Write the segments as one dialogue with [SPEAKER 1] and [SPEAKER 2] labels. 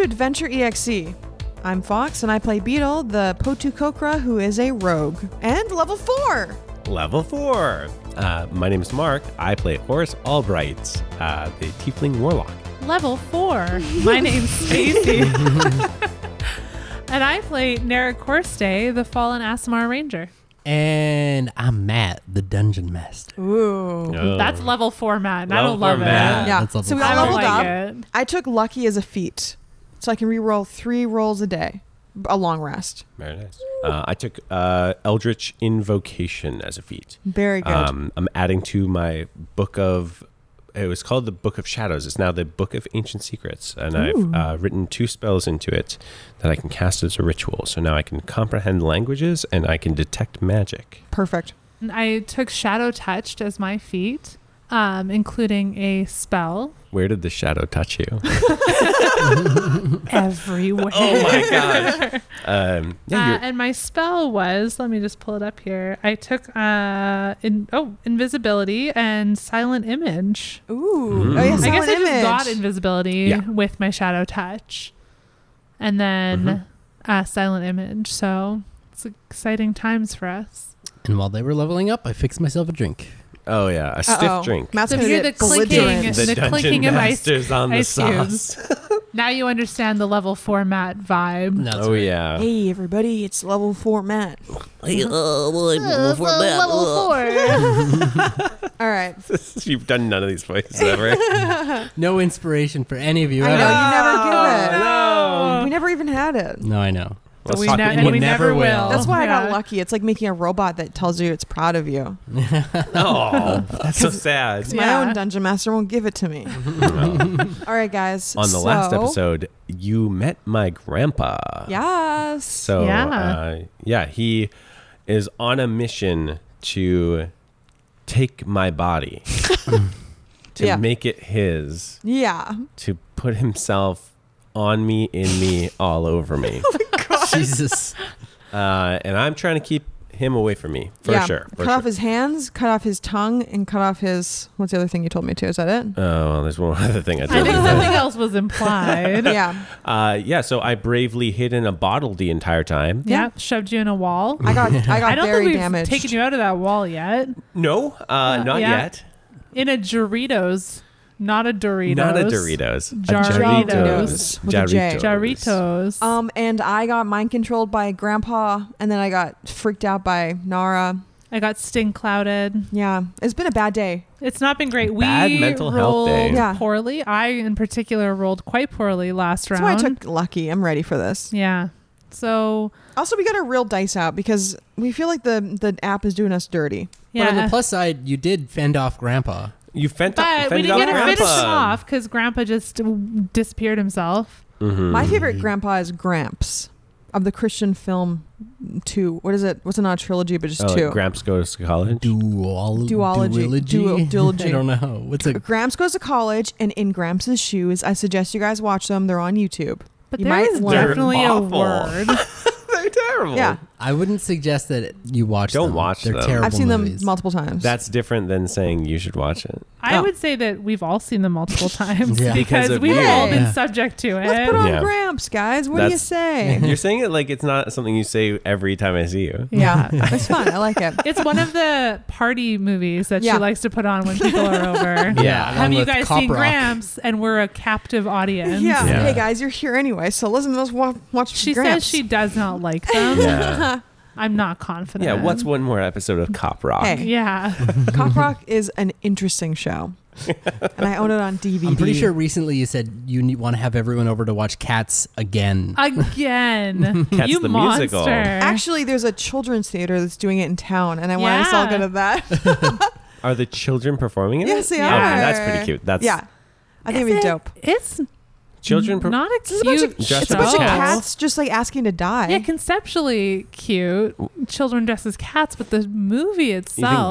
[SPEAKER 1] Adventure EXE. I'm Fox, and I play Beetle, the Potu Kokra, who is a rogue. And level four!
[SPEAKER 2] Level four. Uh, my name is Mark. I play Horace Albright, uh, the Tiefling Warlock.
[SPEAKER 3] Level four. My name's Stacy. and I play Nara Corste, the fallen Asmar Ranger.
[SPEAKER 4] And I'm Matt, the dungeon master.
[SPEAKER 1] Ooh.
[SPEAKER 3] That's level four, Matt. and I
[SPEAKER 2] Oh. Level
[SPEAKER 3] don't
[SPEAKER 2] four,
[SPEAKER 3] love
[SPEAKER 2] Matt.
[SPEAKER 3] it.
[SPEAKER 1] Yeah,
[SPEAKER 4] that's level
[SPEAKER 1] so we
[SPEAKER 3] I
[SPEAKER 1] all
[SPEAKER 4] four.
[SPEAKER 3] don't
[SPEAKER 1] leveled
[SPEAKER 3] like
[SPEAKER 1] up.
[SPEAKER 3] it.
[SPEAKER 1] I took lucky as a feat, so I can re-roll three rolls a day, b- a long rest.
[SPEAKER 2] Very nice. Uh, I took uh, Eldritch Invocation as a feat.
[SPEAKER 1] Very good.
[SPEAKER 2] Um, I'm adding to my book of. It was called the Book of Shadows. It's now the Book of Ancient Secrets, and
[SPEAKER 1] Ooh.
[SPEAKER 2] I've uh, written two spells into it that I can cast as a ritual. So now I can comprehend languages and I can detect magic.
[SPEAKER 1] Perfect.
[SPEAKER 3] And I took Shadow Touched as my feat, um, including a spell
[SPEAKER 2] Where did the shadow touch you?
[SPEAKER 3] everywhere.
[SPEAKER 2] Oh my gosh! Um, yeah,
[SPEAKER 3] Uh,
[SPEAKER 2] you're-
[SPEAKER 3] and my spell was let me just pull it up here. I took uh in oh invisibility and silent image.
[SPEAKER 1] Ooh. Oh, yeah,
[SPEAKER 3] I guess
[SPEAKER 1] silent
[SPEAKER 3] I just
[SPEAKER 1] image.
[SPEAKER 3] got invisibility
[SPEAKER 2] Yeah.
[SPEAKER 3] with my shadow touch, and then
[SPEAKER 2] Mm-hmm.
[SPEAKER 3] uh, silent image. So it's exciting times for us.
[SPEAKER 4] And while they were leveling up, I fixed myself a drink.
[SPEAKER 2] oh yeah, a stiff
[SPEAKER 1] Uh-oh.
[SPEAKER 2] drink.
[SPEAKER 1] Matt's
[SPEAKER 3] So
[SPEAKER 1] gonna
[SPEAKER 3] hear
[SPEAKER 1] get
[SPEAKER 3] the clicking.
[SPEAKER 1] belligerent.
[SPEAKER 3] The
[SPEAKER 2] dungeon
[SPEAKER 3] clinking of ice-
[SPEAKER 2] master's on
[SPEAKER 3] ice cubes. Now you understand the level format vibe.
[SPEAKER 4] No, that's
[SPEAKER 2] Oh
[SPEAKER 4] right.
[SPEAKER 2] yeah.
[SPEAKER 1] Hey everybody, it's level four Matt.
[SPEAKER 2] oh,
[SPEAKER 1] Uh, All right.
[SPEAKER 2] You've done none of these places ever.
[SPEAKER 4] No inspiration for any of you
[SPEAKER 1] I
[SPEAKER 4] ever.
[SPEAKER 1] know you never give it.
[SPEAKER 2] no.
[SPEAKER 1] We never even had it.
[SPEAKER 4] No, I know.
[SPEAKER 3] So we
[SPEAKER 2] Let's talk-
[SPEAKER 3] ne- and
[SPEAKER 4] we'll
[SPEAKER 3] we
[SPEAKER 4] never
[SPEAKER 3] never
[SPEAKER 4] will.
[SPEAKER 3] will.
[SPEAKER 1] That's why I
[SPEAKER 3] Yeah.
[SPEAKER 1] got lucky. It's like making a robot that tells you it's proud of you.
[SPEAKER 2] Oh, that's so sad.
[SPEAKER 1] 'Cause
[SPEAKER 3] Yeah.
[SPEAKER 1] My own dungeon master won't give it to me. All right, guys.
[SPEAKER 2] on the last
[SPEAKER 1] so-
[SPEAKER 2] episode, you met my grandpa.
[SPEAKER 1] Yes.
[SPEAKER 2] So yeah,
[SPEAKER 3] Yeah.
[SPEAKER 2] uh, yeah he is on a mission to take my body, to
[SPEAKER 1] Yeah.
[SPEAKER 2] make it his,
[SPEAKER 1] yeah.
[SPEAKER 2] to put himself on me, in me, all over me.
[SPEAKER 4] Jesus.
[SPEAKER 2] Uh, and I'm trying to keep him away from me for
[SPEAKER 1] yeah.
[SPEAKER 2] sure. For
[SPEAKER 1] cut
[SPEAKER 2] sure.
[SPEAKER 1] off his hands, cut off his tongue, and cut off his. What's the other thing you told me to? Is that it?
[SPEAKER 2] Oh, well, there's one other thing I
[SPEAKER 3] I
[SPEAKER 2] told
[SPEAKER 3] think
[SPEAKER 2] you.
[SPEAKER 3] something else was implied. yeah.
[SPEAKER 1] yeah.
[SPEAKER 2] Uh, yeah, so I bravely hid in a bottle the entire time.
[SPEAKER 1] Yeah.
[SPEAKER 3] Shoved you in a wall.
[SPEAKER 1] I got. I got
[SPEAKER 3] I don't
[SPEAKER 1] very
[SPEAKER 3] think we've
[SPEAKER 1] damaged.
[SPEAKER 3] taken you out of that wall yet.
[SPEAKER 2] No, uh, not
[SPEAKER 3] yeah.
[SPEAKER 2] yet.
[SPEAKER 3] In a Doritos, not a Doritos.
[SPEAKER 2] Not a Doritos.
[SPEAKER 3] Jarritos.
[SPEAKER 2] Jarritos.
[SPEAKER 1] With a J.
[SPEAKER 3] Doritos.
[SPEAKER 1] um, and I got mind controlled by Grandpa, and then I got freaked out by Nara.
[SPEAKER 3] I got sting clouded.
[SPEAKER 1] Yeah, it's been a bad day.
[SPEAKER 3] It's not been great. We
[SPEAKER 2] Bad mental health
[SPEAKER 3] rolled
[SPEAKER 2] day.
[SPEAKER 1] Yeah.
[SPEAKER 3] poorly. I, in particular, rolled quite poorly last
[SPEAKER 1] That's why I
[SPEAKER 3] round.
[SPEAKER 1] took lucky. I'm ready for this.
[SPEAKER 3] yeah. So
[SPEAKER 1] Also, we got our real dice out because we feel like the the app is doing us dirty.
[SPEAKER 3] yeah,
[SPEAKER 4] But on the plus side, you did fend off Grandpa.
[SPEAKER 2] You fent-
[SPEAKER 3] But we
[SPEAKER 2] fended
[SPEAKER 3] didn't get to
[SPEAKER 2] off
[SPEAKER 3] finish
[SPEAKER 2] Grandpa.
[SPEAKER 3] him off because Grandpa just w- disappeared himself.
[SPEAKER 2] Mm-hmm.
[SPEAKER 1] My favorite grandpa is Gramps of the Christian film two. What is it? What's it not a trilogy, but just
[SPEAKER 2] Oh,
[SPEAKER 1] two.
[SPEAKER 2] Gramps goes to college.
[SPEAKER 4] Duol-
[SPEAKER 1] Duology.
[SPEAKER 4] duology?
[SPEAKER 1] Duo- duology.
[SPEAKER 4] I don't know. What's a
[SPEAKER 1] Gramps goes to college, and in Gramps's shoes, I suggest you guys watch them. They're on YouTube.
[SPEAKER 3] But
[SPEAKER 1] You
[SPEAKER 3] there
[SPEAKER 1] might
[SPEAKER 3] is
[SPEAKER 1] learn.
[SPEAKER 3] definitely a
[SPEAKER 2] They're awful.
[SPEAKER 3] word.
[SPEAKER 2] They're terrible.
[SPEAKER 1] Yeah,
[SPEAKER 4] I wouldn't suggest that you watch
[SPEAKER 2] Don't
[SPEAKER 4] them.
[SPEAKER 2] watch
[SPEAKER 4] They're
[SPEAKER 2] them.
[SPEAKER 4] terrible
[SPEAKER 1] I've seen
[SPEAKER 4] movies.
[SPEAKER 1] them multiple times.
[SPEAKER 2] That's different than saying you should watch it.
[SPEAKER 3] I
[SPEAKER 1] Oh.
[SPEAKER 3] would say that we've all seen them multiple times
[SPEAKER 4] Yeah.
[SPEAKER 2] Because
[SPEAKER 3] because,
[SPEAKER 2] of
[SPEAKER 3] we've
[SPEAKER 2] you.
[SPEAKER 3] all been
[SPEAKER 4] Yeah.
[SPEAKER 3] subject to it.
[SPEAKER 1] let's put on
[SPEAKER 2] Yeah.
[SPEAKER 1] Gramps, guys. What do you
[SPEAKER 2] That's-
[SPEAKER 1] say?
[SPEAKER 2] You're saying it like it's not something you say every time I see you.
[SPEAKER 1] yeah, it's fun. I like it.
[SPEAKER 3] It's one of the party movies that
[SPEAKER 1] Yeah.
[SPEAKER 3] she likes to put on when people are over.
[SPEAKER 2] Yeah.
[SPEAKER 3] Have
[SPEAKER 4] along
[SPEAKER 3] you
[SPEAKER 4] with
[SPEAKER 3] guys
[SPEAKER 4] Cop
[SPEAKER 3] seen
[SPEAKER 4] Rock.
[SPEAKER 3] Gramps? And we're a captive
[SPEAKER 1] Yeah.
[SPEAKER 3] audience.
[SPEAKER 2] Yeah.
[SPEAKER 1] Hey guys, you're here anyway, so listen. Let's wa- watch.
[SPEAKER 3] She
[SPEAKER 1] Gramps.
[SPEAKER 3] says she does not like them.
[SPEAKER 2] Yeah.
[SPEAKER 3] I'm not confident.
[SPEAKER 2] yeah, what's one more episode of Cop Rock?
[SPEAKER 1] Hey.
[SPEAKER 3] Yeah.
[SPEAKER 1] Cop Rock is an interesting show, and I own it on DVD.
[SPEAKER 4] I'm pretty sure recently you said you need, want to have everyone over to watch Cats again.
[SPEAKER 3] Again.
[SPEAKER 2] Cats
[SPEAKER 3] you
[SPEAKER 2] the
[SPEAKER 3] monster.
[SPEAKER 2] musical.
[SPEAKER 1] Actually, there's a children's theater that's doing it in town, and I want us all
[SPEAKER 3] Yeah.
[SPEAKER 1] go to that.
[SPEAKER 2] Are the children performing it?
[SPEAKER 1] yes, they
[SPEAKER 2] Oh,
[SPEAKER 3] Yeah.
[SPEAKER 1] are.
[SPEAKER 2] that's pretty cute. That's
[SPEAKER 1] yeah, I think
[SPEAKER 3] Is
[SPEAKER 1] it'd be
[SPEAKER 3] it-
[SPEAKER 1] dope.
[SPEAKER 3] It's
[SPEAKER 2] children per-
[SPEAKER 3] not a
[SPEAKER 1] It's a bunch
[SPEAKER 3] cute
[SPEAKER 1] of,
[SPEAKER 2] Just
[SPEAKER 1] it's a bunch of
[SPEAKER 2] about cats.
[SPEAKER 1] cats just like asking to die.
[SPEAKER 3] Yeah, conceptually cute. Children dressed as cats, but the movie
[SPEAKER 2] You
[SPEAKER 3] itself.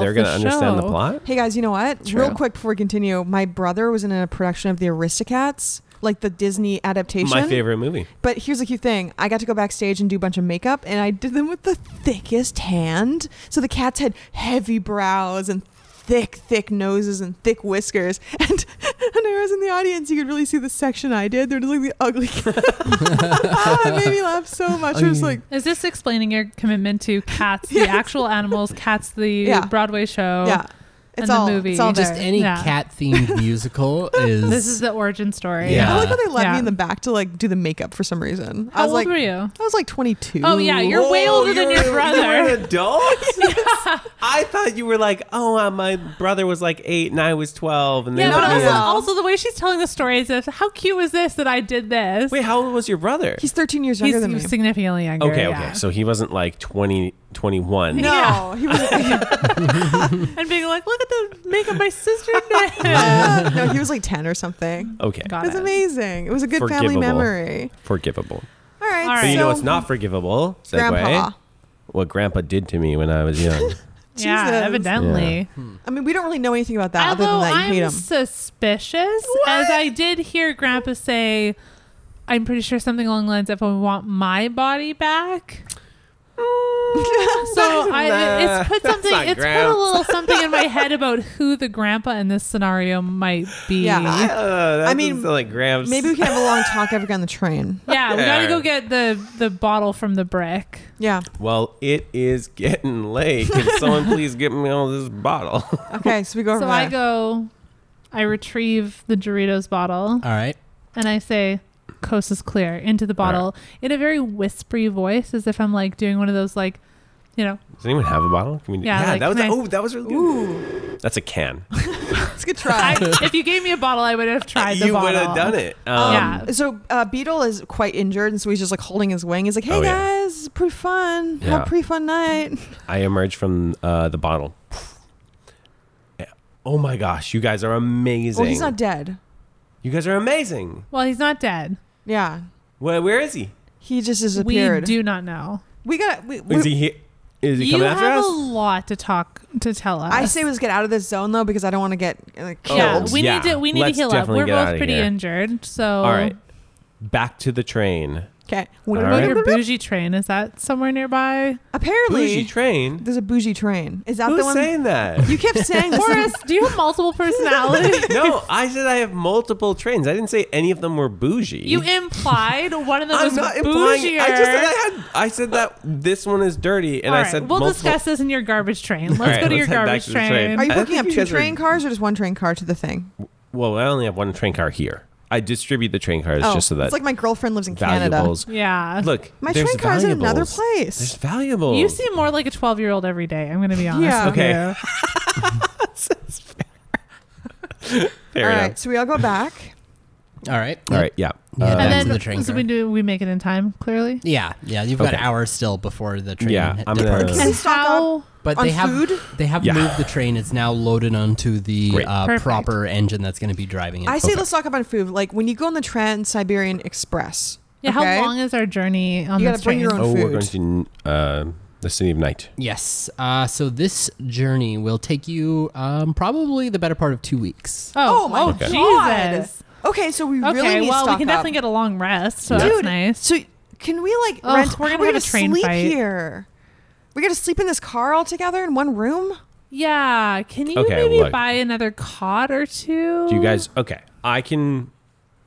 [SPEAKER 2] think they're going to
[SPEAKER 3] the
[SPEAKER 2] understand the
[SPEAKER 3] show-
[SPEAKER 2] plot?
[SPEAKER 1] Hey guys, you know what?
[SPEAKER 2] True.
[SPEAKER 1] Real quick before we continue, my brother was in a production of The Aristocats, like the Disney adaptation.
[SPEAKER 2] My favorite movie.
[SPEAKER 1] But here's a cute thing: I got to go backstage and do a bunch of makeup, and I did them with the thickest hand. So the cats had heavy brows and thick, thick noses and thick whiskers. And Hunera's in the audience, you could really see the section I did. They're just like the ugly cat. ah, it made me laugh so much. I
[SPEAKER 3] Oh,
[SPEAKER 1] was
[SPEAKER 4] yeah.
[SPEAKER 1] like,
[SPEAKER 3] Is this explaining your commitment to cats,
[SPEAKER 1] Yes.
[SPEAKER 3] the actual animals, cats, the
[SPEAKER 1] Yeah.
[SPEAKER 3] Broadway show?
[SPEAKER 1] yeah,
[SPEAKER 3] And
[SPEAKER 1] it's
[SPEAKER 3] the
[SPEAKER 1] all
[SPEAKER 3] movie.
[SPEAKER 1] It's all
[SPEAKER 3] Just
[SPEAKER 1] there.
[SPEAKER 4] Just any
[SPEAKER 3] Yeah.
[SPEAKER 4] cat themed musical is.
[SPEAKER 3] This is the origin story.
[SPEAKER 4] Yeah.
[SPEAKER 1] I like how they let
[SPEAKER 3] Yeah.
[SPEAKER 1] me in the back to like do the makeup for some reason.
[SPEAKER 3] How
[SPEAKER 1] I was
[SPEAKER 3] old
[SPEAKER 1] like,
[SPEAKER 3] were you?
[SPEAKER 1] I was like 22.
[SPEAKER 3] Oh, yeah, you're way
[SPEAKER 2] Whoa,
[SPEAKER 3] older than
[SPEAKER 2] you're-
[SPEAKER 3] your brother.
[SPEAKER 2] You're an adult. I thought you were like, oh, uh, my brother was like eight and I was twelve, and
[SPEAKER 3] Yeah,
[SPEAKER 2] then
[SPEAKER 3] but also,
[SPEAKER 1] Yeah.
[SPEAKER 3] also the way she's telling the story is if, how cute was this that I did this?
[SPEAKER 2] wait, how old was your brother?
[SPEAKER 1] He's 13 years
[SPEAKER 3] he's
[SPEAKER 1] younger than me.
[SPEAKER 3] significantly younger.
[SPEAKER 2] okay,
[SPEAKER 3] yeah.
[SPEAKER 2] okay, so he wasn't like 20, 21.
[SPEAKER 1] no,
[SPEAKER 3] Yeah.
[SPEAKER 1] he was.
[SPEAKER 3] and being like, look at the makeup my sister did.
[SPEAKER 1] Ah, no, he was like 10 or something.
[SPEAKER 2] Okay,
[SPEAKER 3] Got
[SPEAKER 1] It was amazing. It was a good family
[SPEAKER 2] Forgivable.
[SPEAKER 1] memory.
[SPEAKER 2] forgivable.
[SPEAKER 1] All right,
[SPEAKER 3] All right.
[SPEAKER 2] But you
[SPEAKER 1] so
[SPEAKER 2] know what's not forgivable? Segue.
[SPEAKER 1] grandpa.
[SPEAKER 2] What grandpa did to me when I was young.
[SPEAKER 3] Yeah,
[SPEAKER 1] Jesus.
[SPEAKER 3] evidently.
[SPEAKER 1] I mean, we don't really know anything about that
[SPEAKER 3] Although
[SPEAKER 1] other than that you
[SPEAKER 3] I'm
[SPEAKER 1] hate him.
[SPEAKER 3] suspicious, as I did hear Grandpa say, I'm pretty sure something along the lines of, I want my body back. So I,
[SPEAKER 2] Nah,
[SPEAKER 3] it's put
[SPEAKER 2] that's
[SPEAKER 3] something,
[SPEAKER 2] Oh, not
[SPEAKER 3] it's put
[SPEAKER 2] Gramps.
[SPEAKER 3] a little something in my head about who the grandpa in this scenario might be.
[SPEAKER 1] Yeah.
[SPEAKER 2] Uh, that
[SPEAKER 1] I mean,
[SPEAKER 2] doesn't sound like Gramps.
[SPEAKER 1] Maybe we can have a long talk every on the train.
[SPEAKER 3] Yeah, we gotta
[SPEAKER 2] Yeah.
[SPEAKER 3] go get the the bottle from the brick.
[SPEAKER 1] Yeah.
[SPEAKER 2] Well, it is getting late. Can someone please get me all this bottle?
[SPEAKER 1] Okay, so we go over
[SPEAKER 3] So
[SPEAKER 1] there.
[SPEAKER 3] I go, I retrieve the Doritos bottle
[SPEAKER 4] All right.
[SPEAKER 3] and I say, "Coast is clear" into the bottle in a very whispery voice, as if I'm like doing one of those like, you know,
[SPEAKER 2] Does anyone have a bottle? Can we,
[SPEAKER 3] Yeah, like,
[SPEAKER 2] that was.
[SPEAKER 3] can I-
[SPEAKER 2] oh, that was really good. That's a can.
[SPEAKER 1] It's a good try.
[SPEAKER 3] I, if you gave me a bottle, I would have tried the
[SPEAKER 2] you
[SPEAKER 3] bottle.
[SPEAKER 2] would have done it. Um,
[SPEAKER 3] Yeah.
[SPEAKER 1] So uh, Beetle is quite injured, and so he's just like holding his wing. He's like, "Hey
[SPEAKER 2] Oh, yeah.
[SPEAKER 1] guys, pretty fun.
[SPEAKER 2] Yeah.
[SPEAKER 1] Have a pretty fun night."
[SPEAKER 2] I emerged from uh, the bottle. Yeah. Oh my gosh, you guys are
[SPEAKER 3] Oh,
[SPEAKER 2] amazing.
[SPEAKER 1] Well, he's not dead.
[SPEAKER 2] you guys are amazing.
[SPEAKER 3] Well, he's not dead.
[SPEAKER 1] Yeah,
[SPEAKER 2] Where, where is he?
[SPEAKER 1] he just disappeared.
[SPEAKER 3] We do not know.
[SPEAKER 1] We got. We, we,
[SPEAKER 2] Is he here? Is he
[SPEAKER 3] you
[SPEAKER 2] coming
[SPEAKER 3] have
[SPEAKER 2] after us?
[SPEAKER 3] a lot to talk to tell us.
[SPEAKER 1] I say we just get out of this zone though, because I don't want to get uh, killed.
[SPEAKER 3] yeah,
[SPEAKER 2] Oh,
[SPEAKER 3] we
[SPEAKER 2] yeah.
[SPEAKER 3] need to we need
[SPEAKER 2] Let's
[SPEAKER 3] to heal up.
[SPEAKER 2] definitely
[SPEAKER 3] We're
[SPEAKER 2] get
[SPEAKER 3] both
[SPEAKER 2] outta
[SPEAKER 3] pretty
[SPEAKER 2] here.
[SPEAKER 3] injured, so
[SPEAKER 2] All right, back to the train.
[SPEAKER 1] Okay.
[SPEAKER 2] All
[SPEAKER 3] What about
[SPEAKER 2] right.
[SPEAKER 3] your bougie train? Is that somewhere nearby?
[SPEAKER 1] Apparently,
[SPEAKER 2] Bougie train.
[SPEAKER 1] there's a bougie train. Is that the
[SPEAKER 2] Who's
[SPEAKER 1] one?
[SPEAKER 2] saying that?
[SPEAKER 1] You kept saying this.
[SPEAKER 3] Forrest, do you have multiple personalities?
[SPEAKER 2] no, I said I have multiple trains. I didn't say any of them were bougie.
[SPEAKER 3] You implied one of them
[SPEAKER 2] I'm
[SPEAKER 3] was
[SPEAKER 2] not
[SPEAKER 3] bougier.
[SPEAKER 2] implying. I just said I had. I said that this one is dirty, and
[SPEAKER 3] All
[SPEAKER 2] I
[SPEAKER 3] right,
[SPEAKER 2] said
[SPEAKER 3] we'll
[SPEAKER 2] multiple-
[SPEAKER 3] discuss this in your garbage train. Let's
[SPEAKER 2] All right,
[SPEAKER 3] go to your
[SPEAKER 2] let's head back
[SPEAKER 3] garbage
[SPEAKER 2] to the
[SPEAKER 3] train.
[SPEAKER 2] train.
[SPEAKER 1] Are you
[SPEAKER 2] I
[SPEAKER 1] hooking
[SPEAKER 2] think
[SPEAKER 1] up
[SPEAKER 2] you
[SPEAKER 1] two
[SPEAKER 2] guys are-
[SPEAKER 1] train cars or just one train car to the thing?
[SPEAKER 2] Well, I only have one train car here. I distribute the train cars
[SPEAKER 1] oh,
[SPEAKER 2] just so that
[SPEAKER 1] it's like my girlfriend lives in
[SPEAKER 2] valuables.
[SPEAKER 3] yeah.
[SPEAKER 2] Look,
[SPEAKER 1] My
[SPEAKER 2] there's
[SPEAKER 1] train car's in another
[SPEAKER 2] valuables.
[SPEAKER 1] place.
[SPEAKER 2] There's valuables.
[SPEAKER 3] you seem more like a 12 year old every day. I'm going to be honest.
[SPEAKER 1] Yeah.
[SPEAKER 3] with
[SPEAKER 2] Okay.
[SPEAKER 3] you.
[SPEAKER 1] Canada. All
[SPEAKER 2] Fair
[SPEAKER 1] right,
[SPEAKER 2] enough.
[SPEAKER 1] so we all go back.
[SPEAKER 4] All right.
[SPEAKER 2] All right. Yeah.
[SPEAKER 4] Yeah,
[SPEAKER 2] Uh,
[SPEAKER 4] Back
[SPEAKER 3] And
[SPEAKER 4] to
[SPEAKER 3] then
[SPEAKER 4] the train
[SPEAKER 3] so
[SPEAKER 4] car.
[SPEAKER 3] we do we make it in time, clearly.
[SPEAKER 4] Yeah. Yeah. You've got
[SPEAKER 2] Okay.
[SPEAKER 4] hours still before the train
[SPEAKER 2] Yeah,
[SPEAKER 4] hit-
[SPEAKER 2] I'm gonna-
[SPEAKER 4] departs.
[SPEAKER 1] Does he
[SPEAKER 3] And
[SPEAKER 1] stock
[SPEAKER 3] how
[SPEAKER 4] But
[SPEAKER 1] On
[SPEAKER 4] they have
[SPEAKER 1] food?
[SPEAKER 4] they have
[SPEAKER 2] Yeah.
[SPEAKER 4] moved the train. It's now loaded onto the
[SPEAKER 2] Great.
[SPEAKER 4] uh,
[SPEAKER 3] Perfect.
[SPEAKER 4] proper engine that's going to be driving it.
[SPEAKER 1] I say
[SPEAKER 4] Okay.
[SPEAKER 1] let's talk about food. Like when you go on the Trans Siberian Express.
[SPEAKER 3] yeah,
[SPEAKER 1] okay?
[SPEAKER 3] how long is our journey on
[SPEAKER 1] You
[SPEAKER 3] the
[SPEAKER 1] gotta bring
[SPEAKER 3] train?
[SPEAKER 1] your own-
[SPEAKER 2] oh, we're
[SPEAKER 1] food.
[SPEAKER 2] going to uh, the city of night.
[SPEAKER 4] Yes. Uh, so this journey will take you um, probably the better part of two weeks.
[SPEAKER 1] Oh,
[SPEAKER 3] Oh,
[SPEAKER 1] my
[SPEAKER 3] oh,
[SPEAKER 1] god.
[SPEAKER 3] Jesus.
[SPEAKER 1] Okay, so we
[SPEAKER 3] Okay,
[SPEAKER 1] really need
[SPEAKER 3] well,
[SPEAKER 1] to
[SPEAKER 3] we
[SPEAKER 1] stock
[SPEAKER 3] can
[SPEAKER 1] up.
[SPEAKER 3] definitely get a long rest, so
[SPEAKER 2] Yeah.
[SPEAKER 3] that's
[SPEAKER 1] Dude,
[SPEAKER 3] nice.
[SPEAKER 1] So can we like
[SPEAKER 3] Ugh,
[SPEAKER 1] rent?
[SPEAKER 3] we're
[SPEAKER 1] how
[SPEAKER 3] gonna
[SPEAKER 1] we
[SPEAKER 3] have a train
[SPEAKER 1] sleep
[SPEAKER 3] fight.
[SPEAKER 1] here. We gotta sleep in this car all together in one room.
[SPEAKER 3] Yeah, can you
[SPEAKER 2] Okay,
[SPEAKER 3] maybe
[SPEAKER 2] look.
[SPEAKER 3] buy another cot or two?
[SPEAKER 2] Do you guys? Okay, I can.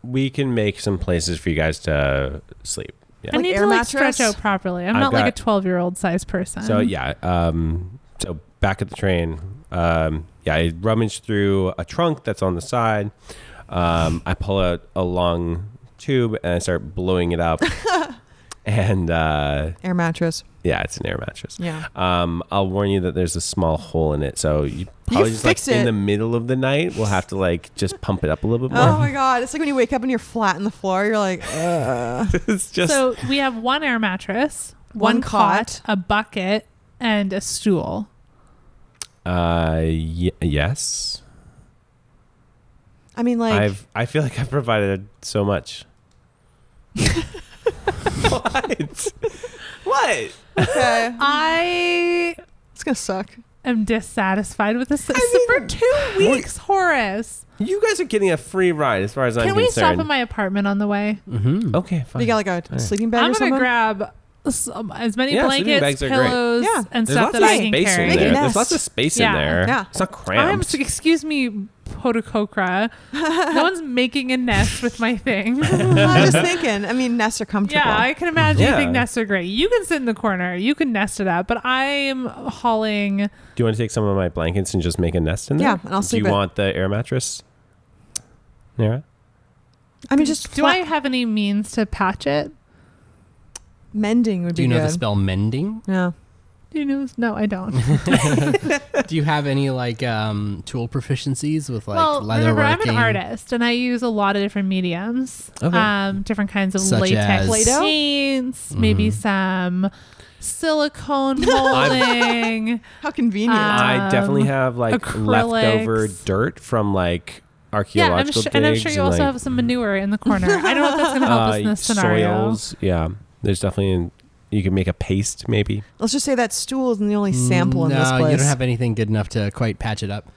[SPEAKER 2] We can make some places for you guys to sleep. Yeah.
[SPEAKER 3] I
[SPEAKER 1] Like
[SPEAKER 3] need
[SPEAKER 1] air
[SPEAKER 3] to like
[SPEAKER 1] mattress?
[SPEAKER 3] stretch out properly. I'm
[SPEAKER 2] I've
[SPEAKER 3] not like a
[SPEAKER 2] got-
[SPEAKER 3] 12 year old size person.
[SPEAKER 2] So yeah, um, so back at the train, um, yeah, I rummage through a trunk that's on the side. Um, I pull out a long tube and I start blowing it up. and uh,
[SPEAKER 1] Air mattress.
[SPEAKER 2] yeah, it's an air mattress.
[SPEAKER 1] Yeah.
[SPEAKER 2] Um, I'll warn you that there's a small hole in it, so you probably just like
[SPEAKER 1] fix it.
[SPEAKER 2] in the middle of the night we'll have to like just pump it up a little bit more.
[SPEAKER 1] Oh my god! It's like when you wake up and you're flat on the floor. You're like, uh.
[SPEAKER 2] it's just
[SPEAKER 3] so we have one air mattress,
[SPEAKER 1] One
[SPEAKER 3] one,
[SPEAKER 1] cot.
[SPEAKER 3] cot, a bucket, and a stool.
[SPEAKER 2] uh, y- yes.
[SPEAKER 1] I mean, like,
[SPEAKER 2] I've I feel like I've provided so much. what? What?
[SPEAKER 1] okay,
[SPEAKER 3] Um, I
[SPEAKER 1] it's gonna suck.
[SPEAKER 3] am dissatisfied with this.
[SPEAKER 1] I mean-
[SPEAKER 3] for two weeks, Horace.
[SPEAKER 2] You guys are getting a free ride as far as I'm
[SPEAKER 3] Can we
[SPEAKER 2] concerned.
[SPEAKER 3] stop at my apartment on the way?
[SPEAKER 4] Mm-hmm.
[SPEAKER 2] okay, fine.
[SPEAKER 1] You got like a
[SPEAKER 2] right.
[SPEAKER 1] sleeping bag
[SPEAKER 3] I'm
[SPEAKER 1] or
[SPEAKER 3] gonna
[SPEAKER 1] something.
[SPEAKER 3] grab some, as many
[SPEAKER 2] Yeah, sleeping
[SPEAKER 3] blankets,
[SPEAKER 2] bags are great.
[SPEAKER 3] pillows,
[SPEAKER 1] Yeah.
[SPEAKER 3] and
[SPEAKER 2] There's lots
[SPEAKER 3] stuff that
[SPEAKER 2] of
[SPEAKER 3] I can
[SPEAKER 2] space
[SPEAKER 3] carry.
[SPEAKER 2] in
[SPEAKER 1] Make a
[SPEAKER 2] there.
[SPEAKER 1] nest.
[SPEAKER 2] There's lots of space
[SPEAKER 3] Yeah.
[SPEAKER 2] in there.
[SPEAKER 1] Yeah.
[SPEAKER 2] It's not
[SPEAKER 3] I'm
[SPEAKER 2] cramped.
[SPEAKER 3] excuse me, Podococra. no one's making a nest with my thing. yeah,
[SPEAKER 1] I'm just thinking. I mean, nests are comfortable.
[SPEAKER 3] I can imagine you think
[SPEAKER 2] Yeah.
[SPEAKER 3] nests are great. You can sit in the corner, you can nest it up, but I am hauling.
[SPEAKER 2] Do you want to take some of my blankets and just make a nest in there?
[SPEAKER 1] Yeah, and I'll sleep
[SPEAKER 2] Mm-hmm.
[SPEAKER 1] it.
[SPEAKER 2] Do you want the air mattress? Nara?
[SPEAKER 1] I mean, just
[SPEAKER 3] Do
[SPEAKER 1] fla-
[SPEAKER 3] I have any means to patch it?
[SPEAKER 1] mending would
[SPEAKER 4] Do
[SPEAKER 1] be
[SPEAKER 4] you know
[SPEAKER 1] good.
[SPEAKER 4] the spell mending?
[SPEAKER 1] yeah.
[SPEAKER 3] Do you know? No, I don't.
[SPEAKER 4] Do you have any like um, tool proficiencies with like
[SPEAKER 3] well,
[SPEAKER 4] leather
[SPEAKER 3] remember, I'm
[SPEAKER 4] working?
[SPEAKER 3] an artist and I use a lot of different mediums,
[SPEAKER 4] Okay.
[SPEAKER 3] um, different kinds of
[SPEAKER 4] Such
[SPEAKER 3] latex
[SPEAKER 4] as-
[SPEAKER 1] Play-Doh?
[SPEAKER 3] paints, maybe
[SPEAKER 2] Mm-hmm.
[SPEAKER 3] some silicone molding.
[SPEAKER 1] How convenient.
[SPEAKER 2] I definitely
[SPEAKER 3] Um,
[SPEAKER 2] have like leftover
[SPEAKER 3] acrylics. dirt from like yeah, I'm
[SPEAKER 2] archaeological
[SPEAKER 3] sure, and I'm sure
[SPEAKER 2] digs
[SPEAKER 3] you
[SPEAKER 2] and,
[SPEAKER 3] also
[SPEAKER 2] like,
[SPEAKER 3] have some manure in the corner. I don't know if that's going to help us in
[SPEAKER 2] uh,
[SPEAKER 3] this scenario.
[SPEAKER 2] soils. Yeah, there's definitely an, you can make a paste maybe.
[SPEAKER 1] Let's just say that stool is the only sample in this
[SPEAKER 4] No,
[SPEAKER 1] place.
[SPEAKER 4] you don't have anything good enough to quite patch it up.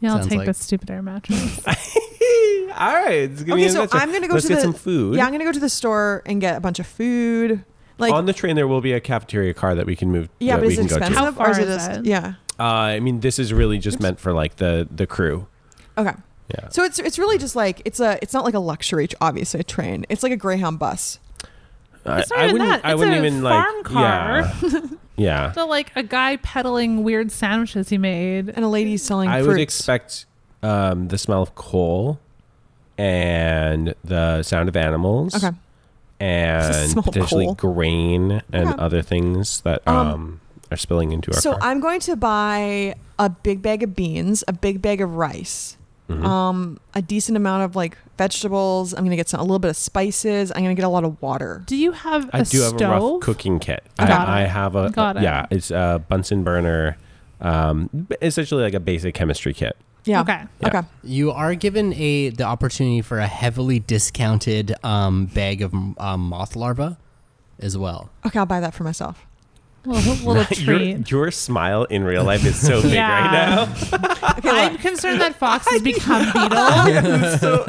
[SPEAKER 3] Yeah, I'll
[SPEAKER 4] Sounds
[SPEAKER 3] take
[SPEAKER 4] like-
[SPEAKER 3] this stupid air mattress.
[SPEAKER 2] All right, give
[SPEAKER 1] Okay, so I'm gonna go
[SPEAKER 2] Let's
[SPEAKER 1] to
[SPEAKER 2] get
[SPEAKER 1] the-
[SPEAKER 2] some food.
[SPEAKER 1] yeah, I'm gonna go to the store and get a bunch of food. Like,
[SPEAKER 2] on the train, there will be a cafeteria car that we can move.
[SPEAKER 1] yeah,
[SPEAKER 2] that
[SPEAKER 1] but
[SPEAKER 2] we
[SPEAKER 1] is it
[SPEAKER 2] can go to.
[SPEAKER 1] expensive?
[SPEAKER 3] How
[SPEAKER 1] or
[SPEAKER 3] far
[SPEAKER 1] is it?
[SPEAKER 3] is
[SPEAKER 1] just-
[SPEAKER 3] it?
[SPEAKER 1] Yeah.
[SPEAKER 2] Uh, I mean, this is really just meant for like the the crew.
[SPEAKER 1] Okay.
[SPEAKER 2] Yeah.
[SPEAKER 1] So it's it's really just like it's a it's not like a luxury obviously a train. It's like a Greyhound bus.
[SPEAKER 2] I,
[SPEAKER 3] It's not
[SPEAKER 2] I
[SPEAKER 3] even
[SPEAKER 2] wouldn't.
[SPEAKER 3] that.
[SPEAKER 2] I
[SPEAKER 3] It's
[SPEAKER 2] wouldn't
[SPEAKER 3] a
[SPEAKER 2] even
[SPEAKER 3] farm
[SPEAKER 2] like.
[SPEAKER 3] car.
[SPEAKER 2] Yeah. yeah.
[SPEAKER 3] so, like a guy peddling weird sandwiches he made.
[SPEAKER 1] And a lady selling
[SPEAKER 2] I
[SPEAKER 1] fruits.
[SPEAKER 2] would expect um, the smell of coal and the sound of animals.
[SPEAKER 1] Okay.
[SPEAKER 2] And
[SPEAKER 1] Smell of
[SPEAKER 2] potentially
[SPEAKER 1] coal.
[SPEAKER 2] grain and
[SPEAKER 1] Okay.
[SPEAKER 2] other things that um,
[SPEAKER 1] Um,
[SPEAKER 2] are spilling into our
[SPEAKER 1] So
[SPEAKER 2] car.
[SPEAKER 1] I'm going to buy a big bag of beans, a big bag of rice,
[SPEAKER 2] Mhm.
[SPEAKER 1] um, a decent amount of like vegetables. I'm gonna get some, a little bit of spices. I'm gonna get a lot of water.
[SPEAKER 3] Do you have a
[SPEAKER 2] I do have
[SPEAKER 3] stove?
[SPEAKER 2] a rough cooking kit.
[SPEAKER 3] Got
[SPEAKER 2] I, I
[SPEAKER 3] it.
[SPEAKER 2] have a
[SPEAKER 3] Got it.
[SPEAKER 2] yeah. It's a Bunsen burner, um, b- essentially like a basic chemistry kit.
[SPEAKER 1] Yeah.
[SPEAKER 3] Okay.
[SPEAKER 1] Okay.
[SPEAKER 4] You are given a the opportunity for a heavily discounted um, bag of um, moth larva, as well.
[SPEAKER 1] Okay. I'll buy that for myself.
[SPEAKER 3] Little, little
[SPEAKER 2] your,
[SPEAKER 3] treat.
[SPEAKER 2] your smile in real life is so big right now.
[SPEAKER 1] Okay.
[SPEAKER 3] I'm
[SPEAKER 1] look.
[SPEAKER 3] concerned that Fox has become Beetle.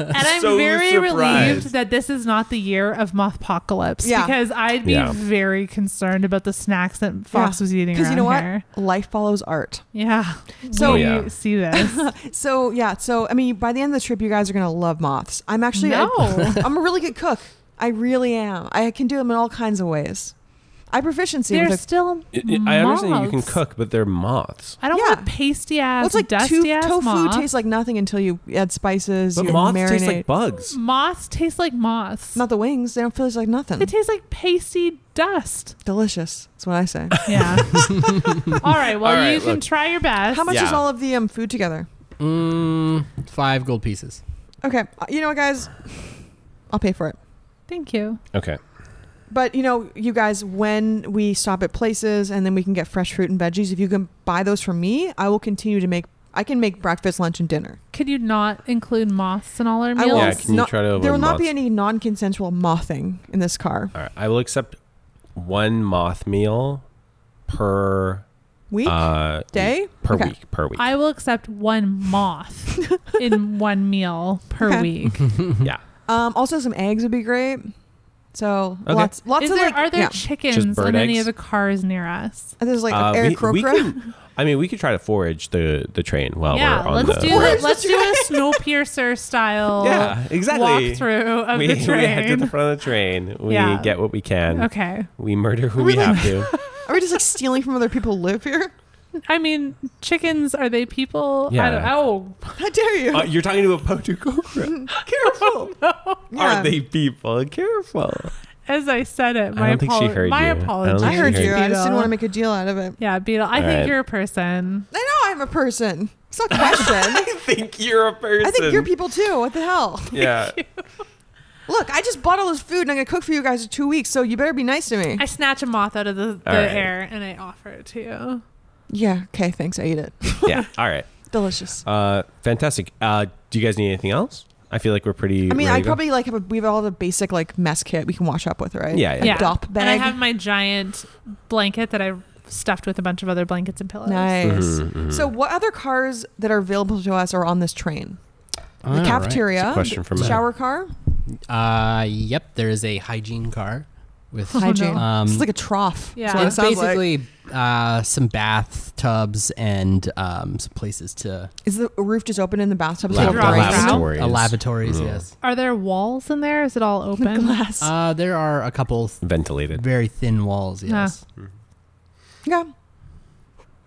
[SPEAKER 3] and I'm
[SPEAKER 2] so
[SPEAKER 3] very
[SPEAKER 2] surprised.
[SPEAKER 3] relieved that this is not the year of Mothpocalypse
[SPEAKER 1] Yeah.
[SPEAKER 3] because I'd be
[SPEAKER 2] Yeah.
[SPEAKER 3] very concerned about the snacks that Fox
[SPEAKER 1] Yeah.
[SPEAKER 3] was eating around
[SPEAKER 1] you know what?
[SPEAKER 3] here.
[SPEAKER 1] Life follows art.
[SPEAKER 3] Yeah.
[SPEAKER 1] So-
[SPEAKER 2] Oh,
[SPEAKER 3] we
[SPEAKER 2] yeah.
[SPEAKER 3] see this.
[SPEAKER 1] So yeah, so I mean, by the end of the trip, you guys are gonna love moths. I'm actually
[SPEAKER 3] no.
[SPEAKER 1] I, am a really good cook. I really am. I can do them in all kinds of ways. I have proficiency
[SPEAKER 3] They're
[SPEAKER 1] with.
[SPEAKER 3] still
[SPEAKER 2] I- I I understand you can
[SPEAKER 3] moths.
[SPEAKER 2] cook, but they're moths.
[SPEAKER 3] I don't
[SPEAKER 1] Yeah.
[SPEAKER 3] want pasty ass
[SPEAKER 1] Well, it's like
[SPEAKER 3] dusty
[SPEAKER 1] to-
[SPEAKER 3] ass
[SPEAKER 1] tofu
[SPEAKER 3] moth.
[SPEAKER 1] tastes like nothing until you add spices.
[SPEAKER 2] But
[SPEAKER 1] you
[SPEAKER 2] moths
[SPEAKER 1] marinate.
[SPEAKER 2] taste like bugs.
[SPEAKER 3] moths taste like moths.
[SPEAKER 1] Not the wings. They don't feel like nothing.
[SPEAKER 3] they taste like pasty dust.
[SPEAKER 1] Delicious. That's what I say.
[SPEAKER 3] Yeah. All right. Well,
[SPEAKER 2] All right,
[SPEAKER 3] you can
[SPEAKER 2] look.
[SPEAKER 3] try your best.
[SPEAKER 1] How much is
[SPEAKER 2] Yeah.
[SPEAKER 1] all of the um, food together?
[SPEAKER 4] Mm, five gold pieces.
[SPEAKER 1] Okay, uh, you know what, guys, I'll pay for it.
[SPEAKER 3] Thank you.
[SPEAKER 2] Okay.
[SPEAKER 1] But you know, you guys, when we stop at places and then we can get fresh fruit and veggies, if you can buy those from me, I will continue to make. I can make breakfast, lunch, and dinner.
[SPEAKER 3] Could you not include moths in all our
[SPEAKER 1] I
[SPEAKER 3] meals?
[SPEAKER 1] will
[SPEAKER 2] Yeah, can you
[SPEAKER 1] not-
[SPEAKER 2] try to
[SPEAKER 1] there will
[SPEAKER 2] avoid
[SPEAKER 1] not be
[SPEAKER 2] moths?
[SPEAKER 1] any non-consensual mothing in this car.
[SPEAKER 2] All right. I will accept one moth meal per
[SPEAKER 1] Week,
[SPEAKER 2] uh,
[SPEAKER 1] day,
[SPEAKER 2] per
[SPEAKER 1] Okay.
[SPEAKER 2] week per week.
[SPEAKER 3] I will accept one moth in one meal per
[SPEAKER 1] Okay.
[SPEAKER 3] week.
[SPEAKER 2] yeah.
[SPEAKER 1] Um, also, some eggs would be great. So
[SPEAKER 2] Okay.
[SPEAKER 1] lots, lots
[SPEAKER 3] Is
[SPEAKER 1] of
[SPEAKER 3] there,
[SPEAKER 1] like,
[SPEAKER 3] are there
[SPEAKER 1] yeah.
[SPEAKER 2] Just
[SPEAKER 3] chickens
[SPEAKER 2] bird
[SPEAKER 3] on any
[SPEAKER 2] eggs?
[SPEAKER 3] of the cars near us?
[SPEAKER 1] There's like
[SPEAKER 2] Uh,
[SPEAKER 1] Eric
[SPEAKER 2] we, we
[SPEAKER 1] Krokra.
[SPEAKER 2] can, I mean, we could try to forage the the train while
[SPEAKER 3] yeah,
[SPEAKER 2] we're on
[SPEAKER 3] let's
[SPEAKER 2] the
[SPEAKER 3] do
[SPEAKER 2] road.
[SPEAKER 3] it. let's do a snowpiercer style
[SPEAKER 2] Yeah, exactly.
[SPEAKER 3] walkthrough of
[SPEAKER 2] we,
[SPEAKER 3] the
[SPEAKER 2] we head to
[SPEAKER 3] train.
[SPEAKER 2] the front of the train. We
[SPEAKER 3] Yeah.
[SPEAKER 2] get what we can.
[SPEAKER 3] okay.
[SPEAKER 2] We murder who we
[SPEAKER 1] Really?
[SPEAKER 2] have to.
[SPEAKER 1] Are we just like stealing from other people who live here?
[SPEAKER 3] I mean, chickens are they people? I don't
[SPEAKER 2] Yeah.
[SPEAKER 3] know.
[SPEAKER 1] How dare you?
[SPEAKER 2] Uh, you're talking to a potu cobra.
[SPEAKER 1] Careful. Yeah.
[SPEAKER 2] Are they people? Careful.
[SPEAKER 3] As I said it, my
[SPEAKER 2] don't think she
[SPEAKER 3] apolo-
[SPEAKER 2] heard
[SPEAKER 3] my
[SPEAKER 2] you. I don't
[SPEAKER 3] apologies.
[SPEAKER 2] think
[SPEAKER 1] I
[SPEAKER 2] she
[SPEAKER 1] heard
[SPEAKER 2] Okay.
[SPEAKER 1] you. I just didn't
[SPEAKER 3] Beetle.
[SPEAKER 1] want to make a deal out of it.
[SPEAKER 3] Yeah, Beetle.
[SPEAKER 2] All
[SPEAKER 3] I think
[SPEAKER 2] right.
[SPEAKER 3] you're a person.
[SPEAKER 1] I know I'm a person. It's not a question.
[SPEAKER 2] I think you're a person.
[SPEAKER 1] I think you're people too. What the hell?
[SPEAKER 2] Yeah.
[SPEAKER 1] Look, I just bought all this food and I'm gonna cook for you guys in two weeks, so you better be nice to me.
[SPEAKER 3] I snatch a moth out of the, the
[SPEAKER 2] All right.
[SPEAKER 3] air and I offer it to you.
[SPEAKER 1] yeah. Okay. Thanks. I ate it.
[SPEAKER 2] yeah. All right.
[SPEAKER 1] Delicious.
[SPEAKER 2] Uh, fantastic. Uh, do you guys need anything else? I feel like we're pretty.
[SPEAKER 1] I mean,
[SPEAKER 2] ready
[SPEAKER 1] I
[SPEAKER 2] to go.
[SPEAKER 1] probably like have a, we have all the basic like mess kit we can wash up with, right?
[SPEAKER 2] Yeah, yeah,
[SPEAKER 1] A
[SPEAKER 3] yeah.
[SPEAKER 1] dop
[SPEAKER 3] And I
[SPEAKER 1] bag.
[SPEAKER 3] have my giant blanket that I stuffed with a bunch of other blankets and pillows.
[SPEAKER 2] Mm-hmm,
[SPEAKER 1] nice. So, what other cars that are available to us are on this train?
[SPEAKER 4] All
[SPEAKER 1] the
[SPEAKER 4] right.
[SPEAKER 1] cafeteria,
[SPEAKER 2] It's a question
[SPEAKER 1] uh, the
[SPEAKER 2] from Matt.
[SPEAKER 1] shower car.
[SPEAKER 4] Uh, yep, there is a hygiene car. with
[SPEAKER 1] Hi,
[SPEAKER 3] no.
[SPEAKER 1] Jane.
[SPEAKER 4] Um,
[SPEAKER 1] it's like a trough.
[SPEAKER 3] Yeah.
[SPEAKER 1] That's what it
[SPEAKER 4] it's
[SPEAKER 1] sounds like.
[SPEAKER 4] basically uh, some bathtubs and um, some places to
[SPEAKER 1] Is the roof just open in the bathtub?
[SPEAKER 3] Lab-
[SPEAKER 1] so it
[SPEAKER 3] Drop
[SPEAKER 1] breaks
[SPEAKER 3] down.
[SPEAKER 1] out?
[SPEAKER 2] Laboratories.
[SPEAKER 4] uh, lavatories.
[SPEAKER 2] Mm.
[SPEAKER 4] Yes,
[SPEAKER 3] Are there walls in there? Is it all open?
[SPEAKER 1] glass.
[SPEAKER 4] uh, there are a couple th-
[SPEAKER 2] Ventilated.
[SPEAKER 4] very thin walls. Yes,
[SPEAKER 1] yeah.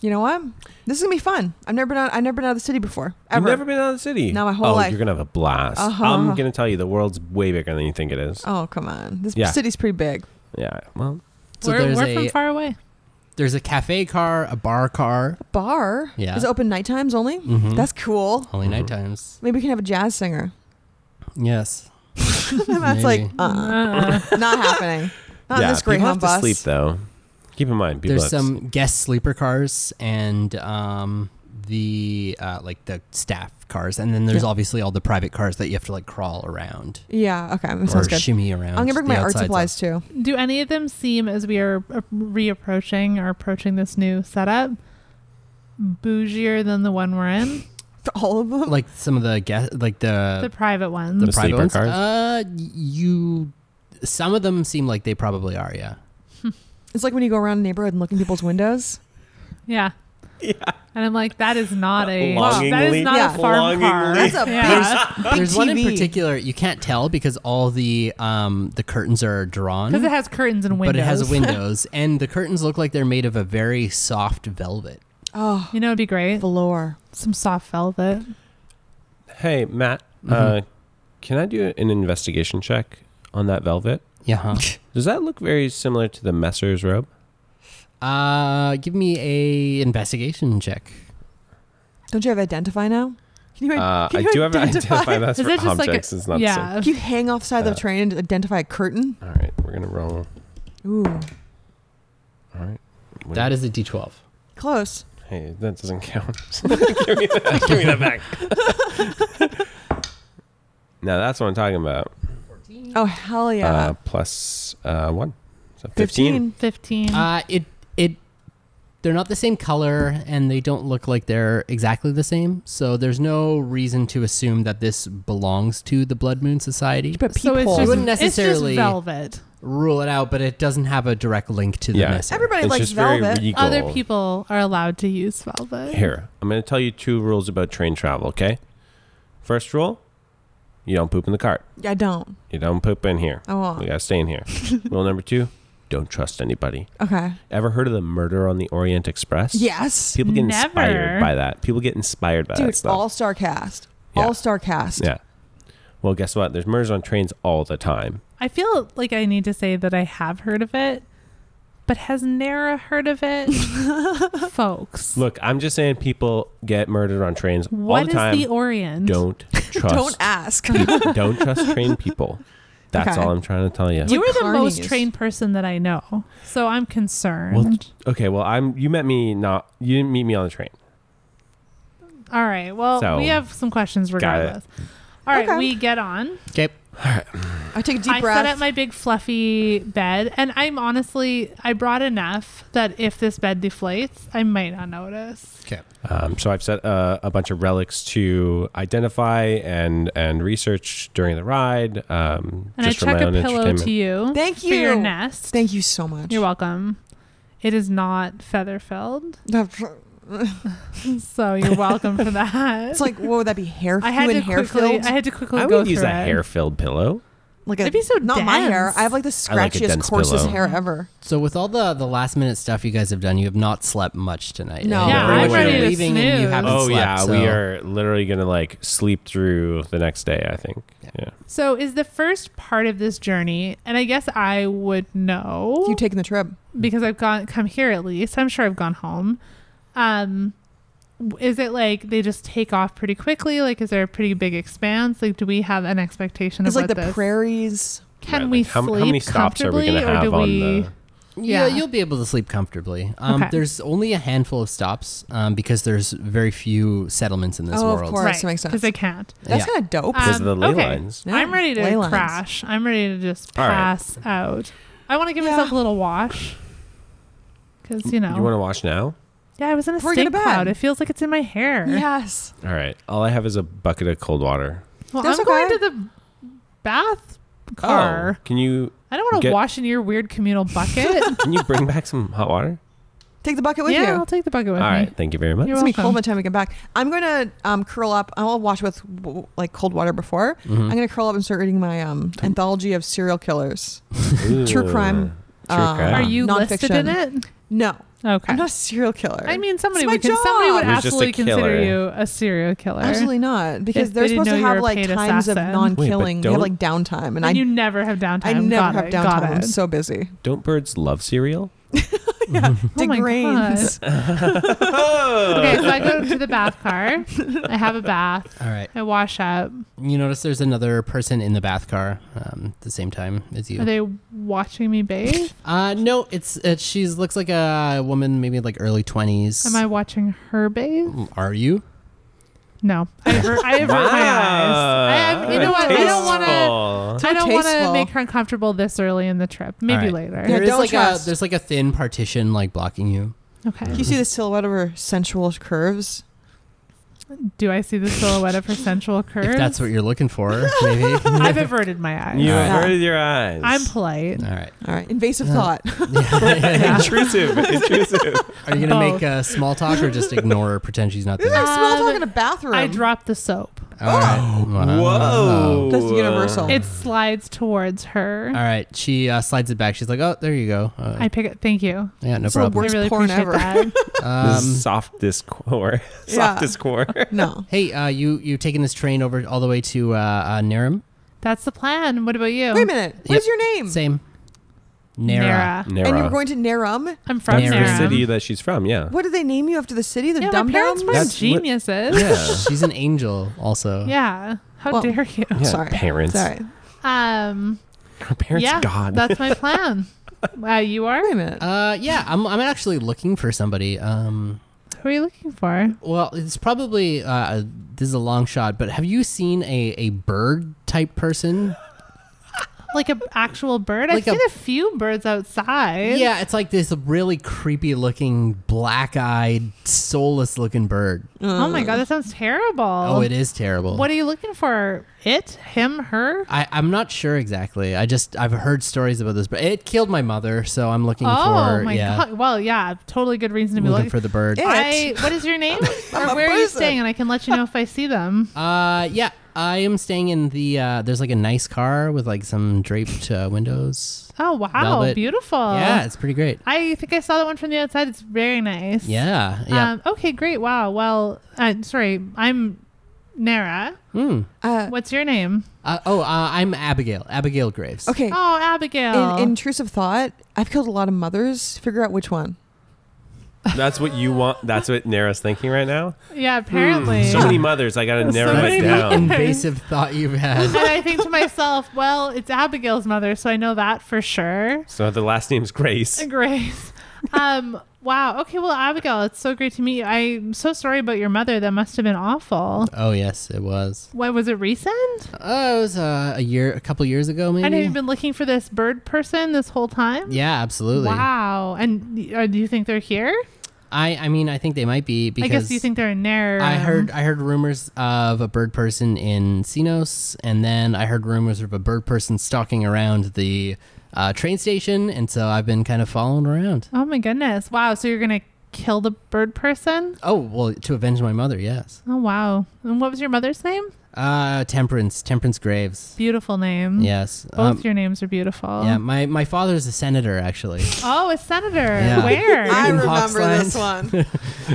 [SPEAKER 1] You know what? This is gonna be fun. I've never been out. I've never been out of the city before. Ever.
[SPEAKER 2] You've never been out of the city.
[SPEAKER 1] No, my whole
[SPEAKER 2] oh,
[SPEAKER 1] life.
[SPEAKER 2] You're gonna have a blast.
[SPEAKER 1] Uh-huh.
[SPEAKER 2] I'm gonna tell you, the world's way bigger than you think it is.
[SPEAKER 1] oh come on. This
[SPEAKER 2] Yeah.
[SPEAKER 1] city's pretty big.
[SPEAKER 2] Yeah. Well,
[SPEAKER 4] So
[SPEAKER 3] we're
[SPEAKER 4] there's
[SPEAKER 3] we're
[SPEAKER 4] a-
[SPEAKER 3] from far away.
[SPEAKER 4] there's a cafe car, a bar car.
[SPEAKER 1] Bar.
[SPEAKER 4] Yeah.
[SPEAKER 1] Is it open night times only?
[SPEAKER 2] Mm-hmm.
[SPEAKER 4] Mhm.
[SPEAKER 1] That's cool.
[SPEAKER 4] only
[SPEAKER 2] Mhm.
[SPEAKER 4] night times.
[SPEAKER 1] Maybe we can have a jazz singer.
[SPEAKER 4] Yes,
[SPEAKER 1] That's like
[SPEAKER 4] Maybe.
[SPEAKER 1] uh,
[SPEAKER 3] Uh,
[SPEAKER 1] not happening. Not in
[SPEAKER 2] yeah.
[SPEAKER 1] this great
[SPEAKER 2] people
[SPEAKER 1] home
[SPEAKER 2] have
[SPEAKER 1] bus.
[SPEAKER 2] to sleep though. Keep in mind, people.
[SPEAKER 4] there's
[SPEAKER 2] have to
[SPEAKER 4] some guest sleeper cars and um, the uh, like the staff cars, and then there's
[SPEAKER 1] Yeah.
[SPEAKER 4] obviously all the private cars that you have to like crawl around
[SPEAKER 1] Yeah. Okay. That
[SPEAKER 4] or
[SPEAKER 1] sounds good.
[SPEAKER 4] shimmy around.
[SPEAKER 1] I'm gonna bring
[SPEAKER 4] the
[SPEAKER 1] my art
[SPEAKER 4] outsides of-
[SPEAKER 1] supplies too.
[SPEAKER 3] do any of them seem, as we are uh, reapproaching or approaching this new setup, bougier than the one we're in?
[SPEAKER 1] All of them.
[SPEAKER 4] Like some of the guest, like
[SPEAKER 3] The
[SPEAKER 4] the
[SPEAKER 3] private
[SPEAKER 4] Uh, the,
[SPEAKER 3] ones.
[SPEAKER 2] The
[SPEAKER 4] private
[SPEAKER 2] sleeper
[SPEAKER 4] ones.
[SPEAKER 2] cars?
[SPEAKER 4] Uh, you. Some of them seem like they probably are. Yeah.
[SPEAKER 1] It's like when you go around a neighborhood and look in people's windows.
[SPEAKER 3] yeah.
[SPEAKER 2] Yeah.
[SPEAKER 3] And I'm like, that is not a that
[SPEAKER 2] Longingly-
[SPEAKER 3] is not
[SPEAKER 1] Yeah.
[SPEAKER 3] a farm car.
[SPEAKER 2] Longingly.
[SPEAKER 1] That's a
[SPEAKER 3] yeah.
[SPEAKER 1] Big
[SPEAKER 4] There's one in
[SPEAKER 1] TV.
[SPEAKER 4] particular you can't tell because all the um the curtains are drawn,
[SPEAKER 3] because it has curtains and windows.
[SPEAKER 4] but it has windows, and the curtains look like they're made of a very soft velvet.
[SPEAKER 1] Oh,
[SPEAKER 3] You know, it'd be great.
[SPEAKER 1] velour.
[SPEAKER 3] Some soft velvet.
[SPEAKER 2] Hey, Matt, uh,
[SPEAKER 4] Mhm.
[SPEAKER 2] can I do an investigation check on that velvet?
[SPEAKER 4] Yeah. huh?
[SPEAKER 2] Does that look very similar to the messer's robe?
[SPEAKER 4] Uh, give me a investigation check.
[SPEAKER 1] Don't you have identify now? Can you,
[SPEAKER 2] Uh,
[SPEAKER 1] can
[SPEAKER 2] I
[SPEAKER 1] you
[SPEAKER 2] do have identify
[SPEAKER 3] Is
[SPEAKER 2] that's for
[SPEAKER 3] it just like a-
[SPEAKER 2] objects. it's not the same.
[SPEAKER 3] yeah.
[SPEAKER 1] Can you hang off side of
[SPEAKER 2] Uh,
[SPEAKER 1] the train and identify a curtain?
[SPEAKER 2] All right, we're gonna roll.
[SPEAKER 1] Ooh,
[SPEAKER 2] All right. What
[SPEAKER 4] That
[SPEAKER 2] do
[SPEAKER 4] is a d12.
[SPEAKER 1] close.
[SPEAKER 2] you- Hey, that doesn't count. give, me that, give me that back. now that's what I'm talking about.
[SPEAKER 1] Oh hell yeah!
[SPEAKER 2] Uh, plus uh, one, so fifteen.
[SPEAKER 1] Fifteen.
[SPEAKER 3] Fifteen.
[SPEAKER 4] Uh, it it they're not the same color and they don't look like they're exactly the same. So there's no reason to assume that this belongs to the Blood Moon Society.
[SPEAKER 1] But
[SPEAKER 3] so
[SPEAKER 1] people.
[SPEAKER 3] it's
[SPEAKER 4] You
[SPEAKER 3] just,
[SPEAKER 4] wouldn't necessarily-
[SPEAKER 3] it's just velvet.
[SPEAKER 4] Rule it out, but it doesn't have a direct link to the
[SPEAKER 2] Yeah.
[SPEAKER 4] message.
[SPEAKER 1] Everybody
[SPEAKER 2] it's
[SPEAKER 1] likes
[SPEAKER 2] just very
[SPEAKER 1] velvet.
[SPEAKER 2] regal.
[SPEAKER 3] Other people are allowed to use velvet.
[SPEAKER 2] Here, I'm going to tell you two rules about train travel, okay? First rule, you don't poop in the cart.
[SPEAKER 1] I don't.
[SPEAKER 2] You don't poop in here.
[SPEAKER 1] I won't.
[SPEAKER 2] We got to stay in here. rule number two, don't trust anybody.
[SPEAKER 1] Okay.
[SPEAKER 2] Ever heard of the murder on the Orient Express?
[SPEAKER 1] Yes,
[SPEAKER 2] People get
[SPEAKER 3] Never.
[SPEAKER 2] inspired by that. People get inspired by that
[SPEAKER 1] dude.
[SPEAKER 2] stuff.
[SPEAKER 1] All star cast.
[SPEAKER 2] Yeah.
[SPEAKER 1] All star cast.
[SPEAKER 2] yeah. Well, guess what? There's murders on trains all the time.
[SPEAKER 3] I feel like I need to say that I have heard of it, but has Nara heard of it, folks?
[SPEAKER 2] Look, I'm just saying people get murdered on trains all
[SPEAKER 3] What
[SPEAKER 2] the
[SPEAKER 3] is
[SPEAKER 2] time.
[SPEAKER 3] the Orient?
[SPEAKER 2] don't
[SPEAKER 1] Don't
[SPEAKER 2] trust
[SPEAKER 1] ask.
[SPEAKER 2] people. don't trust train people. That's
[SPEAKER 1] Okay.
[SPEAKER 2] all I'm trying to tell you.
[SPEAKER 3] you were the most
[SPEAKER 1] Carnies.
[SPEAKER 3] trained person that I know, so I'm concerned.
[SPEAKER 2] Well, okay. Well, I'm. You met me not. You didn't meet me on the train.
[SPEAKER 3] All right. Well,
[SPEAKER 2] So-
[SPEAKER 3] we have some questions
[SPEAKER 2] it.
[SPEAKER 3] regardless. All right,
[SPEAKER 1] Okay.
[SPEAKER 3] we get on.
[SPEAKER 4] Okay.
[SPEAKER 1] I take a deep
[SPEAKER 3] I
[SPEAKER 1] breath.
[SPEAKER 3] set up my big fluffy bed, and I'm honestly, I brought enough that if this bed deflates, I might not notice.
[SPEAKER 4] Okay.
[SPEAKER 2] Um, so I've set uh, a bunch of relics to identify and and research during the ride. Um,
[SPEAKER 3] And
[SPEAKER 2] just
[SPEAKER 3] I
[SPEAKER 2] for
[SPEAKER 3] check
[SPEAKER 2] my
[SPEAKER 3] a
[SPEAKER 2] own
[SPEAKER 3] pillow
[SPEAKER 2] entertainment.
[SPEAKER 3] to you.
[SPEAKER 1] Thank
[SPEAKER 3] for your
[SPEAKER 1] you.
[SPEAKER 3] nest.
[SPEAKER 1] Thank you so much.
[SPEAKER 3] You're welcome. It is not feather filled, so you're welcome for that.
[SPEAKER 1] It's like what would that be? Hair.
[SPEAKER 3] I had to
[SPEAKER 1] human hair
[SPEAKER 3] quickly.
[SPEAKER 1] filled.
[SPEAKER 3] I had to quickly
[SPEAKER 2] I
[SPEAKER 3] go
[SPEAKER 2] would use
[SPEAKER 3] through
[SPEAKER 2] a
[SPEAKER 3] it.
[SPEAKER 2] hair filled pillow.
[SPEAKER 1] like a,
[SPEAKER 3] It'd be so
[SPEAKER 1] not my hair.
[SPEAKER 3] dense.
[SPEAKER 1] I have like the
[SPEAKER 2] I like a
[SPEAKER 1] scratchiest,
[SPEAKER 2] dense
[SPEAKER 1] coarsest
[SPEAKER 2] pillow.
[SPEAKER 1] hair ever.
[SPEAKER 4] So with all the the last minute stuff you guys have done, you have not slept much tonight.
[SPEAKER 1] No.
[SPEAKER 4] And
[SPEAKER 1] Yeah,
[SPEAKER 4] everyone's
[SPEAKER 2] I'm ready to
[SPEAKER 4] leaving and you
[SPEAKER 3] snooze.
[SPEAKER 4] haven't
[SPEAKER 2] Oh
[SPEAKER 4] slept.
[SPEAKER 2] yeah,
[SPEAKER 4] so-
[SPEAKER 2] we are literally gonna like sleep through the next day. I think. Yeah.
[SPEAKER 3] So is the first part of this journey, and I guess I would know
[SPEAKER 1] You taking the trip?
[SPEAKER 3] because I've gone come here at least. I'm sure I've gone home. Um, w- is it like they just take off pretty quickly? Like, is there a pretty big expanse? Like, do we have an expectation
[SPEAKER 1] It's
[SPEAKER 3] of
[SPEAKER 1] like the
[SPEAKER 3] what this?
[SPEAKER 1] prairies.
[SPEAKER 3] Can
[SPEAKER 2] Right,
[SPEAKER 3] we
[SPEAKER 2] like, how,
[SPEAKER 3] sleep
[SPEAKER 2] how many stops are we
[SPEAKER 3] comfortably,
[SPEAKER 2] gonna
[SPEAKER 3] or
[SPEAKER 2] have
[SPEAKER 3] do
[SPEAKER 2] on
[SPEAKER 3] we?
[SPEAKER 2] the?
[SPEAKER 4] Yeah,
[SPEAKER 3] Yeah.
[SPEAKER 4] you'll be able to sleep comfortably. Um,
[SPEAKER 3] Okay.
[SPEAKER 4] There's only a handful of stops um, because there's very few settlements in this
[SPEAKER 1] Oh, of
[SPEAKER 4] world.
[SPEAKER 1] course. that makes sense.
[SPEAKER 3] Because I can't.
[SPEAKER 1] That's
[SPEAKER 4] Yeah.
[SPEAKER 1] kind of dope.
[SPEAKER 3] Uh,
[SPEAKER 2] Because of the ley
[SPEAKER 3] um, okay.
[SPEAKER 2] lines.
[SPEAKER 1] Yeah,
[SPEAKER 3] I'm ready to
[SPEAKER 1] ley lines.
[SPEAKER 3] crash. I'm ready to just
[SPEAKER 2] All right.
[SPEAKER 3] pass out. I want to give
[SPEAKER 1] Yeah.
[SPEAKER 3] myself a little wash. Because, you know.
[SPEAKER 2] You want to watch now?
[SPEAKER 3] yeah, I was in a
[SPEAKER 1] Before you go
[SPEAKER 3] stink
[SPEAKER 1] to bed.
[SPEAKER 3] cloud. It feels like it's in my hair.
[SPEAKER 1] Yes.
[SPEAKER 2] All right. All I have is a bucket of cold water.
[SPEAKER 3] Well,
[SPEAKER 1] That's
[SPEAKER 3] I'm going
[SPEAKER 1] okay.
[SPEAKER 3] to the bath car.
[SPEAKER 2] Oh, can you?
[SPEAKER 3] I don't want to
[SPEAKER 2] Get-
[SPEAKER 3] wash in your weird communal bucket.
[SPEAKER 2] Can you bring back some hot water?
[SPEAKER 1] Take the bucket with
[SPEAKER 3] yeah,
[SPEAKER 1] you.
[SPEAKER 3] I'll take the bucket
[SPEAKER 2] All
[SPEAKER 3] with
[SPEAKER 2] right.
[SPEAKER 3] me.
[SPEAKER 2] Thank you very much.
[SPEAKER 3] You're
[SPEAKER 1] It's gonna be cold
[SPEAKER 3] welcome.
[SPEAKER 1] by the time we get back. I'm gonna um, curl up. I'll wash with w- like cold water before.
[SPEAKER 2] Hmm.
[SPEAKER 4] Mm-hmm.
[SPEAKER 1] I'm gonna curl up and start reading my um, anthology of serial killers. True crime.
[SPEAKER 2] True
[SPEAKER 1] um,
[SPEAKER 2] crime.
[SPEAKER 3] Are you listed in
[SPEAKER 1] nonfiction.
[SPEAKER 3] it?
[SPEAKER 1] No,
[SPEAKER 3] Okay.
[SPEAKER 1] I'm not a serial killer.
[SPEAKER 3] I mean, somebody
[SPEAKER 1] my
[SPEAKER 3] would con- somebody would
[SPEAKER 2] job. It was just a
[SPEAKER 3] absolutely consider
[SPEAKER 2] killer.
[SPEAKER 3] you a serial killer.
[SPEAKER 1] absolutely not, because
[SPEAKER 3] If
[SPEAKER 1] they're
[SPEAKER 3] they didn't
[SPEAKER 1] supposed to
[SPEAKER 3] know you were
[SPEAKER 1] have
[SPEAKER 3] a
[SPEAKER 1] like
[SPEAKER 3] paid
[SPEAKER 1] times
[SPEAKER 3] assassin.
[SPEAKER 1] of non-killing.
[SPEAKER 2] Wait, but
[SPEAKER 1] They have like
[SPEAKER 2] don't-
[SPEAKER 1] downtime, and,
[SPEAKER 3] And,
[SPEAKER 1] I
[SPEAKER 3] you never have downtime.
[SPEAKER 1] I never
[SPEAKER 3] Got
[SPEAKER 1] have
[SPEAKER 3] it,
[SPEAKER 1] downtime.
[SPEAKER 3] Got
[SPEAKER 1] I'm
[SPEAKER 3] it.
[SPEAKER 1] so busy.
[SPEAKER 2] Don't birds love cereal?
[SPEAKER 3] Oh my
[SPEAKER 1] Degrains.
[SPEAKER 3] God. okay, so I go to the bath car. I have a bath.
[SPEAKER 4] All right.
[SPEAKER 3] I wash up.
[SPEAKER 4] You notice there's another person in the bath car um, at the same time as you.
[SPEAKER 3] Are they watching me bathe?
[SPEAKER 4] Uh, no, it's it, she's looks like a woman, maybe like early twenties.
[SPEAKER 3] Am I watching her bathe?
[SPEAKER 4] Are you?
[SPEAKER 3] No. I avert, I avert my eyes. I, am- you know what? I don't want to.
[SPEAKER 2] want
[SPEAKER 3] I don't want to
[SPEAKER 1] Tasteful.
[SPEAKER 3] make her uncomfortable this early in the trip. Maybe
[SPEAKER 4] All right.
[SPEAKER 3] later.
[SPEAKER 1] Yeah,
[SPEAKER 4] There is
[SPEAKER 1] don't
[SPEAKER 4] like
[SPEAKER 1] trust.
[SPEAKER 4] a there's like a thin partition like blocking you.
[SPEAKER 3] Okay.
[SPEAKER 1] you see the silhouette of her sensual curves.
[SPEAKER 3] Do I see the silhouette of her sensual curves?
[SPEAKER 4] If that's what you're looking for, maybe. All
[SPEAKER 3] I've averted my eyes.
[SPEAKER 2] You
[SPEAKER 4] Yeah.
[SPEAKER 2] averted your eyes.
[SPEAKER 3] I'm polite.
[SPEAKER 4] right.
[SPEAKER 1] All right, invasive
[SPEAKER 4] Yeah.
[SPEAKER 1] thought.
[SPEAKER 4] Yeah.
[SPEAKER 2] intrusive. intrusive.
[SPEAKER 4] Are you gonna
[SPEAKER 3] Both.
[SPEAKER 4] make a small talk or just ignore or pretend she's not
[SPEAKER 1] This is
[SPEAKER 4] there?
[SPEAKER 1] like small
[SPEAKER 3] Um,
[SPEAKER 1] talk in a bathroom.
[SPEAKER 3] I drop the soap.
[SPEAKER 4] All right.
[SPEAKER 2] Whoa.
[SPEAKER 1] That's universal.
[SPEAKER 3] It slides towards her.
[SPEAKER 4] All right. She uh, slides it back. She's like, "Oh, there you go." Uh,
[SPEAKER 3] I pick it. Thank you.
[SPEAKER 4] yeah, no
[SPEAKER 1] It's the
[SPEAKER 4] problem.
[SPEAKER 1] Worst
[SPEAKER 3] I really
[SPEAKER 1] porn
[SPEAKER 3] appreciate
[SPEAKER 1] ever.
[SPEAKER 3] that.
[SPEAKER 2] This
[SPEAKER 4] Um,
[SPEAKER 2] is softest core.
[SPEAKER 1] Yeah.
[SPEAKER 2] softest core.
[SPEAKER 1] no.
[SPEAKER 4] hey, uh, you you taking this train over all the way to uh, uh, Narum?
[SPEAKER 3] That's the plan. What about you?
[SPEAKER 1] Wait a minute. What is your name?
[SPEAKER 4] Same. Nara.
[SPEAKER 3] Nara.
[SPEAKER 1] And you're going to Narum.
[SPEAKER 3] I'm from
[SPEAKER 4] Nara.
[SPEAKER 2] That's the
[SPEAKER 3] Nara.
[SPEAKER 2] city that she's from. Yeah.
[SPEAKER 1] What did they name you after the city? The
[SPEAKER 3] Yeah,
[SPEAKER 1] Dum
[SPEAKER 3] my parents
[SPEAKER 1] Dum.
[SPEAKER 3] were
[SPEAKER 2] That's what-
[SPEAKER 3] geniuses. Yeah.
[SPEAKER 2] Yeah.
[SPEAKER 4] She's an angel, also.
[SPEAKER 3] How
[SPEAKER 1] Well-
[SPEAKER 3] dare you?
[SPEAKER 2] Yeah,
[SPEAKER 1] Sorry.
[SPEAKER 2] Parents.
[SPEAKER 1] Sorry.
[SPEAKER 3] Um.
[SPEAKER 2] Her parents.
[SPEAKER 3] yeah.
[SPEAKER 2] God.
[SPEAKER 3] That's my plan. Uh, you are.
[SPEAKER 1] Wait a minute.
[SPEAKER 4] Uh, yeah, I'm, I'm actually looking for somebody. Um,
[SPEAKER 3] Who are you looking for?
[SPEAKER 4] well, it's probably uh, this is a long shot, but have you seen a, a bird type person?
[SPEAKER 3] Like a actual bird?
[SPEAKER 4] Like a-
[SPEAKER 3] I've seen a few birds outside.
[SPEAKER 4] Yeah, it's like this really creepy looking, black eyed, soulless looking bird.
[SPEAKER 3] Oh my god, that sounds terrible.
[SPEAKER 4] Oh, it is terrible.
[SPEAKER 3] What are you looking for? It? Him? Her?
[SPEAKER 4] I, I'm not sure exactly. I just I've heard stories about this, but it killed my mother, so I'm looking
[SPEAKER 3] Oh
[SPEAKER 4] for
[SPEAKER 3] my
[SPEAKER 4] yeah,
[SPEAKER 3] god. Well, yeah, totally good reason to be
[SPEAKER 4] looking
[SPEAKER 3] looking.
[SPEAKER 4] for the bird.
[SPEAKER 1] Yeah.
[SPEAKER 3] I, what is your name?
[SPEAKER 1] I'm
[SPEAKER 3] or
[SPEAKER 1] a
[SPEAKER 3] where are you
[SPEAKER 1] person.
[SPEAKER 3] staying? And I can let you know if I see them.
[SPEAKER 4] Uh, yeah, I am staying in the uh, there's like a nice car with like some draped uh, windows.
[SPEAKER 3] Oh wow,
[SPEAKER 4] Velvet.
[SPEAKER 3] beautiful.
[SPEAKER 4] Yeah, it's pretty great.
[SPEAKER 3] I think I saw that one from the outside. It's very nice.
[SPEAKER 4] Yeah, yeah.
[SPEAKER 3] Um, okay, great. Wow. Well, uh, sorry, I'm Nara.
[SPEAKER 4] Hmm.
[SPEAKER 1] Uh,
[SPEAKER 3] What's your name?
[SPEAKER 4] Uh, oh, uh, I'm Abigail. Abigail Graves.
[SPEAKER 1] okay.
[SPEAKER 3] Oh, Abigail.
[SPEAKER 1] In, intrusive thought. I've killed a lot of mothers. Figure out which one.
[SPEAKER 2] That's what you want. That's what Nara's thinking right now.
[SPEAKER 3] yeah, apparently.
[SPEAKER 2] So many mothers. I gotta narrow
[SPEAKER 3] many
[SPEAKER 2] it
[SPEAKER 4] That's the
[SPEAKER 2] down.
[SPEAKER 4] invasive thought you've had.
[SPEAKER 3] and I think to myself, well, it's Abigail's mother, so I know that for sure.
[SPEAKER 2] So the last name's Grace.
[SPEAKER 3] Grace. Um, wow. Okay, well, Abigail, it's so great to meet you. I'm so sorry about your mother. That must have been awful.
[SPEAKER 4] Oh yes, it was.
[SPEAKER 3] What was it recent?
[SPEAKER 4] Oh, it was uh, a year, a couple years ago, maybe.
[SPEAKER 3] And have you been looking for this bird person this whole time?
[SPEAKER 4] yeah, absolutely.
[SPEAKER 3] Wow. And uh, do you think they're here?
[SPEAKER 4] I, I mean, I think they might be because
[SPEAKER 3] I guess you think they're in um, there.
[SPEAKER 4] I heard I heard rumors of a bird person in Cenos, and then I heard rumors of a bird person stalking around the uh, train station, and so I've been kind of following around.
[SPEAKER 3] Oh my goodness. Wow. So you're going to kill the bird person?
[SPEAKER 4] Oh well, to avenge my mother, yes.
[SPEAKER 3] Oh, wow. And what was your mother's name?
[SPEAKER 4] Uh, Temperance, Temperance Graves,
[SPEAKER 3] Beautiful name.
[SPEAKER 1] Hmm.
[SPEAKER 4] yes. Um,
[SPEAKER 3] Both your names are beautiful.
[SPEAKER 4] yeah, my my father's a senator actually.
[SPEAKER 3] Oh, a senator.
[SPEAKER 4] Yeah.
[SPEAKER 3] Where?
[SPEAKER 1] I
[SPEAKER 4] In
[SPEAKER 1] remember this
[SPEAKER 4] Hawksland.
[SPEAKER 1] one.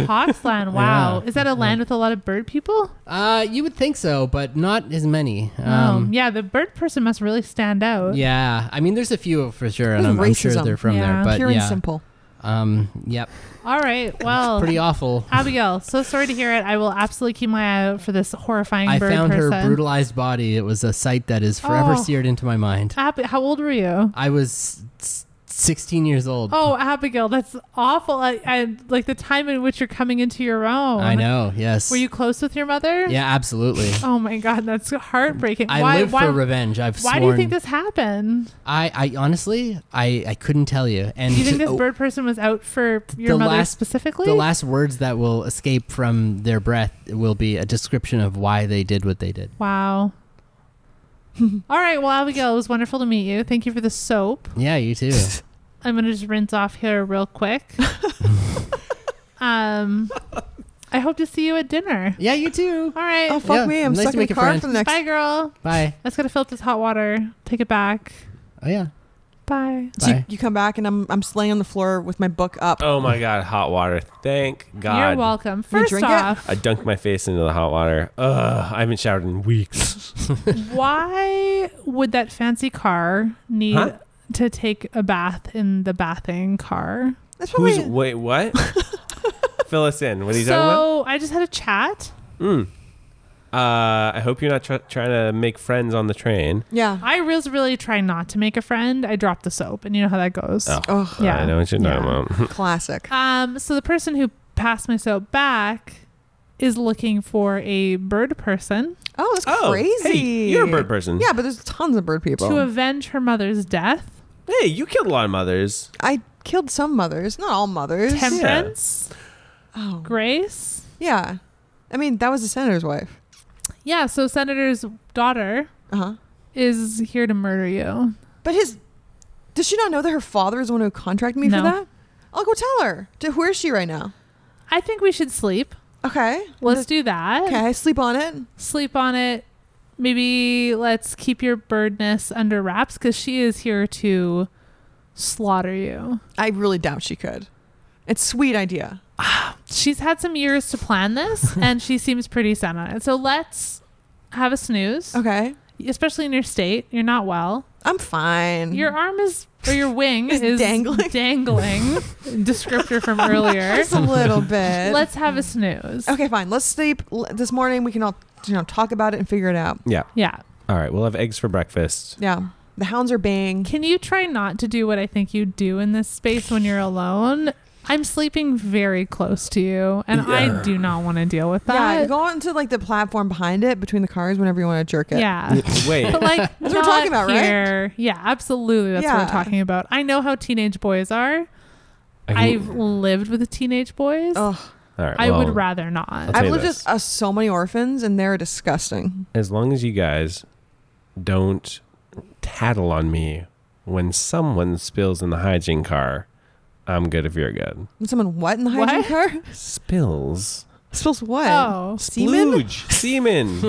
[SPEAKER 3] Hawksland. Wow.
[SPEAKER 4] Yeah.
[SPEAKER 3] Is that a land with a lot of bird people?
[SPEAKER 4] Uh, you would think so, but not as many.
[SPEAKER 3] oh,
[SPEAKER 4] Um,
[SPEAKER 3] yeah. The bird person must really stand out.
[SPEAKER 4] yeah. I mean, there's a few for sure, and
[SPEAKER 1] There's
[SPEAKER 4] I'm, I'm sure
[SPEAKER 1] racism.
[SPEAKER 4] they're from
[SPEAKER 3] Yeah.
[SPEAKER 4] there. But
[SPEAKER 1] Pure and
[SPEAKER 4] yeah,
[SPEAKER 1] simple. Oh.
[SPEAKER 4] um, yep,
[SPEAKER 3] All right. Well,
[SPEAKER 4] pretty awful.
[SPEAKER 3] Abigail, so sorry to hear it. I will absolutely keep my eye out for this horrifying
[SPEAKER 4] I
[SPEAKER 3] bird
[SPEAKER 4] found
[SPEAKER 3] person.
[SPEAKER 4] her brutalized body. It was a sight that is forever
[SPEAKER 3] Oh.
[SPEAKER 4] seared into my mind.
[SPEAKER 3] Ab- how old were you?
[SPEAKER 4] I was s- 16 years old.
[SPEAKER 3] Oh, Abigail, that's awful. I, I like the time in which you're coming into your own.
[SPEAKER 4] I know. Yes.
[SPEAKER 3] Were you close with your mother?
[SPEAKER 4] Yeah, absolutely.
[SPEAKER 3] Oh my God, that's heartbreaking.
[SPEAKER 4] I
[SPEAKER 3] why?
[SPEAKER 4] live
[SPEAKER 3] why?
[SPEAKER 4] for revenge. I've
[SPEAKER 3] why
[SPEAKER 4] sworn.
[SPEAKER 3] do you think this happened?
[SPEAKER 4] I, I honestly, I, I couldn't tell you. And
[SPEAKER 3] Do you think
[SPEAKER 4] to-
[SPEAKER 3] this
[SPEAKER 4] oh,
[SPEAKER 3] bird person was out for your
[SPEAKER 4] the
[SPEAKER 3] mother
[SPEAKER 4] last-
[SPEAKER 3] specifically?
[SPEAKER 4] the last words that will escape from their breath will be a description of why they did what they did.
[SPEAKER 3] wow. All right, well, out we go. It was wonderful to meet you. Thank you for the soap.
[SPEAKER 4] Yeah, you too.
[SPEAKER 3] I'm gonna just rinse off here real quick. um, I hope to see you at dinner.
[SPEAKER 4] yeah, you too.
[SPEAKER 3] All right,
[SPEAKER 1] Oh fuck
[SPEAKER 4] Yeah,
[SPEAKER 1] me! I'm
[SPEAKER 4] nice to
[SPEAKER 1] stuck in
[SPEAKER 4] make
[SPEAKER 1] the
[SPEAKER 4] a
[SPEAKER 1] car
[SPEAKER 4] friend.
[SPEAKER 1] for the next.
[SPEAKER 3] bye, girl.
[SPEAKER 4] Bye.
[SPEAKER 3] I just gotta fill up this hot water. Take it back.
[SPEAKER 4] Oh yeah.
[SPEAKER 3] Bye.
[SPEAKER 1] So you,
[SPEAKER 4] Bye.
[SPEAKER 1] you come back and I'm I'm laying on the floor with my book up.
[SPEAKER 2] Oh my god, hot water. Thank God.
[SPEAKER 3] You're welcome. First
[SPEAKER 1] drink it?
[SPEAKER 3] off,
[SPEAKER 2] I dunked my face into the hot water. Ugh, I haven't showered in weeks.
[SPEAKER 3] why would that fancy car need
[SPEAKER 2] Huh?
[SPEAKER 3] to take a bath in the bathing car?
[SPEAKER 1] That's
[SPEAKER 2] Who's
[SPEAKER 1] probably
[SPEAKER 2] wait what? Fill us in. What are you talking
[SPEAKER 3] so I just had a chat.
[SPEAKER 2] about? Mm. Uh, I hope you're not tr- trying to make friends on the train.
[SPEAKER 1] yeah.
[SPEAKER 3] I was really trying not to make a friend. I dropped the soap, and you know how that goes.
[SPEAKER 2] Oh.
[SPEAKER 1] Oh,
[SPEAKER 3] Yeah.
[SPEAKER 2] I know what you're talking
[SPEAKER 3] Yeah.
[SPEAKER 2] about.
[SPEAKER 1] classic.
[SPEAKER 3] Um, so the person who passed my soap back is looking for a bird person
[SPEAKER 1] Oh, that's
[SPEAKER 2] Oh,
[SPEAKER 1] crazy.
[SPEAKER 2] Hey, you're a bird person.
[SPEAKER 1] Yeah, but there's tons of bird people.
[SPEAKER 3] to avenge her mother's death.
[SPEAKER 2] Hey, you killed a lot of mothers.
[SPEAKER 1] I killed some mothers, not all mothers.
[SPEAKER 3] Temperance,
[SPEAKER 1] oh,
[SPEAKER 3] Grace.
[SPEAKER 1] yeah. I mean, that was the senator's wife.
[SPEAKER 3] Yeah, so Senator's daughter
[SPEAKER 1] Uh huh.
[SPEAKER 3] is here to murder you.
[SPEAKER 1] But his, does she not know that her father is the one who contracted me
[SPEAKER 3] No.
[SPEAKER 1] for that? I'll go tell her. To, where is she right now?
[SPEAKER 3] I think we should sleep.
[SPEAKER 1] Okay.
[SPEAKER 3] Let's do that.
[SPEAKER 1] Okay, sleep on it.
[SPEAKER 3] Sleep on it. Maybe let's keep your birdness under wraps because she is here to slaughter you.
[SPEAKER 1] I really doubt she could. It's sweet idea.
[SPEAKER 3] She's had some years to plan this and she seems pretty set on it. So let's have a snooze.
[SPEAKER 1] Okay.
[SPEAKER 3] especially in your state, you're not well.
[SPEAKER 1] I'm fine.
[SPEAKER 3] Your arm is or your wing
[SPEAKER 1] Is
[SPEAKER 3] is
[SPEAKER 1] Mm-hmm. dangling.
[SPEAKER 3] dangling. descriptor from earlier.
[SPEAKER 1] just a little bit.
[SPEAKER 3] Let's have a snooze.
[SPEAKER 1] Okay, fine. Let's sleep L- this morning. We can all you know talk about it and figure it out.
[SPEAKER 2] Yeah.
[SPEAKER 3] Yeah.
[SPEAKER 2] All right, we'll have eggs for breakfast.
[SPEAKER 1] Yeah. The hounds are baying.
[SPEAKER 3] Can you try not to do what I think you do in this space when you're alone? I'm sleeping very close to you, and I
[SPEAKER 2] Yeah.
[SPEAKER 3] do not want to deal with
[SPEAKER 1] yeah,
[SPEAKER 3] that.
[SPEAKER 1] go onto like the platform behind it between the cars whenever you want to jerk it.
[SPEAKER 3] Yeah.
[SPEAKER 2] Wait.
[SPEAKER 3] But like,
[SPEAKER 1] what
[SPEAKER 3] that's
[SPEAKER 1] we're talking about, right?
[SPEAKER 3] right? Yeah, absolutely. That's what
[SPEAKER 1] Yeah.
[SPEAKER 3] we're talking about. I know how teenage boys are.
[SPEAKER 2] I can-
[SPEAKER 3] I've lived with teenage boys.
[SPEAKER 1] Ugh.
[SPEAKER 2] all right,
[SPEAKER 3] I would
[SPEAKER 2] well,
[SPEAKER 3] rather not.
[SPEAKER 2] I'll
[SPEAKER 1] I've
[SPEAKER 2] say
[SPEAKER 1] lived
[SPEAKER 2] this.
[SPEAKER 1] with uh, so many orphans and they're disgusting.
[SPEAKER 2] As long as you guys don't tattle on me when someone spills in the hygiene car, I'm good if you're good.
[SPEAKER 1] When someone what in the hygiene
[SPEAKER 3] What?
[SPEAKER 1] car?
[SPEAKER 2] Spills.
[SPEAKER 1] Spills what?
[SPEAKER 3] Oh.
[SPEAKER 1] Semen?
[SPEAKER 2] Splooge. Semen.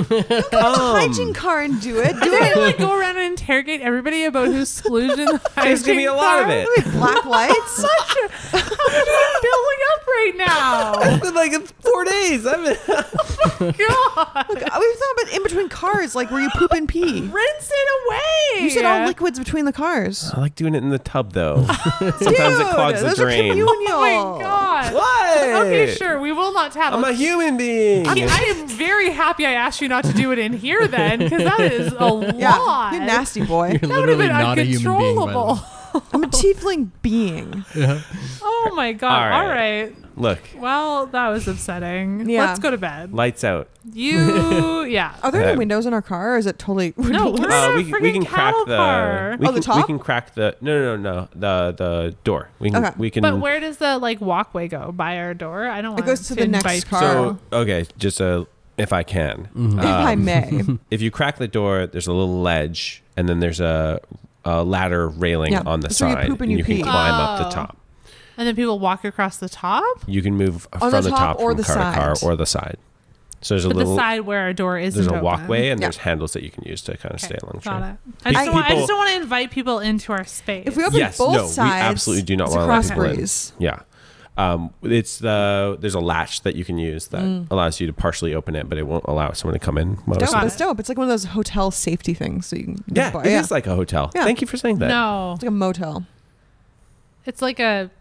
[SPEAKER 1] Hygiene
[SPEAKER 2] Come.
[SPEAKER 1] car and do it.
[SPEAKER 3] Do
[SPEAKER 1] Do
[SPEAKER 3] they
[SPEAKER 1] it.
[SPEAKER 3] like go around and interrogate everybody about who's splooged in the
[SPEAKER 2] There's gonna be a
[SPEAKER 3] hygiene
[SPEAKER 2] lot of
[SPEAKER 3] car?
[SPEAKER 2] it.
[SPEAKER 1] Black lights.
[SPEAKER 3] It's building up right now. Oh,
[SPEAKER 2] It's been like four days. I've been
[SPEAKER 1] Look, we've thought about in between cars, like where you poop and pee.
[SPEAKER 3] Rinse it away. Oh,
[SPEAKER 1] You said all liquids between the cars.
[SPEAKER 2] I like doing it in the tub though. Sometimes it
[SPEAKER 1] Dude,
[SPEAKER 2] clogs the
[SPEAKER 1] those are
[SPEAKER 2] drain.
[SPEAKER 1] communal.
[SPEAKER 3] Oh my god.
[SPEAKER 2] What?
[SPEAKER 3] Okay, sure. We will not tattle.
[SPEAKER 2] I'm a human being.
[SPEAKER 3] I I am very happy I asked you not to do it in here then, because that is a
[SPEAKER 1] Yeah,
[SPEAKER 3] lot.
[SPEAKER 1] you nasty boy.
[SPEAKER 4] You're
[SPEAKER 3] that would have
[SPEAKER 4] literally
[SPEAKER 3] been
[SPEAKER 4] not a human being. by the
[SPEAKER 3] uncontrollable.
[SPEAKER 4] way.
[SPEAKER 1] I'm a tiefling being.
[SPEAKER 3] oh my god.
[SPEAKER 2] All
[SPEAKER 3] All
[SPEAKER 2] right.
[SPEAKER 3] right.
[SPEAKER 2] Look,
[SPEAKER 3] Well, that was upsetting.
[SPEAKER 1] Yeah.
[SPEAKER 3] Let's go to bed.
[SPEAKER 2] lights out.
[SPEAKER 3] You, yeah.
[SPEAKER 1] Are there
[SPEAKER 2] Uh,
[SPEAKER 1] any windows in our car? Or is it totally?
[SPEAKER 3] No,
[SPEAKER 1] windowless?
[SPEAKER 3] we're in a
[SPEAKER 2] we,
[SPEAKER 3] freaking
[SPEAKER 2] we can crack
[SPEAKER 3] cattle
[SPEAKER 2] the
[SPEAKER 3] car.
[SPEAKER 2] we
[SPEAKER 1] Oh, the
[SPEAKER 2] can, we
[SPEAKER 1] top?
[SPEAKER 2] can crack the no no no no the the door. We can
[SPEAKER 1] Okay.
[SPEAKER 2] we can
[SPEAKER 3] But where does the like walkway go by our door? I don't want
[SPEAKER 1] goes to the next
[SPEAKER 3] invite
[SPEAKER 1] car.
[SPEAKER 2] so okay just uh if I can
[SPEAKER 1] if I
[SPEAKER 2] Um,
[SPEAKER 1] may.
[SPEAKER 2] if you crack the door there's a little ledge and then there's a, a ladder railing
[SPEAKER 1] Yeah,
[SPEAKER 2] on the
[SPEAKER 1] it's where you
[SPEAKER 2] side
[SPEAKER 1] poop and you
[SPEAKER 2] you can
[SPEAKER 1] pee.
[SPEAKER 2] climb up the
[SPEAKER 3] Oh.
[SPEAKER 2] top.
[SPEAKER 3] And then people walk across the top,
[SPEAKER 2] You can move
[SPEAKER 1] the
[SPEAKER 2] from the,
[SPEAKER 1] top
[SPEAKER 2] top
[SPEAKER 1] or
[SPEAKER 2] from
[SPEAKER 1] the
[SPEAKER 2] car to
[SPEAKER 1] side.
[SPEAKER 2] car or the side. So there's a
[SPEAKER 3] but
[SPEAKER 2] little
[SPEAKER 3] the side where our door is.
[SPEAKER 2] there's a walkway and
[SPEAKER 1] Yeah.
[SPEAKER 2] there's handles that you can use to kind of
[SPEAKER 3] Okay,
[SPEAKER 2] stay along the
[SPEAKER 3] Got
[SPEAKER 2] train.
[SPEAKER 3] it. I just,
[SPEAKER 1] Pe-
[SPEAKER 3] don't want, I
[SPEAKER 2] people-
[SPEAKER 3] just don't want to invite people into our space.
[SPEAKER 1] If we open
[SPEAKER 2] Yes,
[SPEAKER 1] both
[SPEAKER 2] no,
[SPEAKER 1] sides,
[SPEAKER 2] we absolutely do not
[SPEAKER 1] it's a
[SPEAKER 2] want to let
[SPEAKER 1] cross
[SPEAKER 2] people in.
[SPEAKER 1] breeze.
[SPEAKER 2] Yeah. Um, it's the there's a latch that you can use that
[SPEAKER 3] Mm.
[SPEAKER 2] allows you to partially open it, but it won't allow someone to come in. Most
[SPEAKER 1] Dope,
[SPEAKER 2] of
[SPEAKER 3] Got
[SPEAKER 2] the-
[SPEAKER 1] that's
[SPEAKER 3] it.
[SPEAKER 1] dope. It's like one of those hotel safety things that you can.
[SPEAKER 2] yeah,
[SPEAKER 1] buy.
[SPEAKER 2] it is like a hotel.
[SPEAKER 1] Yeah.
[SPEAKER 2] Thank you for saying that.
[SPEAKER 3] no,
[SPEAKER 1] it's like a motel.
[SPEAKER 3] it's like a.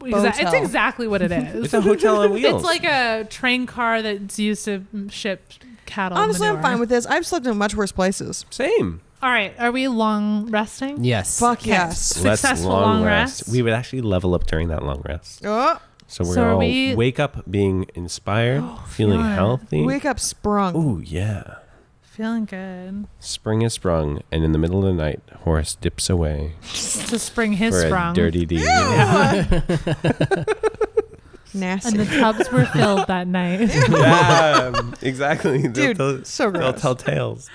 [SPEAKER 3] Exa- it's
[SPEAKER 1] Botel.
[SPEAKER 3] exactly what it is.
[SPEAKER 2] It's a hotel on wheels.
[SPEAKER 3] It's like a train car that's used to mm, ship cattle.
[SPEAKER 1] Honestly, I'm
[SPEAKER 3] manure.
[SPEAKER 1] fine with this. I've slept in much worse places.
[SPEAKER 2] same.
[SPEAKER 3] All right, are we long resting?
[SPEAKER 4] Yes.
[SPEAKER 1] Fuck
[SPEAKER 3] Okay.
[SPEAKER 1] yes.
[SPEAKER 3] Successful long rest.
[SPEAKER 2] We would actually level up during that long rest.
[SPEAKER 1] Oh,
[SPEAKER 2] So we're
[SPEAKER 3] So are
[SPEAKER 2] gonna all
[SPEAKER 3] we-
[SPEAKER 2] wake up being inspired, feeling
[SPEAKER 3] yeah.
[SPEAKER 2] healthy.
[SPEAKER 1] wake up, sprung.
[SPEAKER 2] Ooh yeah.
[SPEAKER 3] Feeling good.
[SPEAKER 2] Spring is sprung, and in the middle of the night, Horace dips away
[SPEAKER 3] To spring his
[SPEAKER 2] for
[SPEAKER 3] sprung.
[SPEAKER 2] a dirty deed.
[SPEAKER 1] Ew. Nasty.
[SPEAKER 3] And the tubs were filled that night.
[SPEAKER 2] yeah, exactly. They'll
[SPEAKER 1] Dude,
[SPEAKER 2] tell,
[SPEAKER 1] so
[SPEAKER 2] they'll
[SPEAKER 1] gross.
[SPEAKER 2] tell tales.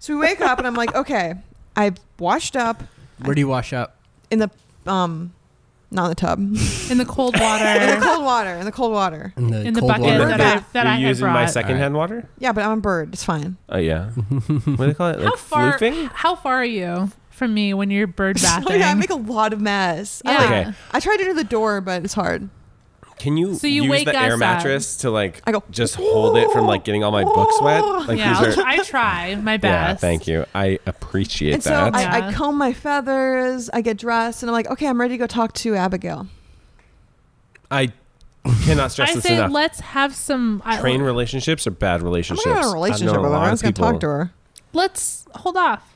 [SPEAKER 1] so we wake up and I'm like, okay, I've washed up
[SPEAKER 4] Where do you wash up?
[SPEAKER 1] in the um, not in the tub,
[SPEAKER 3] In the cold
[SPEAKER 1] in the
[SPEAKER 3] water.
[SPEAKER 1] cold water, in the cold water.
[SPEAKER 4] In the,
[SPEAKER 3] in the
[SPEAKER 4] cold
[SPEAKER 3] bucket
[SPEAKER 4] water.
[SPEAKER 3] that
[SPEAKER 1] Burn
[SPEAKER 3] I
[SPEAKER 1] bath.
[SPEAKER 3] that I
[SPEAKER 2] You're
[SPEAKER 3] had
[SPEAKER 2] using my
[SPEAKER 3] brought.
[SPEAKER 2] secondhand water?
[SPEAKER 1] Yeah, but I'm a bird. It's fine.
[SPEAKER 2] Oh yeah. what do they call it? Like
[SPEAKER 3] how far
[SPEAKER 2] floofing?
[SPEAKER 3] how far are you from me when you're bird
[SPEAKER 1] So,
[SPEAKER 3] bathing?
[SPEAKER 1] yeah, I make a lot of mess. I,
[SPEAKER 3] Yeah.
[SPEAKER 1] like,
[SPEAKER 2] Okay.
[SPEAKER 1] I tried to do the door, but it's hard.
[SPEAKER 2] Can you,
[SPEAKER 3] So you
[SPEAKER 2] use
[SPEAKER 3] wake
[SPEAKER 2] the
[SPEAKER 3] us
[SPEAKER 2] air
[SPEAKER 3] up.
[SPEAKER 2] mattress to like
[SPEAKER 1] I go,
[SPEAKER 2] just hold it from like getting all my books wet? Like
[SPEAKER 3] yeah,
[SPEAKER 2] these
[SPEAKER 3] I'll-
[SPEAKER 2] are
[SPEAKER 3] I try my best.
[SPEAKER 2] Yeah, thank you. I appreciate
[SPEAKER 1] and so
[SPEAKER 2] that.
[SPEAKER 1] I,
[SPEAKER 3] Yeah.
[SPEAKER 1] I comb my feathers, I get dressed, and I'm like, okay, I'm ready to go talk to Abigail.
[SPEAKER 2] I, cannot stress
[SPEAKER 3] I
[SPEAKER 2] this
[SPEAKER 3] say
[SPEAKER 2] enough.
[SPEAKER 3] let's have some I-
[SPEAKER 2] Train relationships are bad
[SPEAKER 1] I'm
[SPEAKER 2] relationships.
[SPEAKER 1] not in
[SPEAKER 2] I've
[SPEAKER 1] a
[SPEAKER 2] known
[SPEAKER 1] relationship with her.
[SPEAKER 2] lot
[SPEAKER 1] I
[SPEAKER 2] of
[SPEAKER 1] was going to talk
[SPEAKER 2] people-
[SPEAKER 1] to her.
[SPEAKER 3] Let's hold off.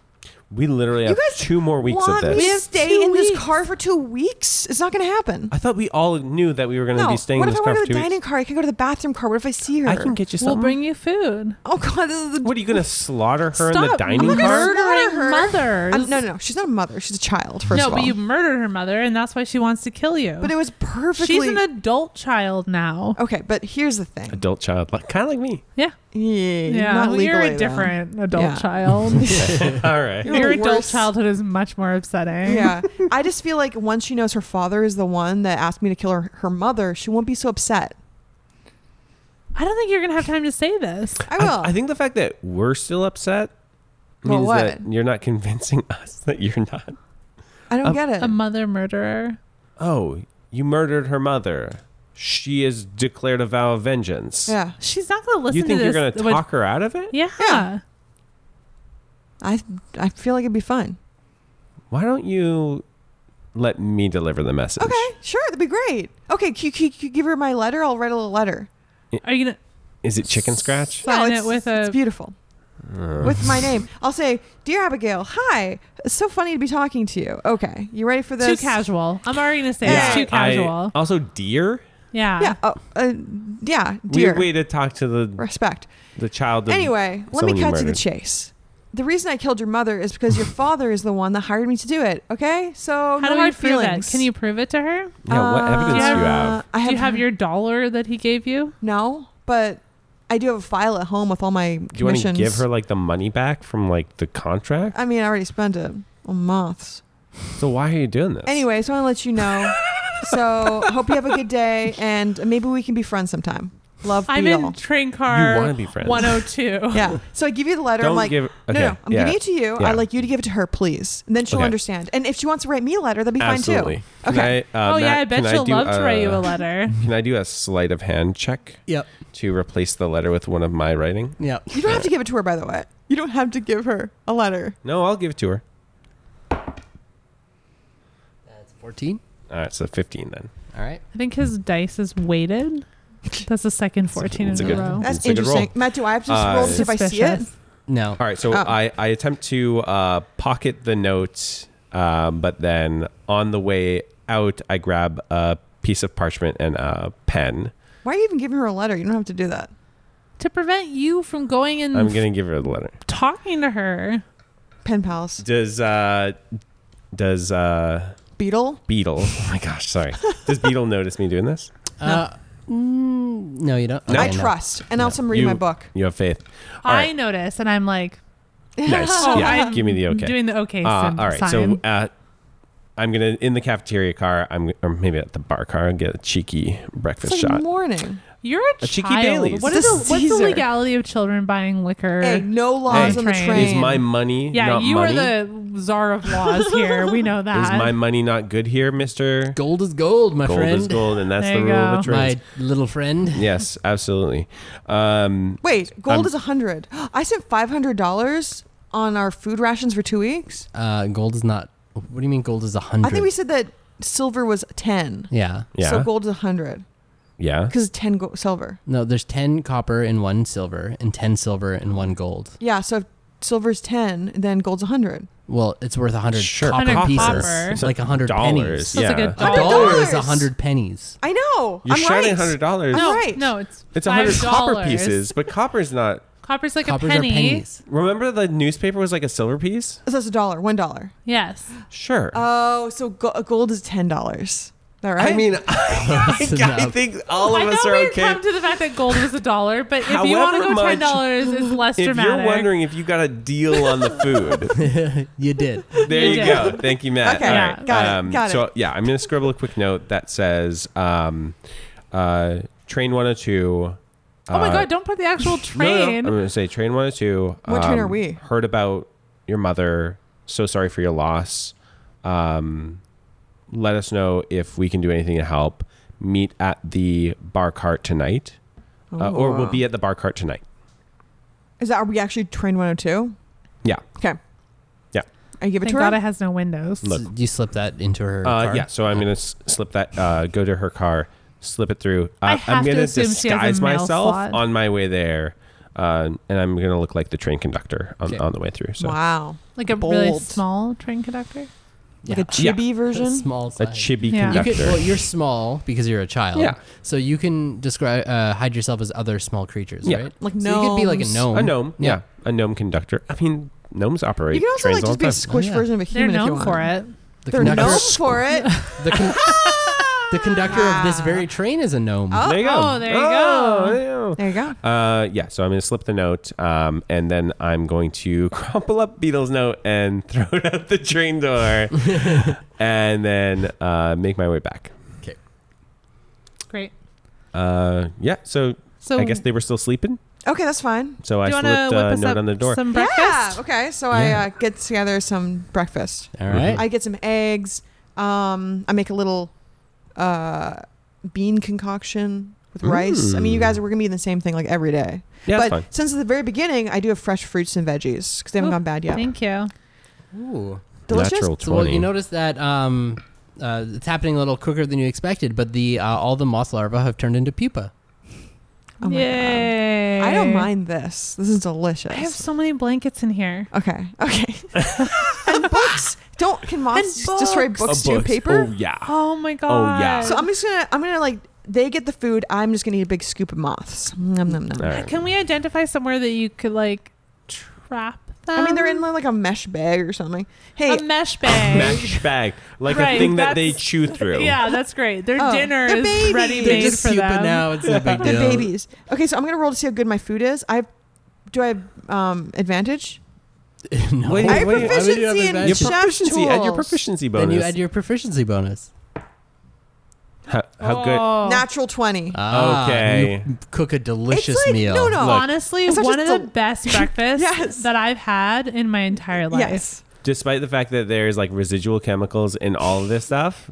[SPEAKER 2] We literally have
[SPEAKER 1] guys
[SPEAKER 2] two more weeks of
[SPEAKER 1] Want me
[SPEAKER 2] this.
[SPEAKER 1] to
[SPEAKER 3] have
[SPEAKER 1] stay
[SPEAKER 3] two
[SPEAKER 1] in this
[SPEAKER 3] weeks.
[SPEAKER 1] car for two weeks? It's not going to happen.
[SPEAKER 2] I thought we all knew that we were going to
[SPEAKER 1] no.
[SPEAKER 2] be staying
[SPEAKER 1] what
[SPEAKER 2] in
[SPEAKER 1] if
[SPEAKER 2] this
[SPEAKER 1] I
[SPEAKER 2] car
[SPEAKER 1] want
[SPEAKER 2] for
[SPEAKER 1] to go to the
[SPEAKER 2] two weeks.
[SPEAKER 1] dining car? I can go to the bathroom car. What if I see her?
[SPEAKER 2] I can get you
[SPEAKER 3] We'll
[SPEAKER 2] something.
[SPEAKER 3] bring you food.
[SPEAKER 1] Oh God, this is the
[SPEAKER 2] what are you going to slaughter her in the
[SPEAKER 3] Stop
[SPEAKER 2] dining
[SPEAKER 1] not gonna
[SPEAKER 2] car?
[SPEAKER 1] s-
[SPEAKER 3] murdering
[SPEAKER 1] Murder her.
[SPEAKER 3] mothers.
[SPEAKER 1] I'm- no, no, no. She's not a mother. She's a child. First
[SPEAKER 3] no,
[SPEAKER 1] of all,
[SPEAKER 3] but you murdered her mother, and that's why she wants to kill you.
[SPEAKER 1] But it was perfectly.
[SPEAKER 3] She's an adult child now.
[SPEAKER 1] okay, but here's the thing.
[SPEAKER 2] Adult child, like kind of like me.
[SPEAKER 3] Yeah,
[SPEAKER 1] Yeah,
[SPEAKER 3] yeah.
[SPEAKER 1] not legally.
[SPEAKER 3] you're a
[SPEAKER 1] though.
[SPEAKER 3] different adult
[SPEAKER 1] Yeah.
[SPEAKER 3] child.
[SPEAKER 2] all right.
[SPEAKER 1] You're
[SPEAKER 3] Your
[SPEAKER 1] the
[SPEAKER 3] adult
[SPEAKER 1] worst.
[SPEAKER 3] childhood is much more upsetting.
[SPEAKER 1] yeah, I just feel like once she knows her father is the one that asked me to kill her, her mother, she won't be so upset.
[SPEAKER 3] I don't think you're gonna have time to say this.
[SPEAKER 1] I will.
[SPEAKER 2] I, think the fact that we're still upset
[SPEAKER 1] Well,
[SPEAKER 2] means
[SPEAKER 1] what?
[SPEAKER 2] that you're not convincing us that you're not.
[SPEAKER 1] I don't
[SPEAKER 2] Um,
[SPEAKER 1] get it.
[SPEAKER 3] A mother murderer.
[SPEAKER 2] Oh, you murdered her mother. She has declared a vow of vengeance.
[SPEAKER 1] yeah,
[SPEAKER 3] She's not gonna listen
[SPEAKER 2] you think
[SPEAKER 3] to
[SPEAKER 2] you're
[SPEAKER 3] this.
[SPEAKER 2] going to
[SPEAKER 3] What-
[SPEAKER 2] talk her out of it?
[SPEAKER 3] Yeah.
[SPEAKER 1] Yeah. I I feel like it'd be fun.
[SPEAKER 2] Why don't you let me deliver the message?
[SPEAKER 1] Okay, sure, that'd be great. Okay, can you, can you- can you give her my letter? I'll write a little letter.
[SPEAKER 3] Are you gonna
[SPEAKER 2] Is it chicken scratch?
[SPEAKER 1] No,
[SPEAKER 3] sign
[SPEAKER 1] it's-
[SPEAKER 3] it with
[SPEAKER 1] It's
[SPEAKER 3] a?
[SPEAKER 1] beautiful.
[SPEAKER 2] Uh.
[SPEAKER 1] With my name, I'll say, "Dear Abigail, hi. It's so funny to be talking to you. Okay, you ready for
[SPEAKER 3] Too
[SPEAKER 1] this?
[SPEAKER 3] casual. I'm already gonna say
[SPEAKER 1] Yeah.
[SPEAKER 3] it's too
[SPEAKER 2] I-
[SPEAKER 3] casual.
[SPEAKER 2] also, dear.
[SPEAKER 3] yeah.
[SPEAKER 1] Yeah, oh, uh, yeah, dear.
[SPEAKER 2] Weird way to talk to the
[SPEAKER 1] Respect.
[SPEAKER 2] the child. Of,
[SPEAKER 1] anyway, let
[SPEAKER 2] someone
[SPEAKER 1] me
[SPEAKER 2] you
[SPEAKER 1] cut to the
[SPEAKER 2] murdered.
[SPEAKER 1] chase. The reason I killed your mother is because your father is the one that hired me to do it. Okay, so
[SPEAKER 3] How
[SPEAKER 1] no
[SPEAKER 3] do you
[SPEAKER 1] hard
[SPEAKER 3] feel that?
[SPEAKER 1] feelings.
[SPEAKER 3] Can you prove it to her?
[SPEAKER 2] yeah. What
[SPEAKER 1] Uh,
[SPEAKER 2] evidence do you have?
[SPEAKER 1] I
[SPEAKER 3] do you have your dollar that he gave you?
[SPEAKER 1] no, but I do have a file at home with all my
[SPEAKER 2] Do you want to
[SPEAKER 1] commissions.
[SPEAKER 2] give her like the money back from like the contract?
[SPEAKER 1] I mean, I already spent it on moths.
[SPEAKER 2] So why are you doing this?
[SPEAKER 1] Anyway, so I want to let you know. so hope you have a good day, and maybe we can be friends sometime. Love,
[SPEAKER 3] I'm
[SPEAKER 1] Beal.
[SPEAKER 3] in
[SPEAKER 2] you
[SPEAKER 3] train
[SPEAKER 2] want to
[SPEAKER 3] car
[SPEAKER 2] be friends. Uh,
[SPEAKER 3] 102.
[SPEAKER 1] Yeah. So I give you the letter.
[SPEAKER 2] Don't
[SPEAKER 1] I'm like,
[SPEAKER 2] give. Okay.
[SPEAKER 1] no, no, I'm
[SPEAKER 2] yeah.
[SPEAKER 1] giving it to you.
[SPEAKER 2] Yeah.
[SPEAKER 1] I'd like you to give it to her, please. And then she'll
[SPEAKER 2] Okay.
[SPEAKER 1] understand. And if she wants to write me a letter, that'd be
[SPEAKER 2] Absolutely.
[SPEAKER 1] fine
[SPEAKER 2] Can
[SPEAKER 1] Okay.
[SPEAKER 2] I, uh,
[SPEAKER 3] oh yeah,
[SPEAKER 2] Matt,
[SPEAKER 3] I bet
[SPEAKER 2] can
[SPEAKER 3] she'll
[SPEAKER 2] do,
[SPEAKER 3] love to write you
[SPEAKER 2] uh,
[SPEAKER 3] a letter.
[SPEAKER 2] Can I do a sleight of hand check
[SPEAKER 4] Yep.
[SPEAKER 2] to replace the letter with one of my writing?
[SPEAKER 4] Yep.
[SPEAKER 1] too. You don't have to give it to her, by the way. You don't have to give her a letter.
[SPEAKER 2] No, I'll give it to her.
[SPEAKER 4] That's 14.
[SPEAKER 2] All right, so 15 then.
[SPEAKER 4] All right.
[SPEAKER 3] I think his dice is weighted. That's the second 14
[SPEAKER 2] it's
[SPEAKER 3] in
[SPEAKER 2] a
[SPEAKER 3] a,
[SPEAKER 2] good-
[SPEAKER 3] row.
[SPEAKER 1] That's
[SPEAKER 2] It's a good
[SPEAKER 1] interesting.
[SPEAKER 2] roll.
[SPEAKER 1] Matt, do I have to just
[SPEAKER 2] Uh,
[SPEAKER 1] roll to see if I see it?
[SPEAKER 3] Suspicious.
[SPEAKER 4] No.
[SPEAKER 2] All right, so
[SPEAKER 1] Oh.
[SPEAKER 2] I, I attempt to uh, pocket the note, um, but then on the way out, I grab a piece of parchment and a pen.
[SPEAKER 1] Why are you even giving her a letter? You don't have to do that.
[SPEAKER 3] To prevent you from going and
[SPEAKER 2] I'm going to give her the letter.
[SPEAKER 3] talking to her.
[SPEAKER 1] Pen pals.
[SPEAKER 2] Does, uh, does uh,
[SPEAKER 1] Beetle?
[SPEAKER 2] Beetle, oh my gosh, sorry. Does Beetle notice me doing this?
[SPEAKER 4] Uh, mm, no, you don't.
[SPEAKER 1] I
[SPEAKER 4] Okay, no.
[SPEAKER 1] trust. And also, I'm reading
[SPEAKER 2] You-
[SPEAKER 1] my book.
[SPEAKER 2] You have faith. All
[SPEAKER 3] I
[SPEAKER 2] right.
[SPEAKER 3] notice and I'm like
[SPEAKER 2] Nice.
[SPEAKER 3] Oh,
[SPEAKER 2] yeah,
[SPEAKER 3] I'm
[SPEAKER 2] give me the okay.
[SPEAKER 3] doing the okay
[SPEAKER 2] Uh,
[SPEAKER 3] sign.
[SPEAKER 2] all right, so uh, I'm gonna in the cafeteria car. I'm or maybe at the bar car. Get a cheeky breakfast
[SPEAKER 1] It's like
[SPEAKER 2] shot.
[SPEAKER 1] morning.
[SPEAKER 3] You're a,
[SPEAKER 2] a cheeky
[SPEAKER 3] child.
[SPEAKER 2] Bailey's.
[SPEAKER 3] What
[SPEAKER 1] It's
[SPEAKER 3] is
[SPEAKER 1] a
[SPEAKER 3] the, what's the
[SPEAKER 1] Caesar.
[SPEAKER 3] legality of children buying liquor?
[SPEAKER 1] Hey, no laws
[SPEAKER 2] Hey,
[SPEAKER 1] on the
[SPEAKER 3] Is
[SPEAKER 1] train.
[SPEAKER 2] Is my money
[SPEAKER 3] yeah,
[SPEAKER 2] not
[SPEAKER 3] you
[SPEAKER 2] money?
[SPEAKER 3] are the czar of laws here. We know that.
[SPEAKER 2] is my money not good here, Mister?
[SPEAKER 4] Gold is gold, my
[SPEAKER 2] Gold
[SPEAKER 4] friend.
[SPEAKER 2] is gold, and that's
[SPEAKER 3] There
[SPEAKER 2] the
[SPEAKER 3] you
[SPEAKER 2] rule of the
[SPEAKER 3] go.
[SPEAKER 2] trade.
[SPEAKER 4] My little friend.
[SPEAKER 2] Yes, absolutely. Um,
[SPEAKER 1] Wait, gold
[SPEAKER 2] I'm-
[SPEAKER 1] is a 100 I spent $500 on our food rations for two weeks.
[SPEAKER 4] Uh, gold is not. What do you mean gold is a hundred?
[SPEAKER 1] I think we said that silver was 10.
[SPEAKER 4] Yeah.
[SPEAKER 2] yeah,
[SPEAKER 1] So gold is 100
[SPEAKER 2] yeah.
[SPEAKER 1] because 10 go- silver.
[SPEAKER 4] No, there's ten copper and one silver, and ten silver and one gold.
[SPEAKER 1] Yeah, so if silver's 10, then gold's 100.
[SPEAKER 4] Well, it's worth a hundred
[SPEAKER 2] Sure,
[SPEAKER 4] copper
[SPEAKER 3] copper.
[SPEAKER 4] pieces,
[SPEAKER 3] Copper.
[SPEAKER 4] like a hundred
[SPEAKER 2] Dollars,
[SPEAKER 4] pennies.
[SPEAKER 3] That's like
[SPEAKER 2] yeah.
[SPEAKER 3] a $100.
[SPEAKER 4] A dollar is a
[SPEAKER 1] Dollars.
[SPEAKER 4] hundred pennies.
[SPEAKER 1] I know.
[SPEAKER 2] You're
[SPEAKER 1] I'm
[SPEAKER 2] shouting
[SPEAKER 1] right.
[SPEAKER 2] hundred dollars.
[SPEAKER 1] I'm
[SPEAKER 3] no,
[SPEAKER 1] right.
[SPEAKER 3] no, it's
[SPEAKER 2] It's a hundred
[SPEAKER 3] $5.
[SPEAKER 2] copper pieces, but copper's not.
[SPEAKER 3] Copper's like
[SPEAKER 4] Coppers
[SPEAKER 3] a penny.
[SPEAKER 4] are pennies.
[SPEAKER 2] Remember the newspaper was like a silver piece.
[SPEAKER 1] So that's a dollar, one dollar.
[SPEAKER 3] Yes.
[SPEAKER 2] Sure.
[SPEAKER 1] Oh, so go- gold is ten dollars. All Oh, right.
[SPEAKER 2] I mean, I,
[SPEAKER 4] That's
[SPEAKER 2] I
[SPEAKER 4] enough.
[SPEAKER 2] think all of
[SPEAKER 3] I
[SPEAKER 2] us
[SPEAKER 3] know
[SPEAKER 2] are
[SPEAKER 3] we've
[SPEAKER 2] okay.
[SPEAKER 3] come to the fact that gold was a dollar, but if you want to
[SPEAKER 2] However
[SPEAKER 3] go
[SPEAKER 2] much-
[SPEAKER 3] ten dollars, it's less
[SPEAKER 2] If
[SPEAKER 3] dramatic.
[SPEAKER 2] you're wondering if you got a deal on the food,
[SPEAKER 4] you did.
[SPEAKER 2] There you
[SPEAKER 3] Yeah.
[SPEAKER 2] go. Thank you, Matt.
[SPEAKER 1] Okay.
[SPEAKER 2] All
[SPEAKER 3] Yeah.
[SPEAKER 2] right.
[SPEAKER 1] Got it.
[SPEAKER 2] um,
[SPEAKER 1] Got
[SPEAKER 2] so,
[SPEAKER 1] it.
[SPEAKER 2] yeah, I'm going to scribble a quick note that says um, uh, Train 102.
[SPEAKER 3] oh my
[SPEAKER 2] uh,
[SPEAKER 3] god, don't put the actual
[SPEAKER 2] no, no,
[SPEAKER 3] train.
[SPEAKER 2] I'm going to say Train 102.
[SPEAKER 1] What train are we?
[SPEAKER 2] Heard about your mother. So sorry for your loss. Um, let us know if we can do anything to help. Meet at the bar cart tonight. Uh, or we'll be at the bar cart tonight.
[SPEAKER 1] Is that are we actually train 102?
[SPEAKER 2] Yeah.
[SPEAKER 1] Okay.
[SPEAKER 2] Yeah.
[SPEAKER 1] I give it
[SPEAKER 3] Thank
[SPEAKER 1] to her.
[SPEAKER 3] God it has no windows.
[SPEAKER 2] Look.
[SPEAKER 4] S- You slipped that into her.
[SPEAKER 2] Uh,
[SPEAKER 4] car?
[SPEAKER 2] yeah, so I'm gonna s- slip that. Uh, go to her car, slip it through. Uh,
[SPEAKER 3] I have
[SPEAKER 2] am
[SPEAKER 3] to
[SPEAKER 2] gonna
[SPEAKER 3] assume she has a
[SPEAKER 2] disguise
[SPEAKER 3] mail
[SPEAKER 2] myself
[SPEAKER 3] slot.
[SPEAKER 2] on my way there, uh, and I'm gonna look like the train conductor on,
[SPEAKER 4] Okay.
[SPEAKER 2] on the way through. So
[SPEAKER 1] Wow.
[SPEAKER 3] Like a really
[SPEAKER 1] Bold.
[SPEAKER 3] small train conductor.
[SPEAKER 1] Like
[SPEAKER 4] Yeah.
[SPEAKER 1] a chibi version?
[SPEAKER 4] Small
[SPEAKER 2] a
[SPEAKER 4] size.
[SPEAKER 2] chibi
[SPEAKER 3] Yeah.
[SPEAKER 4] You
[SPEAKER 2] conductor.
[SPEAKER 4] could, well, you're small because you're a child.
[SPEAKER 2] Yeah.
[SPEAKER 4] So you can describe uh, hide yourself as other small creatures,
[SPEAKER 2] Yeah.
[SPEAKER 4] right?
[SPEAKER 1] Like
[SPEAKER 4] So you could be like a
[SPEAKER 1] gnomes.
[SPEAKER 4] gnome.
[SPEAKER 2] a gnome, yeah. a gnome conductor. I mean, gnomes operate.
[SPEAKER 1] You can also
[SPEAKER 2] trains
[SPEAKER 1] like
[SPEAKER 2] all
[SPEAKER 1] just
[SPEAKER 2] the
[SPEAKER 1] be a
[SPEAKER 2] time.
[SPEAKER 1] squish
[SPEAKER 4] Oh, yeah.
[SPEAKER 1] version of a
[SPEAKER 3] They're
[SPEAKER 1] human if you
[SPEAKER 3] known
[SPEAKER 1] want.
[SPEAKER 3] for it.
[SPEAKER 4] The
[SPEAKER 1] They're
[SPEAKER 4] conductor.
[SPEAKER 1] known for it.
[SPEAKER 4] The, con- the conductor of this very train is a gnome.
[SPEAKER 1] Ah. Oh.
[SPEAKER 2] There you go.
[SPEAKER 3] Oh, there you
[SPEAKER 2] Oh,
[SPEAKER 3] go.
[SPEAKER 2] there you go.
[SPEAKER 1] There you go.
[SPEAKER 2] Uh, yeah, so I'm going to slip the note, um, and then I'm going to crumple up Beatles' note and throw it out the train door, and then uh, make my way back.
[SPEAKER 3] Great.
[SPEAKER 2] Uh, yeah, so,
[SPEAKER 3] So
[SPEAKER 2] I guess they were still sleeping,
[SPEAKER 1] Okay, that's fine.
[SPEAKER 2] so I
[SPEAKER 3] do you
[SPEAKER 2] slipped
[SPEAKER 3] want to whip
[SPEAKER 2] a
[SPEAKER 3] us
[SPEAKER 2] note
[SPEAKER 3] up
[SPEAKER 2] on the door.
[SPEAKER 3] some breakfast?
[SPEAKER 1] Yeah. Okay. So
[SPEAKER 4] Yeah.
[SPEAKER 1] I uh, get together some breakfast.
[SPEAKER 4] All right.
[SPEAKER 1] I get some eggs. Um, I make a little uh, bean concoction with rice. I mean, you
[SPEAKER 2] Mm.
[SPEAKER 1] guys, we're gonna be in the same thing like every day.
[SPEAKER 2] yeah,
[SPEAKER 1] but
[SPEAKER 2] that's fine.
[SPEAKER 1] since at the very beginning, I do have fresh fruits and veggies because they haven't
[SPEAKER 3] Oh,
[SPEAKER 1] gone bad yet.
[SPEAKER 3] Thank you.
[SPEAKER 4] Ooh.
[SPEAKER 1] Delicious.
[SPEAKER 2] Natural 20.
[SPEAKER 4] So well, you notice that um, uh, it's happening a little quicker than you expected, but the uh, all the moth larvae have turned into pupa.
[SPEAKER 1] Oh my God.
[SPEAKER 3] Yay.
[SPEAKER 1] I don't mind this. This is delicious.
[SPEAKER 3] I have so many blankets in here.
[SPEAKER 1] okay. Okay. and books. Don't can moths destroy
[SPEAKER 3] books.
[SPEAKER 1] books,
[SPEAKER 2] Oh,
[SPEAKER 1] to
[SPEAKER 2] books.
[SPEAKER 1] paper?
[SPEAKER 2] Oh, yeah.
[SPEAKER 3] Oh my god.
[SPEAKER 2] Oh, yeah.
[SPEAKER 1] So I'm just gonna I'm gonna like they get the food. I'm just gonna eat a big scoop of moths. Nom nom nom.
[SPEAKER 2] All right.
[SPEAKER 3] Can we identify somewhere that you could like trap them?
[SPEAKER 1] I mean, they're in
[SPEAKER 3] Um,
[SPEAKER 1] like a mesh bag or something. Hey,
[SPEAKER 3] a mesh bag.
[SPEAKER 2] Mesh bag, like
[SPEAKER 3] Right,
[SPEAKER 2] a thing that they
[SPEAKER 3] that's-
[SPEAKER 2] chew through.
[SPEAKER 3] Yeah, that's great. Their
[SPEAKER 1] Oh,
[SPEAKER 3] dinner
[SPEAKER 1] they're
[SPEAKER 3] is
[SPEAKER 1] babies.
[SPEAKER 3] ready
[SPEAKER 1] They're
[SPEAKER 3] made
[SPEAKER 1] just
[SPEAKER 3] for them.
[SPEAKER 4] now. It's no big
[SPEAKER 1] they're
[SPEAKER 4] deal.
[SPEAKER 1] babies. Okay, so I'm gonna roll to see how good my food is. I have, do I have um, advantage?
[SPEAKER 4] no.
[SPEAKER 2] Wait,
[SPEAKER 1] I have
[SPEAKER 2] wait, why would you
[SPEAKER 1] proficiency
[SPEAKER 2] have
[SPEAKER 1] in
[SPEAKER 2] Your
[SPEAKER 4] advantage?
[SPEAKER 1] chef's
[SPEAKER 2] proficiency, add your
[SPEAKER 1] tools.
[SPEAKER 2] proficiency bonus.
[SPEAKER 4] Then you add your proficiency bonus.
[SPEAKER 2] how, how good?
[SPEAKER 3] Oh.
[SPEAKER 1] Natural twenty.
[SPEAKER 2] Uh,
[SPEAKER 4] Ah,
[SPEAKER 2] Okay.
[SPEAKER 4] You cook a delicious
[SPEAKER 1] It's like-
[SPEAKER 4] meal.
[SPEAKER 1] no, no. Look.
[SPEAKER 3] Honestly,
[SPEAKER 1] It's not
[SPEAKER 3] one of
[SPEAKER 1] just
[SPEAKER 3] the
[SPEAKER 1] the-
[SPEAKER 3] best breakfasts
[SPEAKER 1] Yes.
[SPEAKER 3] that I've had in my entire life.
[SPEAKER 1] yes.
[SPEAKER 2] Despite the fact that there's like residual chemicals in all of this stuff,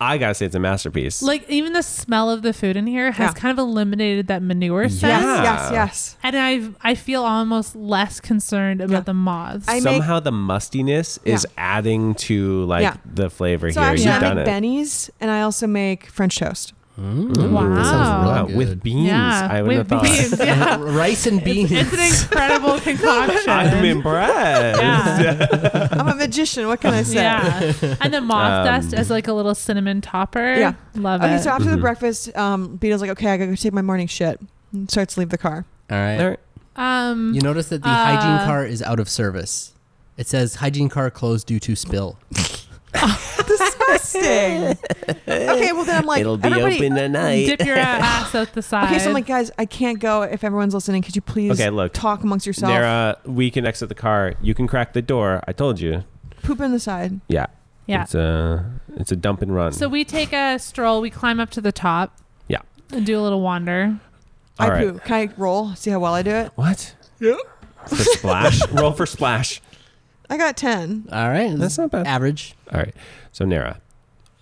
[SPEAKER 2] I gotta say it's a masterpiece.
[SPEAKER 3] Like even the smell of the food in here has
[SPEAKER 1] Yeah.
[SPEAKER 3] kind of eliminated that manure
[SPEAKER 1] Yes.
[SPEAKER 3] scent.
[SPEAKER 2] Yeah.
[SPEAKER 1] Yes. Yes.
[SPEAKER 3] And I I feel almost less concerned about
[SPEAKER 1] Yeah.
[SPEAKER 3] the moths.
[SPEAKER 1] I- make-
[SPEAKER 2] Somehow the mustiness is
[SPEAKER 1] Yeah.
[SPEAKER 2] adding to like
[SPEAKER 1] Yeah.
[SPEAKER 2] the flavor
[SPEAKER 1] So
[SPEAKER 2] here.
[SPEAKER 1] actually,
[SPEAKER 2] You've
[SPEAKER 1] I
[SPEAKER 2] done
[SPEAKER 1] make
[SPEAKER 2] it.
[SPEAKER 1] bennies, and I also make French toast.
[SPEAKER 4] Mm,
[SPEAKER 3] Wow.
[SPEAKER 4] That sounds really
[SPEAKER 2] Wow,
[SPEAKER 4] good.
[SPEAKER 2] with beans.
[SPEAKER 3] yeah,
[SPEAKER 2] I wouldn't
[SPEAKER 3] with
[SPEAKER 2] have thought.
[SPEAKER 3] beans. Yeah.
[SPEAKER 4] rice and beans.
[SPEAKER 3] It's an incredible concoction.
[SPEAKER 2] I'm impressed.
[SPEAKER 3] yeah.
[SPEAKER 1] I'm a magician. What can I say?
[SPEAKER 3] yeah. And the
[SPEAKER 2] Um,
[SPEAKER 3] moth dust as like a little cinnamon topper.
[SPEAKER 1] Yeah.
[SPEAKER 3] Love
[SPEAKER 1] Okay,
[SPEAKER 3] it.
[SPEAKER 1] so after the
[SPEAKER 2] Mhm.
[SPEAKER 1] breakfast, um, Beetle's like, "Okay, I gotta go take my morning shit." And starts to leave the car.
[SPEAKER 4] All right.
[SPEAKER 2] All right.
[SPEAKER 3] um
[SPEAKER 4] You notice that the
[SPEAKER 3] Uh,
[SPEAKER 4] hygiene car is out of service. It says hygiene car closed due to spill.
[SPEAKER 1] Disgusting. okay, well then I'm like, everybody,
[SPEAKER 2] tonight.
[SPEAKER 3] dip your ass out the side.
[SPEAKER 1] Okay, so I'm like, guys, I can't go if everyone's listening. Could you please
[SPEAKER 2] Okay, uh, look.
[SPEAKER 1] talk amongst yourself?
[SPEAKER 2] Nara, we can exit the car. You can crack the door. I told you.
[SPEAKER 1] Poop in the side.
[SPEAKER 2] Yeah.
[SPEAKER 3] yeah.
[SPEAKER 2] It's a it's a dump and run.
[SPEAKER 3] So we take a stroll. We climb up to the top.
[SPEAKER 2] Yeah.
[SPEAKER 3] And do a little wander.
[SPEAKER 1] I
[SPEAKER 2] All right.
[SPEAKER 1] poo. Can I roll? See how well I do it?
[SPEAKER 2] What? Yeah. For splash. Roll for splash.
[SPEAKER 1] I got 10.
[SPEAKER 4] All right.
[SPEAKER 2] That's not bad.
[SPEAKER 4] average.
[SPEAKER 2] All right. So Nara,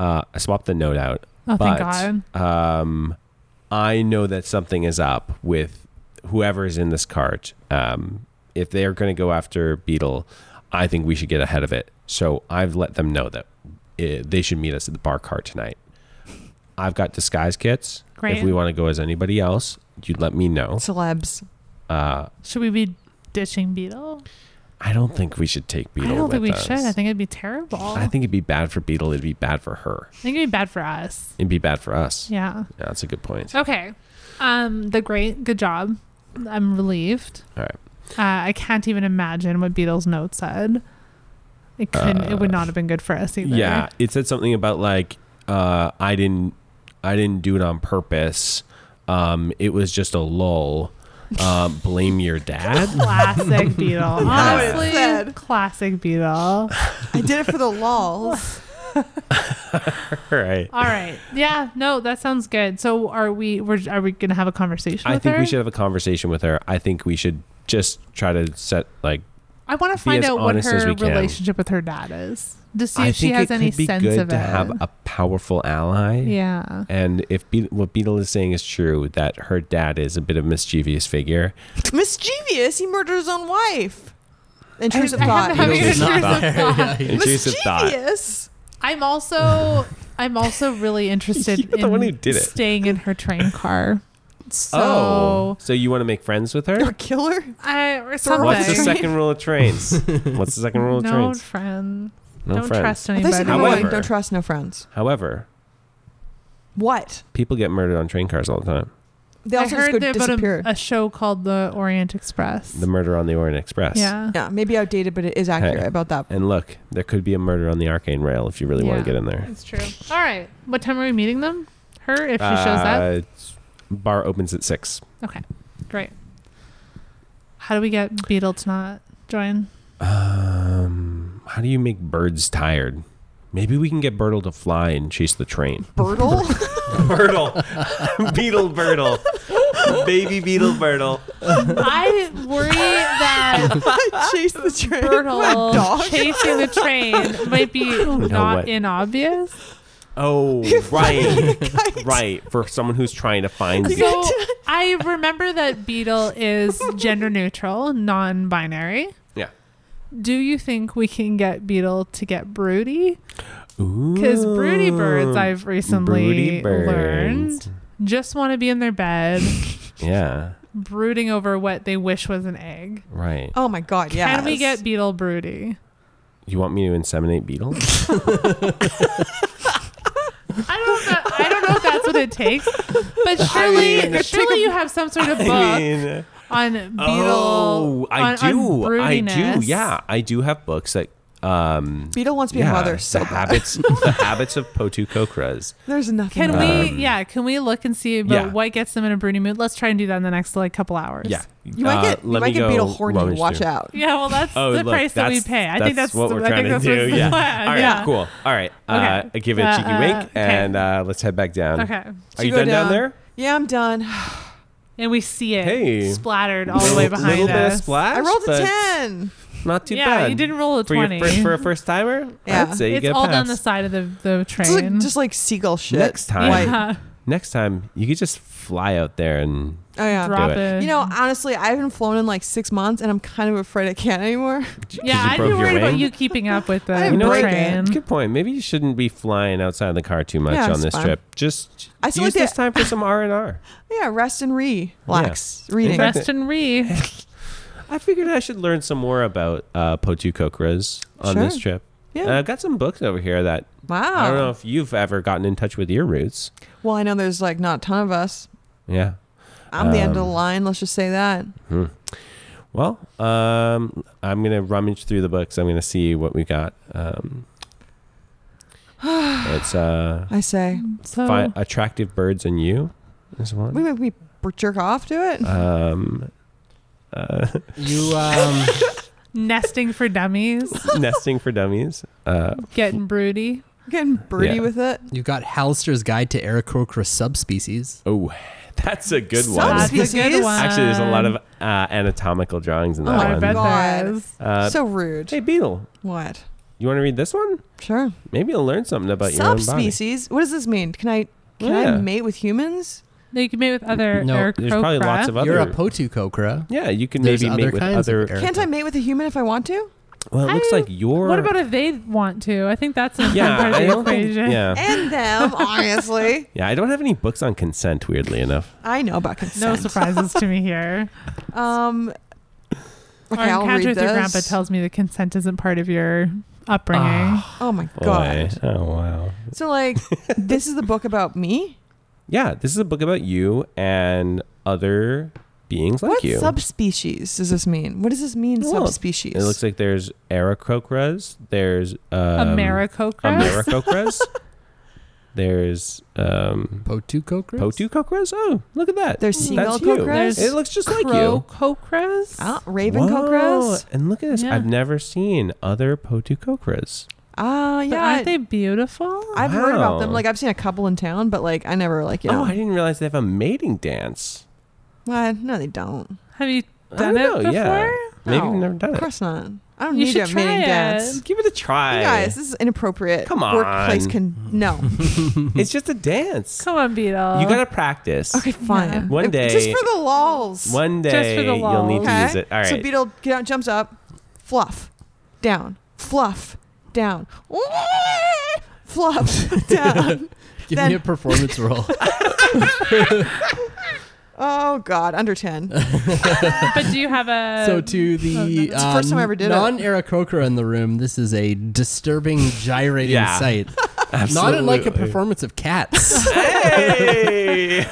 [SPEAKER 2] uh, I swapped the note out.
[SPEAKER 3] Oh, thank
[SPEAKER 2] but
[SPEAKER 3] God.
[SPEAKER 2] um, I know that something is up with whoever is in this cart. Um, if they are going to go after Beetle, I think we should get ahead of it. So I've let them know that uh they should meet us at the bar cart tonight. I've got disguise kits.
[SPEAKER 3] Great.
[SPEAKER 2] If we want to go as anybody else, you let me know.
[SPEAKER 1] Celebs.
[SPEAKER 2] Uh,
[SPEAKER 3] Should we be ditching Beetle?
[SPEAKER 2] I don't think we should take Beetle.
[SPEAKER 3] I don't think we
[SPEAKER 2] with us.
[SPEAKER 3] should. I think it'd be terrible.
[SPEAKER 2] I think it'd be bad for Beetle. It'd be bad for her.
[SPEAKER 3] I think it'd be bad for us.
[SPEAKER 2] It'd be bad for us.
[SPEAKER 3] Yeah.
[SPEAKER 2] Yeah, that's a good point.
[SPEAKER 3] Okay. Um. The great. Good job. I'm relieved.
[SPEAKER 2] All right.
[SPEAKER 3] Uh, I can't even imagine what Beetle's note
[SPEAKER 2] Uh,
[SPEAKER 3] said. It couldn't. it would not have been good for us either.
[SPEAKER 2] Yeah, it said something about like uh, I didn't I didn't do it on purpose. Um, it was just a lull. Uh, blame your dad.
[SPEAKER 3] Classic Beetle.
[SPEAKER 1] How it
[SPEAKER 3] Honestly,
[SPEAKER 1] said.
[SPEAKER 3] classic Beetle.
[SPEAKER 1] I did it for the lols.
[SPEAKER 2] right.
[SPEAKER 3] All right. Yeah. No, that sounds good. So are we? We're, are we gonna have a conversation?
[SPEAKER 2] I
[SPEAKER 3] with
[SPEAKER 2] think
[SPEAKER 3] her?
[SPEAKER 2] we should have a conversation with her. I think we should just try to set like
[SPEAKER 3] I want to find
[SPEAKER 2] as
[SPEAKER 3] out what
[SPEAKER 2] honest as
[SPEAKER 3] her
[SPEAKER 2] we can.
[SPEAKER 3] relationship with her dad is to see
[SPEAKER 2] I
[SPEAKER 3] if she
[SPEAKER 2] think
[SPEAKER 3] has
[SPEAKER 2] it
[SPEAKER 3] any
[SPEAKER 2] could be
[SPEAKER 3] sense
[SPEAKER 2] good
[SPEAKER 3] of
[SPEAKER 2] to
[SPEAKER 3] it.
[SPEAKER 2] have a powerful ally.
[SPEAKER 3] yeah.
[SPEAKER 2] And if Be- what Beetle is saying is true, that her dad is a bit of a mischievous figure,
[SPEAKER 1] Mischievous. He murdered his own wife. Intrusive
[SPEAKER 3] I
[SPEAKER 1] thought.
[SPEAKER 3] haven't had
[SPEAKER 2] Beetle's
[SPEAKER 3] any
[SPEAKER 2] is not
[SPEAKER 3] intrusive thought.
[SPEAKER 2] intrusive thought.
[SPEAKER 1] Mischievous.
[SPEAKER 3] I'm also I'm also really interested
[SPEAKER 2] You're
[SPEAKER 3] in
[SPEAKER 2] the one who did it.
[SPEAKER 3] staying in her train car. So
[SPEAKER 2] oh, so you want to make friends with her?
[SPEAKER 1] Or killer.
[SPEAKER 3] I
[SPEAKER 1] Throw
[SPEAKER 3] or something.
[SPEAKER 1] away.
[SPEAKER 2] What's the second rule of trains? What's the second rule of
[SPEAKER 3] no
[SPEAKER 2] trains?
[SPEAKER 3] friend.
[SPEAKER 2] No
[SPEAKER 3] don't
[SPEAKER 2] friends.
[SPEAKER 3] trust
[SPEAKER 1] I thought you said
[SPEAKER 3] anybody.
[SPEAKER 1] number
[SPEAKER 2] However-
[SPEAKER 1] one, don't trust no friends.
[SPEAKER 2] However,
[SPEAKER 1] What?
[SPEAKER 2] people get murdered on train cars all the time.
[SPEAKER 1] They
[SPEAKER 3] I
[SPEAKER 1] also just
[SPEAKER 3] heard
[SPEAKER 1] go
[SPEAKER 3] there about
[SPEAKER 1] disappear.
[SPEAKER 3] a, a show called The Orient Express.
[SPEAKER 2] The murder on the Orient Express.
[SPEAKER 3] yeah.
[SPEAKER 1] yeah, maybe outdated, but it is accurate
[SPEAKER 2] Hey.
[SPEAKER 1] about that.
[SPEAKER 2] And look, there could be a murder on the arcane rail if you really want
[SPEAKER 3] Yeah.
[SPEAKER 2] to get in there.
[SPEAKER 3] It's true. All right. What time are we meeting them? Her, if she shows up.
[SPEAKER 2] Uh, it's- Bar opens at six.
[SPEAKER 3] Okay. Great. How do we get Beetle to not join?
[SPEAKER 2] Um, how do you make birds tired? Maybe we can get Birdle to fly and chase the train.
[SPEAKER 1] Birdle?
[SPEAKER 2] Birdle, Beetle Birdle, baby Beetle Birdle.
[SPEAKER 3] I worry that
[SPEAKER 1] Chase the train. My
[SPEAKER 3] Birdle
[SPEAKER 1] dog.
[SPEAKER 3] chasing the train might be not
[SPEAKER 2] what?
[SPEAKER 3] inobvious.
[SPEAKER 2] Oh, right, right. For someone who's trying to find you,
[SPEAKER 3] So I remember that Beetle is gender neutral, non binary.
[SPEAKER 2] yeah.
[SPEAKER 3] Do you think we can get Beetle to get broody? Because broody birds, I've
[SPEAKER 2] Broody
[SPEAKER 3] recently
[SPEAKER 2] birds.
[SPEAKER 3] learned, just want to be in their bed,
[SPEAKER 2] yeah,
[SPEAKER 3] brooding over what they wish was an egg.
[SPEAKER 2] right.
[SPEAKER 1] Oh my god, yeah.
[SPEAKER 3] Can we get Beetle broody?
[SPEAKER 2] You want me to inseminate Beetle?
[SPEAKER 3] I don't know. If that, I don't know if that's what it takes, but surely,
[SPEAKER 2] mean-
[SPEAKER 3] surely you have some sort of book
[SPEAKER 2] I mean,
[SPEAKER 3] on beetle.
[SPEAKER 2] oh, I
[SPEAKER 3] on- on
[SPEAKER 2] do, I do.
[SPEAKER 3] broodiness.
[SPEAKER 2] Yeah, I do have books that. Um,
[SPEAKER 1] Beetle wants to be
[SPEAKER 2] yeah,
[SPEAKER 1] a mother.
[SPEAKER 2] the
[SPEAKER 1] So bad.
[SPEAKER 2] habits, the habits of Potu Kokras.
[SPEAKER 1] There's nothing.
[SPEAKER 3] Can
[SPEAKER 1] like that.
[SPEAKER 3] we?
[SPEAKER 2] Um,
[SPEAKER 3] Yeah. Can we look and see about
[SPEAKER 2] yeah.
[SPEAKER 3] what gets them in a broody mood? Let's try and do that in the next like couple hours.
[SPEAKER 2] Yeah, Uh,
[SPEAKER 1] You might get, you might get Beetle horny. Watch out.
[SPEAKER 3] Yeah. Well, that's
[SPEAKER 2] Oh,
[SPEAKER 3] the
[SPEAKER 2] look,
[SPEAKER 3] price that we
[SPEAKER 2] that's-
[SPEAKER 3] pay. I think that's
[SPEAKER 2] what we're
[SPEAKER 3] I
[SPEAKER 2] trying
[SPEAKER 3] think
[SPEAKER 2] to
[SPEAKER 3] that's
[SPEAKER 2] do.
[SPEAKER 3] what's the
[SPEAKER 2] Yeah.
[SPEAKER 3] plan.
[SPEAKER 2] All right,
[SPEAKER 3] yeah.
[SPEAKER 2] cool. All right, uh,
[SPEAKER 3] Okay.
[SPEAKER 2] I give it
[SPEAKER 3] Uh,
[SPEAKER 2] a cheeky
[SPEAKER 3] uh,
[SPEAKER 2] wink,
[SPEAKER 3] okay.
[SPEAKER 2] and uh, let's head back down.
[SPEAKER 3] Okay.
[SPEAKER 2] Are
[SPEAKER 1] So
[SPEAKER 2] you
[SPEAKER 1] go
[SPEAKER 2] done down
[SPEAKER 1] down.
[SPEAKER 2] there?
[SPEAKER 1] Yeah, I'm done.
[SPEAKER 3] And we see it
[SPEAKER 2] Hey.
[SPEAKER 3] splattered all the way
[SPEAKER 2] Little-
[SPEAKER 3] behind
[SPEAKER 2] little bit of
[SPEAKER 3] us.
[SPEAKER 2] splash,
[SPEAKER 1] I rolled a
[SPEAKER 2] but
[SPEAKER 1] ten.
[SPEAKER 2] Not too
[SPEAKER 3] yeah,
[SPEAKER 2] bad.
[SPEAKER 3] you didn't roll a
[SPEAKER 2] for
[SPEAKER 3] twenty.
[SPEAKER 2] Your, fir- for a first timer,
[SPEAKER 1] Yeah.
[SPEAKER 2] I'd say you
[SPEAKER 3] it's
[SPEAKER 2] get a
[SPEAKER 3] all
[SPEAKER 2] pass.
[SPEAKER 3] down the side of the, the
[SPEAKER 1] Just like,
[SPEAKER 3] train.
[SPEAKER 1] just like seagull shit.
[SPEAKER 2] Next time.
[SPEAKER 1] Like-
[SPEAKER 3] yeah.
[SPEAKER 2] Next time, you could just fly out there and
[SPEAKER 1] oh yeah.
[SPEAKER 3] drop
[SPEAKER 2] it.
[SPEAKER 3] it.
[SPEAKER 1] You know, honestly, I haven't flown in like six months, and I'm kind of afraid I can't anymore.
[SPEAKER 2] 'cause
[SPEAKER 3] yeah,
[SPEAKER 2] you
[SPEAKER 3] I'd
[SPEAKER 2] broke
[SPEAKER 3] be
[SPEAKER 2] your
[SPEAKER 3] worried about
[SPEAKER 2] wing.
[SPEAKER 3] you keeping up with
[SPEAKER 1] I
[SPEAKER 3] the
[SPEAKER 1] didn't
[SPEAKER 2] break
[SPEAKER 3] train.
[SPEAKER 2] Good point. Maybe you shouldn't be flying outside the car too much
[SPEAKER 1] Yeah,
[SPEAKER 2] on
[SPEAKER 1] it's
[SPEAKER 2] this
[SPEAKER 1] fine.
[SPEAKER 2] trip. Just
[SPEAKER 1] I still
[SPEAKER 2] use
[SPEAKER 1] like
[SPEAKER 2] this
[SPEAKER 1] that-
[SPEAKER 2] time for some R and R.
[SPEAKER 1] Yeah, rest and relax.
[SPEAKER 2] In
[SPEAKER 1] Reading.
[SPEAKER 2] fact-
[SPEAKER 3] Rest and re.
[SPEAKER 2] I figured I should learn some more about uh, Potu Kokras on
[SPEAKER 1] Sure.
[SPEAKER 2] this trip.
[SPEAKER 1] Yeah. Oh.
[SPEAKER 2] And I've got some books over here that
[SPEAKER 1] wow.
[SPEAKER 2] I don't know if you've ever gotten in touch with your roots.
[SPEAKER 1] Well, I know there's like not a ton of us.
[SPEAKER 2] Yeah.
[SPEAKER 1] I'm the end of the
[SPEAKER 2] Um,
[SPEAKER 1] line. Let's just say that.
[SPEAKER 2] Well, um, I'm gonna rummage through the books. I'm gonna see what we got. Um, it's uh,
[SPEAKER 1] I say
[SPEAKER 3] So
[SPEAKER 2] fi- attractive birds and you is
[SPEAKER 1] we
[SPEAKER 2] one.
[SPEAKER 1] make me jerk off to it.
[SPEAKER 2] Um, uh,
[SPEAKER 4] You um
[SPEAKER 3] nesting for dummies,
[SPEAKER 2] nesting for dummies. Uh,
[SPEAKER 3] getting broody.
[SPEAKER 1] I'm getting broody
[SPEAKER 2] yeah.
[SPEAKER 1] with it.
[SPEAKER 4] you got Hallister's Guide to Aarakocra subspecies.
[SPEAKER 2] oh, that's a good
[SPEAKER 1] Some
[SPEAKER 2] one.
[SPEAKER 3] That's a good
[SPEAKER 1] Species.
[SPEAKER 3] one.
[SPEAKER 2] Actually, there's a lot of um, uh, anatomical drawings in
[SPEAKER 1] Oh
[SPEAKER 2] that
[SPEAKER 1] my
[SPEAKER 2] one.
[SPEAKER 1] God.
[SPEAKER 2] Uh,
[SPEAKER 1] so rude.
[SPEAKER 2] hey, Beetle,
[SPEAKER 1] What?
[SPEAKER 2] you want to read this one?
[SPEAKER 1] Sure.
[SPEAKER 2] Maybe you'll learn something about your own body.
[SPEAKER 1] Subspecies. What does this mean? Can I can
[SPEAKER 2] Yeah.
[SPEAKER 1] I mate with humans?
[SPEAKER 3] No, you can mate with other
[SPEAKER 4] No,
[SPEAKER 3] or
[SPEAKER 2] There's probably
[SPEAKER 3] crocra.
[SPEAKER 2] lots of other.
[SPEAKER 4] You're a Potu Kokra.
[SPEAKER 2] yeah, you can
[SPEAKER 4] There's
[SPEAKER 2] maybe
[SPEAKER 4] other
[SPEAKER 2] mate with
[SPEAKER 4] kinds of
[SPEAKER 2] other.
[SPEAKER 4] Eric-
[SPEAKER 1] Can't I mate with a human if I want to?
[SPEAKER 2] Well, it looks
[SPEAKER 3] I-
[SPEAKER 2] like you're.
[SPEAKER 3] What about if they want to? I think that's an
[SPEAKER 2] Yeah,
[SPEAKER 3] important part
[SPEAKER 2] I
[SPEAKER 3] of the
[SPEAKER 2] don't think.
[SPEAKER 3] equation.
[SPEAKER 2] Yeah,
[SPEAKER 1] And them, obviously.
[SPEAKER 2] yeah. I don't have any books on consent. Weirdly enough.
[SPEAKER 1] I know about
[SPEAKER 3] No
[SPEAKER 1] consent.
[SPEAKER 3] surprises to me here.
[SPEAKER 1] Um. Okay,
[SPEAKER 3] Our
[SPEAKER 1] I'll
[SPEAKER 3] encounter
[SPEAKER 1] read
[SPEAKER 3] with
[SPEAKER 1] this.
[SPEAKER 3] your grandpa tells me the consent isn't part of your upbringing.
[SPEAKER 2] Ah,
[SPEAKER 1] oh my
[SPEAKER 2] Boy.
[SPEAKER 1] god.
[SPEAKER 2] Oh wow.
[SPEAKER 1] So like, this is the book about me.
[SPEAKER 2] Yeah, this is a book about you and other beings like
[SPEAKER 1] what
[SPEAKER 2] you.
[SPEAKER 1] subspecies does this mean? What does this mean?
[SPEAKER 2] Well,
[SPEAKER 1] subspecies.
[SPEAKER 2] it looks like there's Aracocras. There's um,
[SPEAKER 3] Americocra.
[SPEAKER 2] Americocras. There's um,
[SPEAKER 4] Potu cockroach.
[SPEAKER 2] Potu cockroach. Oh, look at that.
[SPEAKER 1] There's seagull
[SPEAKER 2] That's you.
[SPEAKER 1] cockroach.
[SPEAKER 2] It looks just like
[SPEAKER 3] Crow
[SPEAKER 2] you.
[SPEAKER 3] cocras.
[SPEAKER 1] Ah, raven
[SPEAKER 2] Whoa,
[SPEAKER 1] cockroach.
[SPEAKER 2] And look at this.
[SPEAKER 3] Yeah.
[SPEAKER 2] I've never seen other Potu cockroaches.
[SPEAKER 1] Ah,
[SPEAKER 3] But
[SPEAKER 1] yeah.
[SPEAKER 3] aren't they beautiful?
[SPEAKER 1] I've heard about them.
[SPEAKER 2] Wow.
[SPEAKER 1] Like I've seen a couple in town, but like I never like you know.
[SPEAKER 2] Oh, I didn't realize they have a mating dance.
[SPEAKER 1] Well, no, they don't.
[SPEAKER 3] Have you
[SPEAKER 2] I
[SPEAKER 3] done it
[SPEAKER 2] don't know,
[SPEAKER 3] before?
[SPEAKER 2] yeah. Maybe
[SPEAKER 1] No,
[SPEAKER 2] you've never done
[SPEAKER 1] Of
[SPEAKER 2] it.
[SPEAKER 1] course not. I don't
[SPEAKER 3] You
[SPEAKER 1] need
[SPEAKER 3] should
[SPEAKER 1] to have mating
[SPEAKER 3] try it.
[SPEAKER 1] dance.
[SPEAKER 2] Let's give it a
[SPEAKER 1] You
[SPEAKER 2] try.
[SPEAKER 1] guys, this is inappropriate.
[SPEAKER 2] Come
[SPEAKER 1] Workplace
[SPEAKER 2] on.
[SPEAKER 1] can no.
[SPEAKER 2] it's just a dance.
[SPEAKER 3] Come on, Beetle.
[SPEAKER 2] You gotta practice.
[SPEAKER 1] Okay, fine.
[SPEAKER 3] Yeah.
[SPEAKER 2] One
[SPEAKER 1] If-
[SPEAKER 2] day-
[SPEAKER 1] just for the lols.
[SPEAKER 2] One
[SPEAKER 3] Just for
[SPEAKER 2] day
[SPEAKER 3] the
[SPEAKER 2] you'll need to
[SPEAKER 1] Okay.
[SPEAKER 2] use it. All right.
[SPEAKER 1] So Beetle get out, jumps up, fluff, down, fluff, down, fluff, down.
[SPEAKER 4] Give
[SPEAKER 1] Then-
[SPEAKER 4] me a performance roll.
[SPEAKER 1] Oh God, under ten.
[SPEAKER 3] But do you have a?
[SPEAKER 1] Uh,
[SPEAKER 4] so to
[SPEAKER 3] Oh, no,
[SPEAKER 4] the
[SPEAKER 3] that's
[SPEAKER 1] the first time I ever did it.
[SPEAKER 4] non Aarakocra in the room, this is a disturbing, gyrating
[SPEAKER 2] Yeah.
[SPEAKER 4] sight. Not unlike a performance of cats.
[SPEAKER 2] Hey!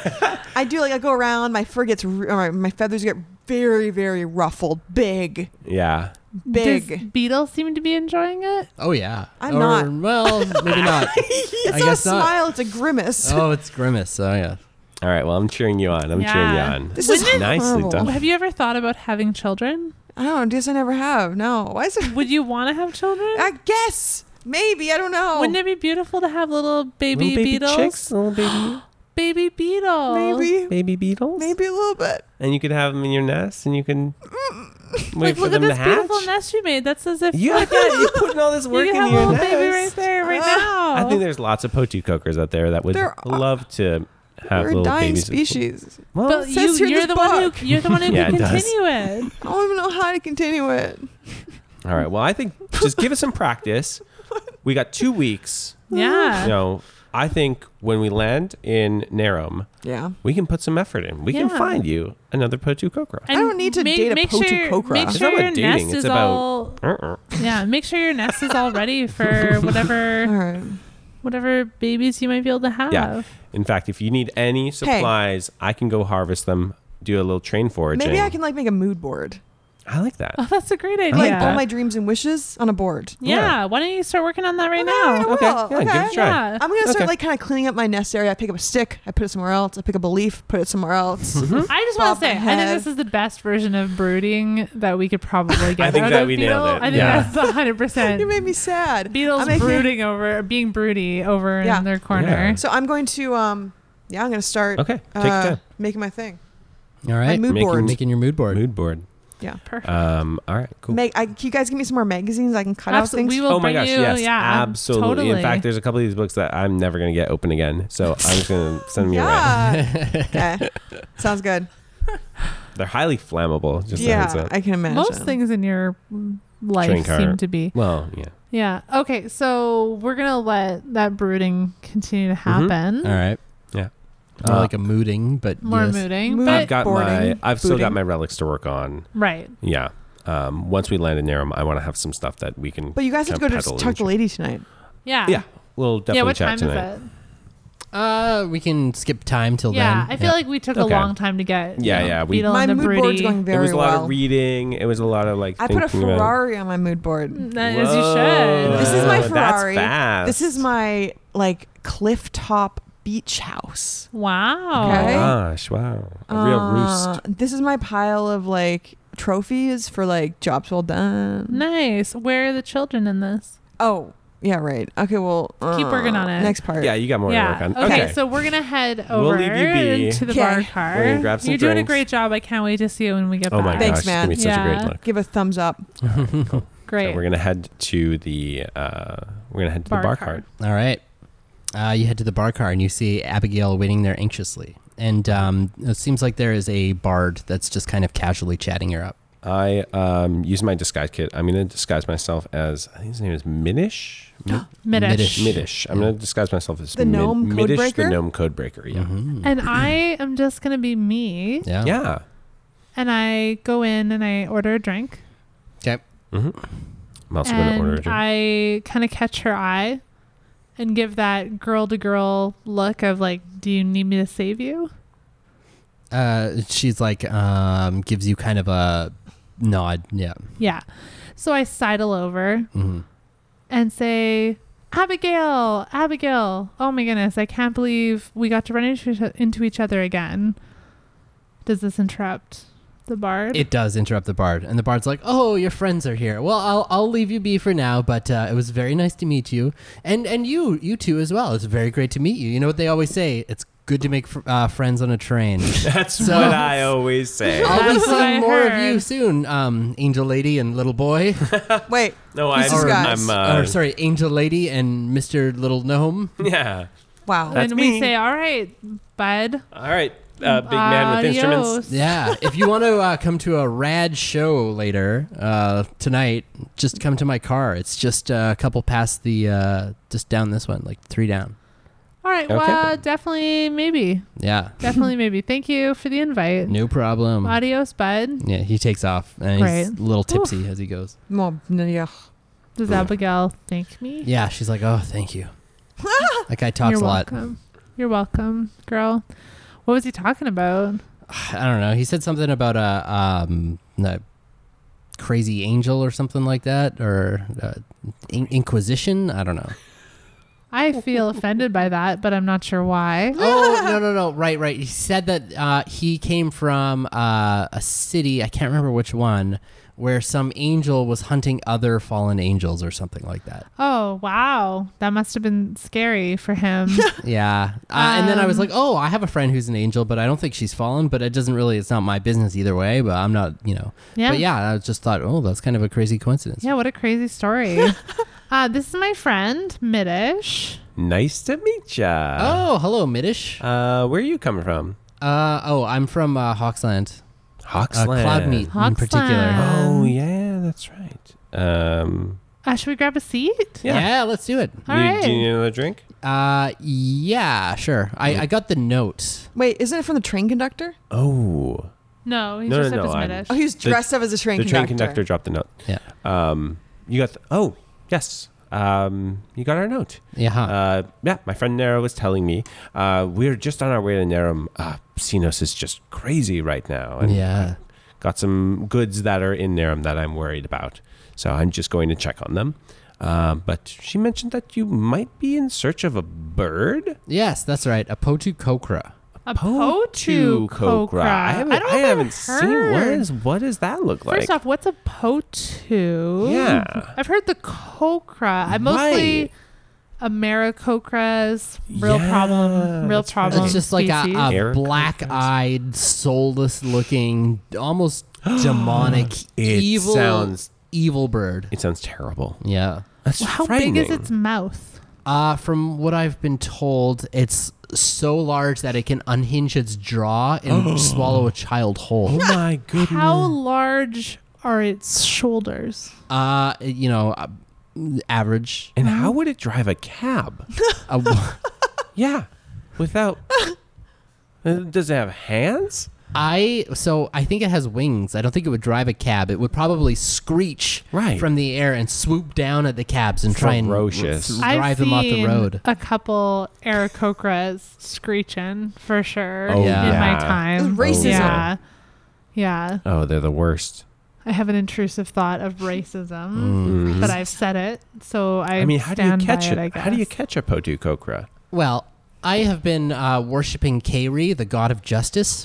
[SPEAKER 1] I do like I go around. My fur gets r- or my, my feathers get very very ruffled, big,
[SPEAKER 2] yeah.
[SPEAKER 1] big.
[SPEAKER 3] Does Beetle seem to be enjoying it?
[SPEAKER 4] oh yeah.
[SPEAKER 1] I'm
[SPEAKER 4] Or,
[SPEAKER 1] not.
[SPEAKER 4] Well, maybe not.
[SPEAKER 1] it's
[SPEAKER 4] I
[SPEAKER 1] not a
[SPEAKER 4] guess not.
[SPEAKER 1] smile; it's a grimace.
[SPEAKER 4] Oh, it's grimace. Oh yeah.
[SPEAKER 2] All right. Well, I'm cheering you on. I'm
[SPEAKER 3] Yeah.
[SPEAKER 2] cheering you on.
[SPEAKER 1] This is
[SPEAKER 3] Wouldn't
[SPEAKER 2] Nicely
[SPEAKER 1] horrible.
[SPEAKER 2] done.
[SPEAKER 3] Have you ever thought about having children?
[SPEAKER 1] I don't. know, Guess I never have. No. Why is it?
[SPEAKER 3] Would you want to have children?
[SPEAKER 1] I guess maybe I don't know.
[SPEAKER 3] Wouldn't it be beautiful to have little baby,
[SPEAKER 2] Little baby
[SPEAKER 3] beetles?
[SPEAKER 2] chicks, little baby,
[SPEAKER 3] Baby beetle.
[SPEAKER 1] maybe
[SPEAKER 2] baby beetles,
[SPEAKER 1] maybe a little bit.
[SPEAKER 2] and you can have them in your nest, and you can wait
[SPEAKER 3] Like,
[SPEAKER 2] for
[SPEAKER 3] look at
[SPEAKER 2] them
[SPEAKER 3] this
[SPEAKER 2] to hatch.
[SPEAKER 3] beautiful nest you made. That's as if
[SPEAKER 2] You like that? You're putting all this
[SPEAKER 3] you
[SPEAKER 2] work
[SPEAKER 3] could
[SPEAKER 2] in
[SPEAKER 3] have a
[SPEAKER 2] your
[SPEAKER 3] little
[SPEAKER 2] nest.
[SPEAKER 3] baby right there, right now.
[SPEAKER 2] I think there's lots of potu cockers out there that would
[SPEAKER 1] There are-
[SPEAKER 2] love to have
[SPEAKER 1] We're a
[SPEAKER 2] little
[SPEAKER 1] dying
[SPEAKER 2] babies.
[SPEAKER 1] species.
[SPEAKER 2] Well,
[SPEAKER 3] But
[SPEAKER 1] says here
[SPEAKER 3] you,
[SPEAKER 1] in this
[SPEAKER 3] you're the one
[SPEAKER 1] book.
[SPEAKER 3] who you're the one who
[SPEAKER 2] Yeah,
[SPEAKER 3] can
[SPEAKER 2] it does.
[SPEAKER 3] continue it.
[SPEAKER 1] I don't even know how to continue it.
[SPEAKER 2] all right. Well, I think just give us some practice. We got two weeks.
[SPEAKER 3] Yeah.
[SPEAKER 2] You know, I think when we land in Narum,
[SPEAKER 1] Yeah.
[SPEAKER 2] we can put some effort in. We
[SPEAKER 3] Yeah.
[SPEAKER 2] can find you another potu cocker.
[SPEAKER 1] I don't need to
[SPEAKER 3] make,
[SPEAKER 1] date a
[SPEAKER 3] make
[SPEAKER 1] potu
[SPEAKER 3] sure,
[SPEAKER 1] cocra.
[SPEAKER 3] Make
[SPEAKER 1] It's
[SPEAKER 3] sure
[SPEAKER 2] not about
[SPEAKER 3] your
[SPEAKER 2] dating,
[SPEAKER 3] nest
[SPEAKER 2] it's
[SPEAKER 3] is
[SPEAKER 2] about-
[SPEAKER 3] all
[SPEAKER 2] Uh-uh.
[SPEAKER 3] yeah. Make sure your nest is all ready for
[SPEAKER 1] All
[SPEAKER 3] whatever
[SPEAKER 1] right.
[SPEAKER 3] whatever babies you might be able to have.
[SPEAKER 2] Yeah. In fact, if you need any supplies, I can go harvest them, do a little train foraging.
[SPEAKER 1] Maybe I can like make a mood board.
[SPEAKER 2] I like that.
[SPEAKER 3] Oh, that's a great idea.
[SPEAKER 1] Like
[SPEAKER 2] Yeah.
[SPEAKER 1] all my dreams and wishes on a board.
[SPEAKER 3] yeah.
[SPEAKER 2] Yeah.
[SPEAKER 3] Why don't you start working on that right
[SPEAKER 1] Okay,
[SPEAKER 3] now?
[SPEAKER 1] Oh I
[SPEAKER 2] okay.
[SPEAKER 1] will.
[SPEAKER 2] Yeah, give it a
[SPEAKER 1] Okay.
[SPEAKER 2] try.
[SPEAKER 3] Yeah.
[SPEAKER 1] I'm gonna start
[SPEAKER 2] Okay.
[SPEAKER 1] like kind of cleaning up my nest area. I pick up a stick, I put it somewhere else. I pick up a leaf, put it somewhere else.
[SPEAKER 2] Mm-hmm.
[SPEAKER 3] I just want
[SPEAKER 1] Bob
[SPEAKER 3] to say, I
[SPEAKER 1] ahead.
[SPEAKER 3] think this is the best version of brooding that we could probably get.
[SPEAKER 2] I think
[SPEAKER 3] out
[SPEAKER 2] that
[SPEAKER 3] of
[SPEAKER 2] we
[SPEAKER 3] Beetle.
[SPEAKER 2] nailed it.
[SPEAKER 3] I think
[SPEAKER 4] Yeah.
[SPEAKER 3] that's hundred
[SPEAKER 1] you
[SPEAKER 3] percent.
[SPEAKER 1] made me sad.
[SPEAKER 3] Beetles
[SPEAKER 1] I'm making-
[SPEAKER 3] brooding over, being broody over
[SPEAKER 1] Yeah.
[SPEAKER 3] in their corner.
[SPEAKER 1] So I'm going to um, yeah, I'm gonna start
[SPEAKER 2] Okay. Take your
[SPEAKER 1] uh,
[SPEAKER 2] time.
[SPEAKER 1] making my thing.
[SPEAKER 4] All
[SPEAKER 1] My
[SPEAKER 4] right.
[SPEAKER 1] mood
[SPEAKER 2] Making-
[SPEAKER 1] board.
[SPEAKER 4] Making your mood board.
[SPEAKER 2] Mood board.
[SPEAKER 1] Yeah.
[SPEAKER 3] Perfect.
[SPEAKER 2] Um, all right, cool.
[SPEAKER 1] Make. I, can you guys give me some more magazines? I can cut out
[SPEAKER 3] Absol-
[SPEAKER 1] things.
[SPEAKER 3] we will
[SPEAKER 2] Oh my
[SPEAKER 3] bring
[SPEAKER 2] gosh,
[SPEAKER 3] you.
[SPEAKER 2] yes,
[SPEAKER 3] yeah, ab-
[SPEAKER 2] absolutely.
[SPEAKER 3] Totally.
[SPEAKER 2] In fact, there's a couple of these books that I'm never going to get open again. So I'm just going to send them your way.
[SPEAKER 1] yeah. okay. Sounds good.
[SPEAKER 2] They're highly flammable, just a heads
[SPEAKER 1] yeah,
[SPEAKER 2] up.
[SPEAKER 1] I can imagine.
[SPEAKER 3] most things in your
[SPEAKER 2] Train
[SPEAKER 3] life
[SPEAKER 2] car.
[SPEAKER 3] seem to be.
[SPEAKER 2] well, yeah.
[SPEAKER 3] Yeah. Okay. So we're gonna let that brooding continue to
[SPEAKER 2] Mm-hmm.
[SPEAKER 3] happen.
[SPEAKER 4] All right.
[SPEAKER 2] Yeah.
[SPEAKER 4] More
[SPEAKER 2] Uh,
[SPEAKER 4] like a mooding, but
[SPEAKER 3] More
[SPEAKER 4] yes.
[SPEAKER 3] mooding,
[SPEAKER 1] Mood-
[SPEAKER 2] I've
[SPEAKER 3] but
[SPEAKER 2] got my
[SPEAKER 1] boarding,
[SPEAKER 2] I've still got
[SPEAKER 1] booting.
[SPEAKER 2] my relics to work on.
[SPEAKER 3] right.
[SPEAKER 2] Yeah. Um, once we land in Narum, I want to have some stuff that we can
[SPEAKER 1] But you guys have to go
[SPEAKER 2] Jump
[SPEAKER 1] to
[SPEAKER 2] pedal
[SPEAKER 1] talk to the
[SPEAKER 2] and-
[SPEAKER 1] lady tonight.
[SPEAKER 3] Yeah.
[SPEAKER 2] Yeah. We'll definitely
[SPEAKER 3] yeah. What
[SPEAKER 2] chat
[SPEAKER 3] time
[SPEAKER 2] tonight.
[SPEAKER 3] is it?
[SPEAKER 4] Uh, we can skip time till
[SPEAKER 3] yeah. I
[SPEAKER 4] then.
[SPEAKER 3] feel like we took a
[SPEAKER 2] Okay.
[SPEAKER 3] long time to get.
[SPEAKER 2] Yeah,
[SPEAKER 3] you know,
[SPEAKER 2] yeah, we-
[SPEAKER 3] Beetle
[SPEAKER 1] my
[SPEAKER 3] and the
[SPEAKER 1] mood board's
[SPEAKER 3] broody.
[SPEAKER 1] going very
[SPEAKER 2] it was a lot
[SPEAKER 1] well.
[SPEAKER 2] of reading. It was a lot of like.
[SPEAKER 1] I put a
[SPEAKER 2] thinking about-
[SPEAKER 1] Ferrari on my mood board.
[SPEAKER 3] N- As you
[SPEAKER 2] Whoa.
[SPEAKER 3] should.
[SPEAKER 1] This is my
[SPEAKER 2] That's
[SPEAKER 1] Ferrari.
[SPEAKER 2] fast.
[SPEAKER 1] This is my like cliff top beach house.
[SPEAKER 3] Wow.
[SPEAKER 2] Oh my
[SPEAKER 1] Okay.
[SPEAKER 2] gosh! Wow, a real
[SPEAKER 1] Uh,
[SPEAKER 2] roost.
[SPEAKER 1] This is my pile of like trophies for like jobs well done.
[SPEAKER 3] Nice. Where are the children in this?
[SPEAKER 1] Oh, yeah, right. Okay, well, uh,
[SPEAKER 3] Keep working on it.
[SPEAKER 1] Next part.
[SPEAKER 2] Yeah, you got more
[SPEAKER 3] yeah.
[SPEAKER 2] to work on.
[SPEAKER 3] Okay.
[SPEAKER 2] Okay,
[SPEAKER 3] So we're gonna head
[SPEAKER 2] We'll
[SPEAKER 3] over
[SPEAKER 2] leave you be.
[SPEAKER 3] to the
[SPEAKER 1] Okay.
[SPEAKER 3] bar car.
[SPEAKER 2] We're gonna grab some
[SPEAKER 3] You're doing a
[SPEAKER 2] drinks.
[SPEAKER 3] great job. I can't wait to see you when we get
[SPEAKER 2] oh my
[SPEAKER 3] back.
[SPEAKER 1] Thanks,
[SPEAKER 2] gosh,
[SPEAKER 1] man.
[SPEAKER 2] it's gonna be such
[SPEAKER 3] Yeah.
[SPEAKER 2] a great look.
[SPEAKER 1] Give a thumbs up.
[SPEAKER 3] Great.
[SPEAKER 2] So we're gonna head to the uh, we're gonna head to
[SPEAKER 3] Bar
[SPEAKER 2] the bar
[SPEAKER 3] cart.
[SPEAKER 2] cart.
[SPEAKER 4] All right. Uh, you head to the bar car and you see Abigail waiting there anxiously. And um, it seems like there is a bard that's just kind of casually chatting her up.
[SPEAKER 2] I um, use my disguise kit. I'm gonna disguise myself as I think his name is Minish. Mi-
[SPEAKER 3] Midish.
[SPEAKER 4] Midish.
[SPEAKER 2] Midish. I'm gonna disguise myself as
[SPEAKER 1] The gnome
[SPEAKER 2] Mid- Midish,
[SPEAKER 1] codebreaker?
[SPEAKER 2] the gnome codebreaker. Yeah,
[SPEAKER 4] Mhm.
[SPEAKER 3] And I am just gonna be me.
[SPEAKER 4] Yeah.
[SPEAKER 2] Mm-hmm. yeah.
[SPEAKER 3] And I go in and I order a drink.
[SPEAKER 4] Okay.
[SPEAKER 2] I'm also gonna order a
[SPEAKER 3] and
[SPEAKER 2] drink.
[SPEAKER 3] I kind of catch her eye and give that girl to girl look of like, do you need me to save you?
[SPEAKER 4] Uh, she's like, um, gives you kind of a nod. Yeah.
[SPEAKER 3] Yeah. So I sidle over
[SPEAKER 4] Mhm.
[SPEAKER 3] and say, Abigail, Abigail. Oh my goodness, I can't believe we got to run into each- into each other again. Does this interrupt the bard?
[SPEAKER 4] It does interrupt the bard, and the bard's like, "Oh, your friends are here. Well, I'll I'll leave you be for now, but uh, it was very nice to meet you, and and you you too as well. It's very great to meet you. You know what they always say? It's good to make fr- uh, friends on a train.
[SPEAKER 2] That's
[SPEAKER 4] So-
[SPEAKER 2] what I always say.
[SPEAKER 4] I'll be
[SPEAKER 3] That's what I
[SPEAKER 4] seeing more of you
[SPEAKER 3] heard.
[SPEAKER 4] soon, um, angel lady and little boy.
[SPEAKER 1] Wait,
[SPEAKER 2] No,
[SPEAKER 1] This
[SPEAKER 2] I'm.
[SPEAKER 1] is guys.
[SPEAKER 2] I'm uh,
[SPEAKER 4] or sorry, angel lady and Mister Little Gnome.
[SPEAKER 2] Yeah.
[SPEAKER 1] wow.
[SPEAKER 2] That's
[SPEAKER 3] and we
[SPEAKER 2] me.
[SPEAKER 3] say, "All right, bud,
[SPEAKER 2] All right, uh, big man with instruments.
[SPEAKER 3] Adios.
[SPEAKER 4] Yeah, if you want to uh, come to a rad show later uh, tonight, just come to my car. It's just uh, a couple past the, uh, just down this one, like three down.
[SPEAKER 3] All right,
[SPEAKER 2] Okay.
[SPEAKER 3] well, definitely, maybe,
[SPEAKER 4] Yeah,
[SPEAKER 3] definitely, maybe. Thank you for the invite.
[SPEAKER 4] no problem.
[SPEAKER 3] Adios, bud."
[SPEAKER 4] Yeah, he takes off and he's
[SPEAKER 3] Great.
[SPEAKER 4] a little tipsy as he goes.
[SPEAKER 1] Well, n- yeah.
[SPEAKER 3] Does Abigail thank me?
[SPEAKER 4] Yeah, she's like, oh, thank you. that guy talks
[SPEAKER 3] You're
[SPEAKER 4] a lot.
[SPEAKER 3] welcome. You're welcome, girl. What was he talking about?
[SPEAKER 4] I don't know. He said something about a um, a crazy angel or something like that, or uh, in- Inquisition. I don't know.
[SPEAKER 3] I feel offended by that, but I'm not sure why.
[SPEAKER 4] oh no no no right right he said that uh, he came from uh, a city i can't remember which one where some angel was hunting other fallen angels or something like that
[SPEAKER 3] Oh, wow. That must have been scary for him.
[SPEAKER 4] yeah uh, and then i was
[SPEAKER 3] Um,
[SPEAKER 4] like oh i have a friend who's an angel but i don't think she's fallen but it doesn't really it's not my business either way but i'm not you know
[SPEAKER 3] Yeah.
[SPEAKER 4] but yeah i just thought oh that's kind of a crazy coincidence
[SPEAKER 3] yeah, what a crazy story. uh, this is my friend, Midish.
[SPEAKER 2] Nice to meet ya.
[SPEAKER 4] oh hello middish
[SPEAKER 2] Uh, where are you coming from?
[SPEAKER 4] uh, oh i'm from uh, hawksland uh,
[SPEAKER 2] Hawksland.
[SPEAKER 4] cloud meat in
[SPEAKER 3] Hawksland.
[SPEAKER 4] particular
[SPEAKER 2] Oh
[SPEAKER 3] Um,
[SPEAKER 2] yeah, that's right. Um,
[SPEAKER 3] Uh, should we grab a seat?
[SPEAKER 2] Yeah.
[SPEAKER 4] yeah let's do it
[SPEAKER 3] All
[SPEAKER 2] you,
[SPEAKER 3] right.
[SPEAKER 2] do you need another drink?
[SPEAKER 4] uh yeah sure i, I got the note
[SPEAKER 1] Wait, isn't it from the train conductor?
[SPEAKER 2] Oh,
[SPEAKER 3] No, he's
[SPEAKER 2] No,
[SPEAKER 3] just
[SPEAKER 2] no,
[SPEAKER 3] up
[SPEAKER 2] no, I'm-
[SPEAKER 3] as
[SPEAKER 1] Oh,
[SPEAKER 3] Midish.
[SPEAKER 1] he was
[SPEAKER 2] The-
[SPEAKER 1] dressed up as a train
[SPEAKER 2] the
[SPEAKER 1] conductor.
[SPEAKER 2] train conductor dropped the note.
[SPEAKER 4] Yeah.
[SPEAKER 2] Um, you got the. Oh, yes. Um, you got our note.
[SPEAKER 4] Yeah. huh.
[SPEAKER 2] Uh, yeah, my friend Nero was telling me uh, we're just on our way to Nero. Uh, Sinos is just crazy right now. And
[SPEAKER 4] yeah.
[SPEAKER 2] got some goods that are in Narum that I'm worried about. So I'm just going to check on them. Uh, but she mentioned that you might be in search of a bird.
[SPEAKER 4] Yes, that's right. A potu kokra.
[SPEAKER 3] A potu
[SPEAKER 2] Potu-kokra.
[SPEAKER 3] kokra.
[SPEAKER 2] I haven't, I
[SPEAKER 3] don't know if I've
[SPEAKER 2] haven't seen what
[SPEAKER 3] heard.
[SPEAKER 2] is what does that look like?
[SPEAKER 3] First off, what's a potu?
[SPEAKER 2] Yeah.
[SPEAKER 3] I've heard the kokra. I
[SPEAKER 2] Right.
[SPEAKER 3] mostly Americocras. Real
[SPEAKER 2] Yeah,
[SPEAKER 3] problem. Real
[SPEAKER 2] that's
[SPEAKER 3] problem.
[SPEAKER 2] right.
[SPEAKER 4] It's just like
[SPEAKER 3] species.
[SPEAKER 4] a, a
[SPEAKER 2] Eric
[SPEAKER 4] black eyed, soulless looking, almost demonic,
[SPEAKER 2] It
[SPEAKER 4] evil,
[SPEAKER 2] sounds-
[SPEAKER 4] evil bird.
[SPEAKER 2] it sounds terrible.
[SPEAKER 4] Yeah.
[SPEAKER 2] That's
[SPEAKER 3] How big
[SPEAKER 2] frightening.
[SPEAKER 3] is its mouth?
[SPEAKER 4] Uh, from what I've been told, it's so large that it can unhinge its jaw and swallow a child
[SPEAKER 2] Oh
[SPEAKER 4] whole.
[SPEAKER 2] my goodness!
[SPEAKER 3] How large are its shoulders?
[SPEAKER 2] Oh.
[SPEAKER 4] Uh, you know, uh, average.
[SPEAKER 2] and how would it drive a cab?
[SPEAKER 4] Uh,
[SPEAKER 2] yeah, without. Uh, does it have hands?
[SPEAKER 4] I so I think it has wings. I don't think it would drive a cab. It would probably screech
[SPEAKER 2] Right.
[SPEAKER 4] from the air and swoop down at the cabs and try and
[SPEAKER 2] Ferocious.
[SPEAKER 4] th-
[SPEAKER 3] I've
[SPEAKER 4] drive them off the
[SPEAKER 3] seen
[SPEAKER 4] road.
[SPEAKER 3] A couple Aarakocras screeching for sure
[SPEAKER 2] Oh,
[SPEAKER 3] in
[SPEAKER 2] yeah.
[SPEAKER 3] my time.
[SPEAKER 1] It's racism.
[SPEAKER 3] Yeah. Yeah.
[SPEAKER 2] Oh, they're the worst.
[SPEAKER 3] I have an intrusive thought of
[SPEAKER 4] Mm.
[SPEAKER 3] racism, but I've said it, so I.
[SPEAKER 2] Mm-hmm. Mm. I mean, how do you
[SPEAKER 3] stand by
[SPEAKER 2] catch
[SPEAKER 3] it?
[SPEAKER 2] it?
[SPEAKER 3] I
[SPEAKER 2] How do you
[SPEAKER 3] guess.
[SPEAKER 2] catch a potu kokra?
[SPEAKER 4] Well, I have been uh, worshiping Kairi, the god of justice,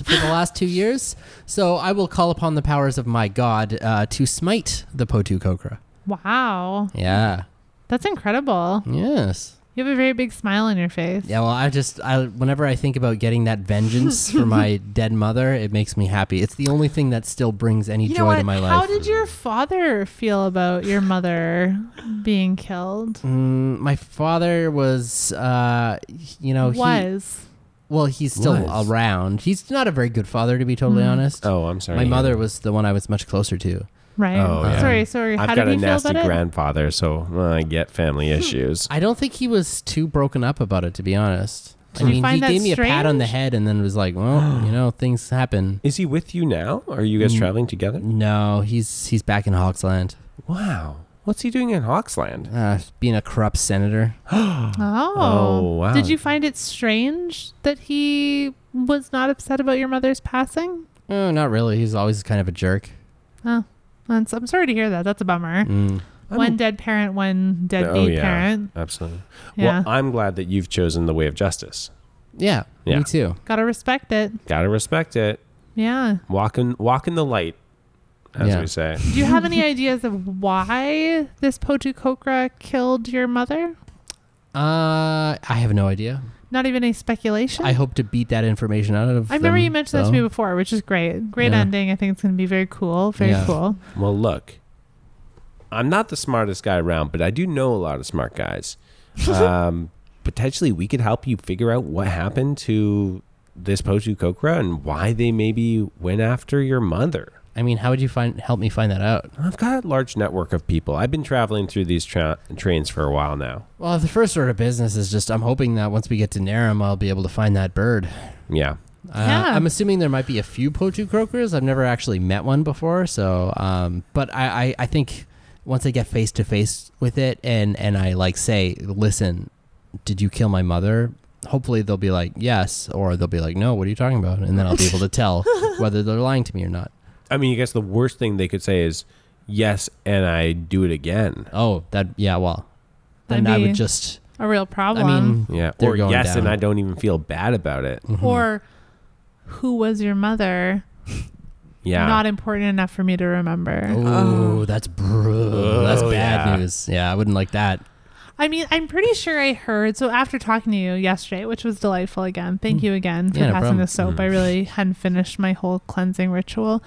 [SPEAKER 4] for the last two years. So I will call upon the powers of my god uh, to smite the Potu Kokra.
[SPEAKER 3] Wow,
[SPEAKER 4] Yeah.
[SPEAKER 3] that's incredible.
[SPEAKER 4] Yes.
[SPEAKER 3] You have a very big smile on your face.
[SPEAKER 4] Yeah. Well, I just I whenever I think about getting that vengeance for my dead mother, it makes me happy. It's the only thing that still brings any
[SPEAKER 3] You know
[SPEAKER 4] joy
[SPEAKER 3] what?
[SPEAKER 4] to my life.
[SPEAKER 3] How did your father feel about your mother being killed?
[SPEAKER 4] Mm, my father was, uh, you know, He,
[SPEAKER 3] Was
[SPEAKER 4] well, he's still
[SPEAKER 2] Was.
[SPEAKER 4] around. He's not a very good father, to be totally
[SPEAKER 3] Mm.
[SPEAKER 4] honest.
[SPEAKER 2] Oh, I'm sorry.
[SPEAKER 4] my mother was the one I was much closer to.
[SPEAKER 3] right.
[SPEAKER 2] Oh, yeah.
[SPEAKER 3] Sorry, sorry.
[SPEAKER 2] I've
[SPEAKER 3] how
[SPEAKER 2] got
[SPEAKER 3] did
[SPEAKER 2] a
[SPEAKER 3] he feel
[SPEAKER 2] nasty
[SPEAKER 3] about it?
[SPEAKER 2] grandfather, so uh, I get family issues.
[SPEAKER 4] I don't think he was too broken up about it, to be honest.
[SPEAKER 3] Did
[SPEAKER 4] I
[SPEAKER 3] you
[SPEAKER 4] mean,
[SPEAKER 3] find
[SPEAKER 4] he
[SPEAKER 3] that
[SPEAKER 4] gave me a pat on the
[SPEAKER 3] strange?
[SPEAKER 4] head and then was like, "Well, you know, things happen."
[SPEAKER 2] Is he with you now? Are you guys
[SPEAKER 4] Mm.
[SPEAKER 2] traveling together?
[SPEAKER 4] No, he's he's back in Hawksland,
[SPEAKER 2] Wow. What's he doing in Hawksland?
[SPEAKER 4] uh, being a corrupt senator.
[SPEAKER 3] Oh.
[SPEAKER 2] Oh, wow.
[SPEAKER 3] Did you find it strange that he was not upset about your mother's passing?
[SPEAKER 4] Oh, not really. He's always kind of a jerk.
[SPEAKER 3] Oh, that's, I'm sorry to hear that. That's a bummer.
[SPEAKER 4] Mm.
[SPEAKER 3] one dead parent, one dead
[SPEAKER 2] Oh,
[SPEAKER 3] deadbeat
[SPEAKER 2] yeah.
[SPEAKER 3] parent.
[SPEAKER 2] Absolutely.
[SPEAKER 3] Yeah.
[SPEAKER 2] Well, uh, I'm glad that you've chosen the way of justice.
[SPEAKER 4] Yeah,
[SPEAKER 2] Yeah.
[SPEAKER 4] me too.
[SPEAKER 3] Gotta respect it.
[SPEAKER 2] Gotta respect it.
[SPEAKER 3] Yeah.
[SPEAKER 2] Walk in, walk in the light, as
[SPEAKER 4] Yeah.
[SPEAKER 2] we say.
[SPEAKER 3] Do you have any ideas of why this Potukokra killed your mother?
[SPEAKER 4] Uh, I have no idea.
[SPEAKER 3] Not even any speculation?
[SPEAKER 4] I hope to beat that information out of.
[SPEAKER 3] I remember
[SPEAKER 4] them,
[SPEAKER 3] you mentioned that to
[SPEAKER 4] though.
[SPEAKER 3] me before, which is great. Great
[SPEAKER 4] Yeah.
[SPEAKER 3] ending. I think it's going to be very cool. Very
[SPEAKER 4] Yeah.
[SPEAKER 3] cool.
[SPEAKER 2] Well, look, I'm not the smartest guy around, but I do know a lot of smart guys. Um, potentially, we could help you figure out what happened to this Potu Kokra and why they maybe went after your mother.
[SPEAKER 4] I mean, how would you find help me find that out?
[SPEAKER 2] I've got a large network of people. I've been traveling through these tra- trains for a while now.
[SPEAKER 4] Well, the first order of business is just I'm hoping that once we get to Narum, I'll be able to find that bird.
[SPEAKER 2] Yeah.
[SPEAKER 4] Uh,
[SPEAKER 3] Yeah.
[SPEAKER 4] I'm assuming there might be a few Pochu croakers. I've never actually met one before, so um, but I, I, I think once I get face to face with it and and I like say, listen, did you kill my mother? Hopefully they'll be like yes, or they'll be like no. What are you talking about? And then I'll be able to tell whether they're lying to me or not.
[SPEAKER 2] I mean, I guess the worst thing they could say is, yes, and I do it again.
[SPEAKER 4] Oh, that yeah. Well, then
[SPEAKER 3] That'd
[SPEAKER 4] I
[SPEAKER 3] be
[SPEAKER 4] would just.
[SPEAKER 3] A real problem.
[SPEAKER 4] I mean,
[SPEAKER 2] Yeah.
[SPEAKER 4] They're
[SPEAKER 2] or
[SPEAKER 4] going
[SPEAKER 2] yes, and
[SPEAKER 4] down.
[SPEAKER 2] I don't even feel bad about it.
[SPEAKER 3] or
[SPEAKER 4] mm-hmm.
[SPEAKER 3] who was your mother?
[SPEAKER 2] Yeah.
[SPEAKER 3] Not important enough for me to remember. Uh.
[SPEAKER 4] Oh, that's brutal. That's
[SPEAKER 2] Oh,
[SPEAKER 4] bad
[SPEAKER 2] yeah.
[SPEAKER 4] news. Yeah, I wouldn't like that.
[SPEAKER 3] I mean, I'm pretty sure I heard. So after talking to you yesterday, which was delightful again, thank you again for
[SPEAKER 4] Mm. Yeah, no
[SPEAKER 3] passing
[SPEAKER 4] problem. Mm.
[SPEAKER 3] the soap. I really hadn't finished my whole cleansing ritual.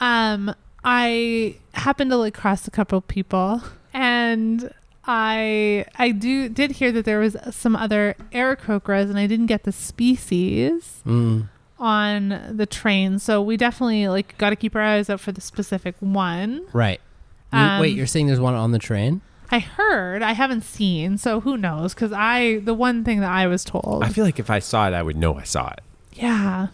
[SPEAKER 3] Um, I happened to like cross a couple people, and I I do did hear that there was some other Aarakocras, and I didn't get the species
[SPEAKER 4] Mm.
[SPEAKER 3] on the train. So we definitely like got to keep our eyes out for the specific one.
[SPEAKER 4] Right. You-
[SPEAKER 3] Um,
[SPEAKER 4] wait, you're saying there's one on the train?
[SPEAKER 3] I heard, I haven't seen, so who knows? Because I, the one thing that I was told,
[SPEAKER 2] I feel like if I saw it, I would know I saw it.
[SPEAKER 3] yeah.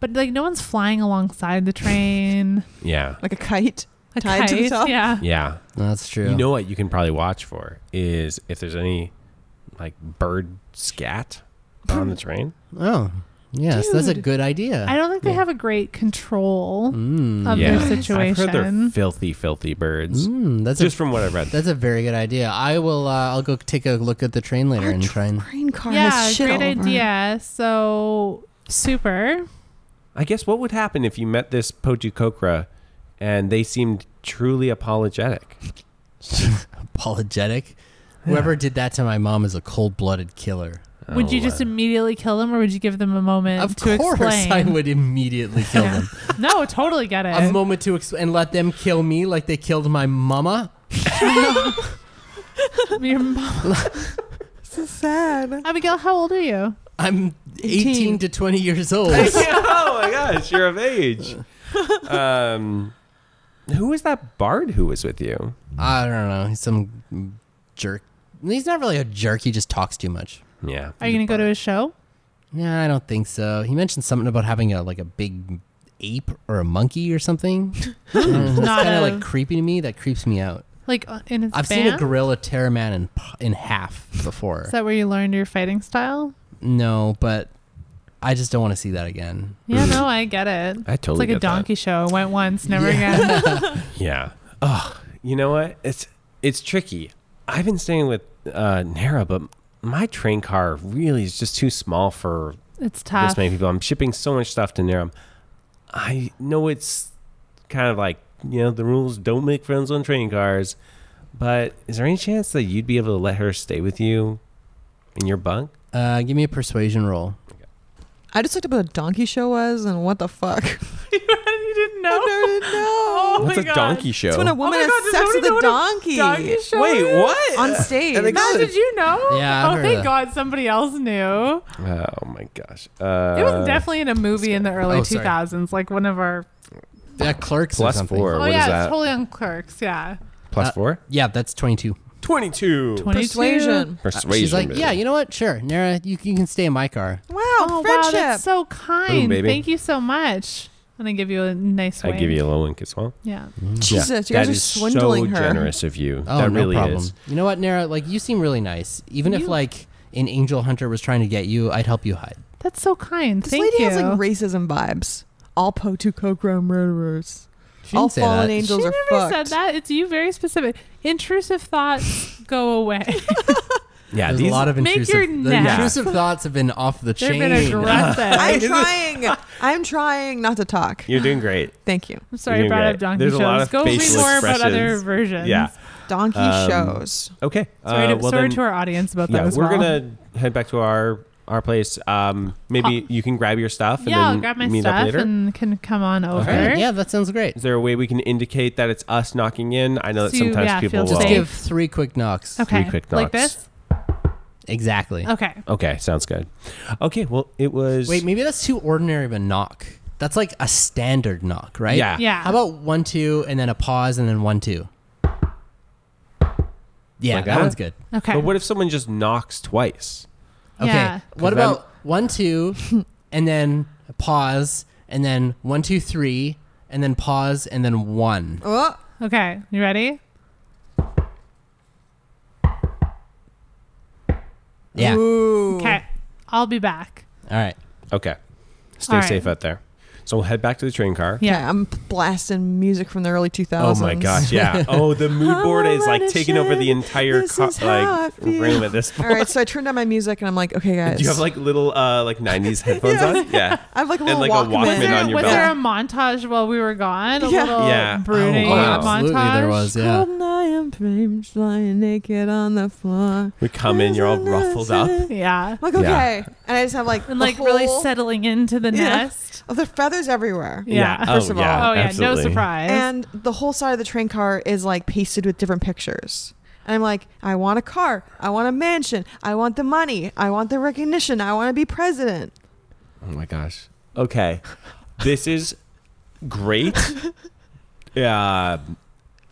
[SPEAKER 3] But like, no one's flying alongside the train.
[SPEAKER 2] Yeah.
[SPEAKER 1] like a kite.
[SPEAKER 3] A
[SPEAKER 1] Tied to the
[SPEAKER 3] kite,
[SPEAKER 1] top?
[SPEAKER 3] yeah.
[SPEAKER 2] Yeah.
[SPEAKER 4] No, that's true.
[SPEAKER 2] You know what you can probably watch for is if there's any like bird scat on the train.
[SPEAKER 4] oh, yes, that's a
[SPEAKER 3] Dude.
[SPEAKER 4] good idea.
[SPEAKER 3] I don't think they
[SPEAKER 2] Yeah.
[SPEAKER 3] have a great control
[SPEAKER 4] mm.
[SPEAKER 3] of
[SPEAKER 2] Yeah.
[SPEAKER 3] their
[SPEAKER 2] I've
[SPEAKER 3] situation.
[SPEAKER 2] heard they're filthy, filthy birds.
[SPEAKER 4] Mm, that's
[SPEAKER 2] Just
[SPEAKER 4] a
[SPEAKER 2] from what I read.
[SPEAKER 4] that's a very good idea. I will. Uh, I'll go take a look at the train later
[SPEAKER 1] Our
[SPEAKER 4] and try and.
[SPEAKER 1] Train car
[SPEAKER 3] yeah,
[SPEAKER 1] has shit
[SPEAKER 3] great
[SPEAKER 1] all over it.
[SPEAKER 3] idea. So super.
[SPEAKER 2] I guess what would happen if you met this Potu Kokra and they seemed truly apologetic?
[SPEAKER 4] apologetic. Whoever did that to my mom is a cold-blooded killer.
[SPEAKER 3] Would you
[SPEAKER 2] Oh,
[SPEAKER 3] just
[SPEAKER 2] uh,
[SPEAKER 3] immediately kill them, or would you give them a moment
[SPEAKER 4] Of
[SPEAKER 3] to
[SPEAKER 4] course,
[SPEAKER 3] explain?
[SPEAKER 4] I would immediately kill
[SPEAKER 3] Yeah.
[SPEAKER 4] them.
[SPEAKER 3] No, totally get it.
[SPEAKER 4] A moment to explain and let them kill me like they killed my mama.
[SPEAKER 3] Your mom-
[SPEAKER 1] This is sad.
[SPEAKER 3] Abigail, how old are you?
[SPEAKER 4] I'm 18,
[SPEAKER 1] 18.
[SPEAKER 4] to 20 years old.
[SPEAKER 2] oh my gosh, you're of age. Um, who was that bard who was with you?
[SPEAKER 4] I don't know. He's some jerk. He's not really a jerk. He just talks too much.
[SPEAKER 2] Yeah.
[SPEAKER 3] Are you going to go to a show?
[SPEAKER 4] Yeah, I don't think so. He mentioned something about having a like a big ape or a monkey or something. It's
[SPEAKER 3] Not
[SPEAKER 4] kind
[SPEAKER 3] a-
[SPEAKER 4] of like creepy to me. That creeps me out.
[SPEAKER 3] Like uh, in his
[SPEAKER 4] I've
[SPEAKER 3] band?
[SPEAKER 4] seen a gorilla tear a man in p- in half before.
[SPEAKER 3] Is that where you learned your fighting style?
[SPEAKER 4] no, but I just don't want to see that again.
[SPEAKER 3] Yeah, no, I get it.
[SPEAKER 2] I totally
[SPEAKER 3] it's like a
[SPEAKER 2] get that.
[SPEAKER 3] donkey show. Went once, never again.
[SPEAKER 2] Yeah. Oh, you know what? It's it's tricky. I've been staying with uh, Nara, but my train car really is just too small for
[SPEAKER 3] It's tough.
[SPEAKER 2] this many people. I'm shipping so much stuff to Nara. I know it's kind of like you know the rules don't make friends on train cars, but is there any chance that you'd be able to let her stay with you in your bunk?
[SPEAKER 4] Uh, give me a persuasion roll.
[SPEAKER 1] I just looked up what a donkey show was and what the fuck.
[SPEAKER 3] you didn't
[SPEAKER 1] I
[SPEAKER 3] know.
[SPEAKER 1] never did know.
[SPEAKER 3] Oh
[SPEAKER 2] What's
[SPEAKER 3] my
[SPEAKER 2] a
[SPEAKER 3] God. Oh
[SPEAKER 2] donkey show?
[SPEAKER 1] It's when a woman
[SPEAKER 3] my God,
[SPEAKER 1] has
[SPEAKER 3] does
[SPEAKER 1] sex
[SPEAKER 3] nobody
[SPEAKER 1] with a donkey.
[SPEAKER 3] know what a donkey show
[SPEAKER 2] Wait,
[SPEAKER 3] is?
[SPEAKER 2] what?
[SPEAKER 1] On stage.
[SPEAKER 2] And they
[SPEAKER 3] Matt,
[SPEAKER 2] call it-
[SPEAKER 3] did you know?
[SPEAKER 4] Yeah, I've
[SPEAKER 3] oh,
[SPEAKER 4] heard
[SPEAKER 3] thank
[SPEAKER 4] of that.
[SPEAKER 3] God somebody else knew.
[SPEAKER 2] oh my gosh. Uh,
[SPEAKER 3] it was definitely in a movie in the early
[SPEAKER 4] Oh, sorry.
[SPEAKER 3] 2000s, like one of our.
[SPEAKER 4] Yeah, Uh, clerks or
[SPEAKER 2] Plus
[SPEAKER 4] something.
[SPEAKER 2] four.
[SPEAKER 3] Oh,
[SPEAKER 2] What is
[SPEAKER 3] yeah,
[SPEAKER 2] that?
[SPEAKER 3] it's totally on Clerks. Yeah.
[SPEAKER 2] plus
[SPEAKER 4] Uh,
[SPEAKER 2] four.
[SPEAKER 4] Yeah, that's twenty-two. Uh,
[SPEAKER 2] 22.
[SPEAKER 3] 22.
[SPEAKER 1] Persuasion.
[SPEAKER 2] Persuasion.
[SPEAKER 4] She's like,
[SPEAKER 2] baby.
[SPEAKER 4] yeah, you know what? Sure, Nara, you, you can stay in my car.
[SPEAKER 1] Wow,
[SPEAKER 3] Oh, wow,
[SPEAKER 1] friendship.
[SPEAKER 3] that's so kind.
[SPEAKER 2] baby.
[SPEAKER 3] Thank you so much. And I give you a nice
[SPEAKER 2] I
[SPEAKER 3] wave.
[SPEAKER 2] give you a little wink as well.
[SPEAKER 3] Yeah.
[SPEAKER 1] Jesus, you
[SPEAKER 2] That
[SPEAKER 1] guys are
[SPEAKER 2] is
[SPEAKER 1] swindling
[SPEAKER 2] so
[SPEAKER 1] her.
[SPEAKER 2] generous of you.
[SPEAKER 4] Oh,
[SPEAKER 2] Mm. that
[SPEAKER 4] no
[SPEAKER 2] really
[SPEAKER 4] problem.
[SPEAKER 2] is.
[SPEAKER 4] You know what, Nara? Like, you seem really nice. Even if
[SPEAKER 3] You-
[SPEAKER 4] like an angel hunter was trying to get you, I'd help you hide.
[SPEAKER 3] That's so kind.
[SPEAKER 1] This
[SPEAKER 3] Thank
[SPEAKER 1] lady
[SPEAKER 3] you.
[SPEAKER 1] has like racism vibes. All Potu Kokro murderers.
[SPEAKER 4] She
[SPEAKER 1] all
[SPEAKER 4] didn't say
[SPEAKER 1] fallen
[SPEAKER 4] that.
[SPEAKER 1] angels
[SPEAKER 3] she
[SPEAKER 1] are
[SPEAKER 3] never
[SPEAKER 1] fucked.
[SPEAKER 3] said that. It's you very specific. Intrusive thoughts go away.
[SPEAKER 2] Yeah,
[SPEAKER 4] There's
[SPEAKER 2] these,
[SPEAKER 4] a lot of
[SPEAKER 3] Make
[SPEAKER 4] intrusive.
[SPEAKER 3] your
[SPEAKER 4] the
[SPEAKER 3] neck.
[SPEAKER 4] intrusive thoughts have been off the
[SPEAKER 3] They've
[SPEAKER 4] chain.
[SPEAKER 3] been aggressive.
[SPEAKER 1] I'm trying. I'm trying not to talk.
[SPEAKER 2] you're doing great.
[SPEAKER 1] Thank you.
[SPEAKER 3] I'm sorry I
[SPEAKER 2] You're
[SPEAKER 3] brought
[SPEAKER 2] right.
[SPEAKER 3] up donkey
[SPEAKER 2] There's a
[SPEAKER 3] shows.
[SPEAKER 2] lot of
[SPEAKER 3] go read
[SPEAKER 2] facial
[SPEAKER 3] more about other
[SPEAKER 2] expressions.
[SPEAKER 3] versions.
[SPEAKER 2] Yeah.
[SPEAKER 1] Donkey
[SPEAKER 2] Um,
[SPEAKER 1] shows.
[SPEAKER 2] Okay.
[SPEAKER 3] Sorry,
[SPEAKER 2] uh,
[SPEAKER 3] to,
[SPEAKER 2] well
[SPEAKER 3] sorry
[SPEAKER 2] then,
[SPEAKER 3] to our audience about that
[SPEAKER 2] yeah,
[SPEAKER 3] as
[SPEAKER 2] we're
[SPEAKER 3] well.
[SPEAKER 2] gonna head back to our our place. Um, maybe you can grab your stuff. And
[SPEAKER 3] yeah,
[SPEAKER 2] then
[SPEAKER 3] I'll grab my
[SPEAKER 2] meet up
[SPEAKER 3] stuff
[SPEAKER 2] later.
[SPEAKER 3] and can come on over.
[SPEAKER 2] Okay.
[SPEAKER 4] Yeah, that sounds great.
[SPEAKER 2] Is there a way we can indicate that it's us knocking in? I know that
[SPEAKER 3] So,
[SPEAKER 2] sometimes
[SPEAKER 3] yeah,
[SPEAKER 2] people
[SPEAKER 3] feel
[SPEAKER 2] will.
[SPEAKER 4] Just
[SPEAKER 3] safe.
[SPEAKER 4] give three quick knocks.
[SPEAKER 3] Okay.
[SPEAKER 2] quick knocks.
[SPEAKER 3] Like this?
[SPEAKER 4] Exactly.
[SPEAKER 3] Okay.
[SPEAKER 2] Okay, sounds good. Okay, well it was.
[SPEAKER 4] Wait, maybe that's too ordinary of a knock. That's like a standard knock, right?
[SPEAKER 2] Yeah.
[SPEAKER 3] Yeah.
[SPEAKER 4] How about one, two, and then a pause, and then one, two? Yeah,
[SPEAKER 2] Like
[SPEAKER 4] that,
[SPEAKER 2] that?
[SPEAKER 4] one's good.
[SPEAKER 3] Okay.
[SPEAKER 2] But what if someone just knocks twice?
[SPEAKER 4] Okay.
[SPEAKER 3] Yeah.
[SPEAKER 4] What
[SPEAKER 2] 'Cause then-
[SPEAKER 4] about one, two, and then a pause, and then one, two, three, and then pause, and then one?
[SPEAKER 1] Oh,
[SPEAKER 3] Okay. You ready?
[SPEAKER 4] Yeah.
[SPEAKER 1] Ooh.
[SPEAKER 3] Okay. I'll be back.
[SPEAKER 4] All right.
[SPEAKER 2] Okay, stay
[SPEAKER 3] All right.
[SPEAKER 2] safe out there. So we'll head back to the train car.
[SPEAKER 1] Yeah,
[SPEAKER 3] Yeah.
[SPEAKER 1] I'm blasting music from the early 2000s.
[SPEAKER 2] Oh my gosh, yeah. Oh, the mood board is like taking over the entire
[SPEAKER 1] This
[SPEAKER 2] co-
[SPEAKER 1] is how I
[SPEAKER 2] like
[SPEAKER 1] feel.
[SPEAKER 2] room at this
[SPEAKER 1] All
[SPEAKER 2] point.
[SPEAKER 1] right, so I turned on my music and I'm like, okay, guys.
[SPEAKER 2] Do you have like little uh like '90s headphones
[SPEAKER 1] Yeah.
[SPEAKER 2] on? Yeah.
[SPEAKER 1] I have like a
[SPEAKER 2] and,
[SPEAKER 1] little
[SPEAKER 2] like,
[SPEAKER 1] Walkman.
[SPEAKER 2] a Walkman
[SPEAKER 3] Was, there,
[SPEAKER 2] on your
[SPEAKER 3] was
[SPEAKER 2] belt.
[SPEAKER 3] there a montage while we were gone? A
[SPEAKER 1] Yeah.
[SPEAKER 3] little
[SPEAKER 2] Yeah.
[SPEAKER 3] brooding
[SPEAKER 2] Oh, wow.
[SPEAKER 3] montage?
[SPEAKER 4] Absolutely, there was. Yeah.
[SPEAKER 1] Cold night and flames lying naked on the floor.
[SPEAKER 2] We come in, you're all ruffled up.
[SPEAKER 1] I'm
[SPEAKER 3] Yeah.
[SPEAKER 1] like,
[SPEAKER 2] Yeah.
[SPEAKER 1] okay. And I just have like
[SPEAKER 3] And
[SPEAKER 1] the
[SPEAKER 3] like really
[SPEAKER 1] whole-
[SPEAKER 3] settling into the
[SPEAKER 1] Yeah.
[SPEAKER 3] nest.
[SPEAKER 1] Oh, the feathers everywhere.
[SPEAKER 3] Yeah.
[SPEAKER 2] Oh,
[SPEAKER 1] First of all.
[SPEAKER 2] yeah.
[SPEAKER 3] Oh, yeah.
[SPEAKER 2] absolutely.
[SPEAKER 3] No surprise.
[SPEAKER 1] And the whole side of the train car is like pasted with different pictures. And I'm like, I want a car. I want a mansion. I want the money. I want the recognition. I want to be president.
[SPEAKER 2] Oh my gosh. Okay. This is great. Yeah.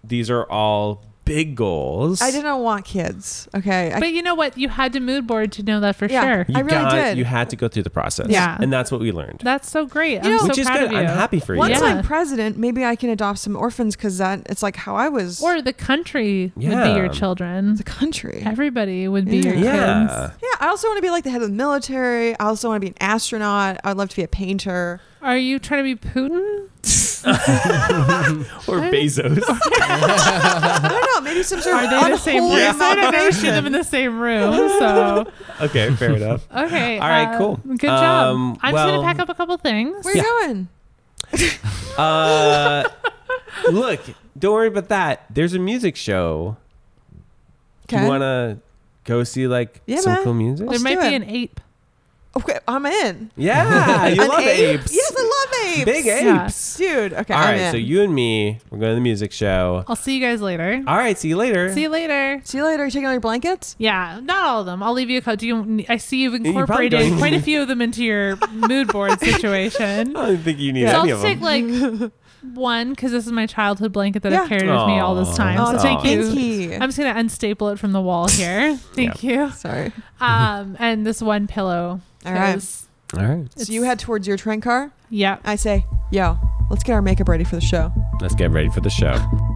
[SPEAKER 2] These are all big goals.
[SPEAKER 1] I didn't want kids. Okay. I,
[SPEAKER 3] but you know what? You had to mood board to know that for
[SPEAKER 1] Yeah.
[SPEAKER 3] sure.
[SPEAKER 2] You
[SPEAKER 1] I really
[SPEAKER 2] got,
[SPEAKER 1] did.
[SPEAKER 2] You had to go through the process.
[SPEAKER 3] Yeah.
[SPEAKER 2] And that's what we learned.
[SPEAKER 3] That's so great.
[SPEAKER 1] You
[SPEAKER 3] I'm
[SPEAKER 1] know-
[SPEAKER 3] so
[SPEAKER 2] Which is
[SPEAKER 3] proud
[SPEAKER 2] good.
[SPEAKER 3] of you.
[SPEAKER 2] I'm happy for you.
[SPEAKER 1] once
[SPEAKER 3] Yeah.
[SPEAKER 1] I'm president, maybe I can adopt some orphans because that it's like how I was
[SPEAKER 3] Or the country would
[SPEAKER 2] Yeah.
[SPEAKER 3] be your children.
[SPEAKER 1] the country.
[SPEAKER 3] Everybody would be
[SPEAKER 1] Yeah.
[SPEAKER 3] your
[SPEAKER 2] Yeah.
[SPEAKER 3] kids.
[SPEAKER 1] Yeah, I also want to be like the head of the military. I also want to be an astronaut. I'd love to be a painter.
[SPEAKER 3] Are you trying to be Putin?
[SPEAKER 2] Or Bezos.
[SPEAKER 1] I don't know, maybe some sort
[SPEAKER 3] Are
[SPEAKER 1] of
[SPEAKER 3] they the same room?
[SPEAKER 1] unholy
[SPEAKER 3] I don't know.
[SPEAKER 1] amalgamation.
[SPEAKER 3] Shoot them in the same room. So
[SPEAKER 2] okay, fair enough.
[SPEAKER 3] okay.
[SPEAKER 2] All right,
[SPEAKER 3] uh,
[SPEAKER 2] cool.
[SPEAKER 3] Good job.
[SPEAKER 2] Um,
[SPEAKER 3] I'm just
[SPEAKER 2] well-
[SPEAKER 3] gonna pack up a couple things.
[SPEAKER 1] Where are
[SPEAKER 2] Yeah.
[SPEAKER 1] you going?
[SPEAKER 2] Uh, look, don't worry about that. There's a music show. Do
[SPEAKER 1] Okay.
[SPEAKER 2] you want to go see like
[SPEAKER 1] Yeah,
[SPEAKER 2] some
[SPEAKER 1] man.
[SPEAKER 2] cool music?
[SPEAKER 3] there
[SPEAKER 1] Let's
[SPEAKER 3] might
[SPEAKER 1] do
[SPEAKER 3] be
[SPEAKER 1] it.
[SPEAKER 3] an ape.
[SPEAKER 1] Okay, I'm in.
[SPEAKER 2] Yeah, you
[SPEAKER 1] An
[SPEAKER 2] love
[SPEAKER 1] ape?
[SPEAKER 2] apes.
[SPEAKER 1] Yes, I love apes.
[SPEAKER 2] Big
[SPEAKER 3] Yeah.
[SPEAKER 2] apes.
[SPEAKER 1] Dude, okay,
[SPEAKER 2] All
[SPEAKER 1] I'm
[SPEAKER 2] right,
[SPEAKER 1] in.
[SPEAKER 2] so you and me, we're going to the music show.
[SPEAKER 3] I'll see you guys later.
[SPEAKER 2] All right, see you later.
[SPEAKER 3] See you later.
[SPEAKER 1] See you later. Are you taking all your blankets?
[SPEAKER 3] Yeah, not all of them. I'll leave you a code. Do you? I see you've
[SPEAKER 2] probably
[SPEAKER 3] incorporated
[SPEAKER 2] don't.
[SPEAKER 3] quite a few of them into your mood board situation.
[SPEAKER 2] I don't think you need
[SPEAKER 3] So I'll
[SPEAKER 2] any of them.
[SPEAKER 3] just take like one because this is my childhood blanket that
[SPEAKER 1] Yeah.
[SPEAKER 3] I've carried with me all this
[SPEAKER 2] Aw.
[SPEAKER 3] time.
[SPEAKER 1] Oh,
[SPEAKER 3] so thank you.
[SPEAKER 1] thank you.
[SPEAKER 3] I'm just gonna unstaple it from the wall here. Thank you.
[SPEAKER 1] Sorry.
[SPEAKER 3] Um, and this one pillow.
[SPEAKER 1] All right.
[SPEAKER 3] 'cause
[SPEAKER 2] All right,
[SPEAKER 1] So you head towards your train car.
[SPEAKER 3] Yeah.
[SPEAKER 1] I say, yo, let's get our makeup ready for the show.
[SPEAKER 2] let's get ready for the show.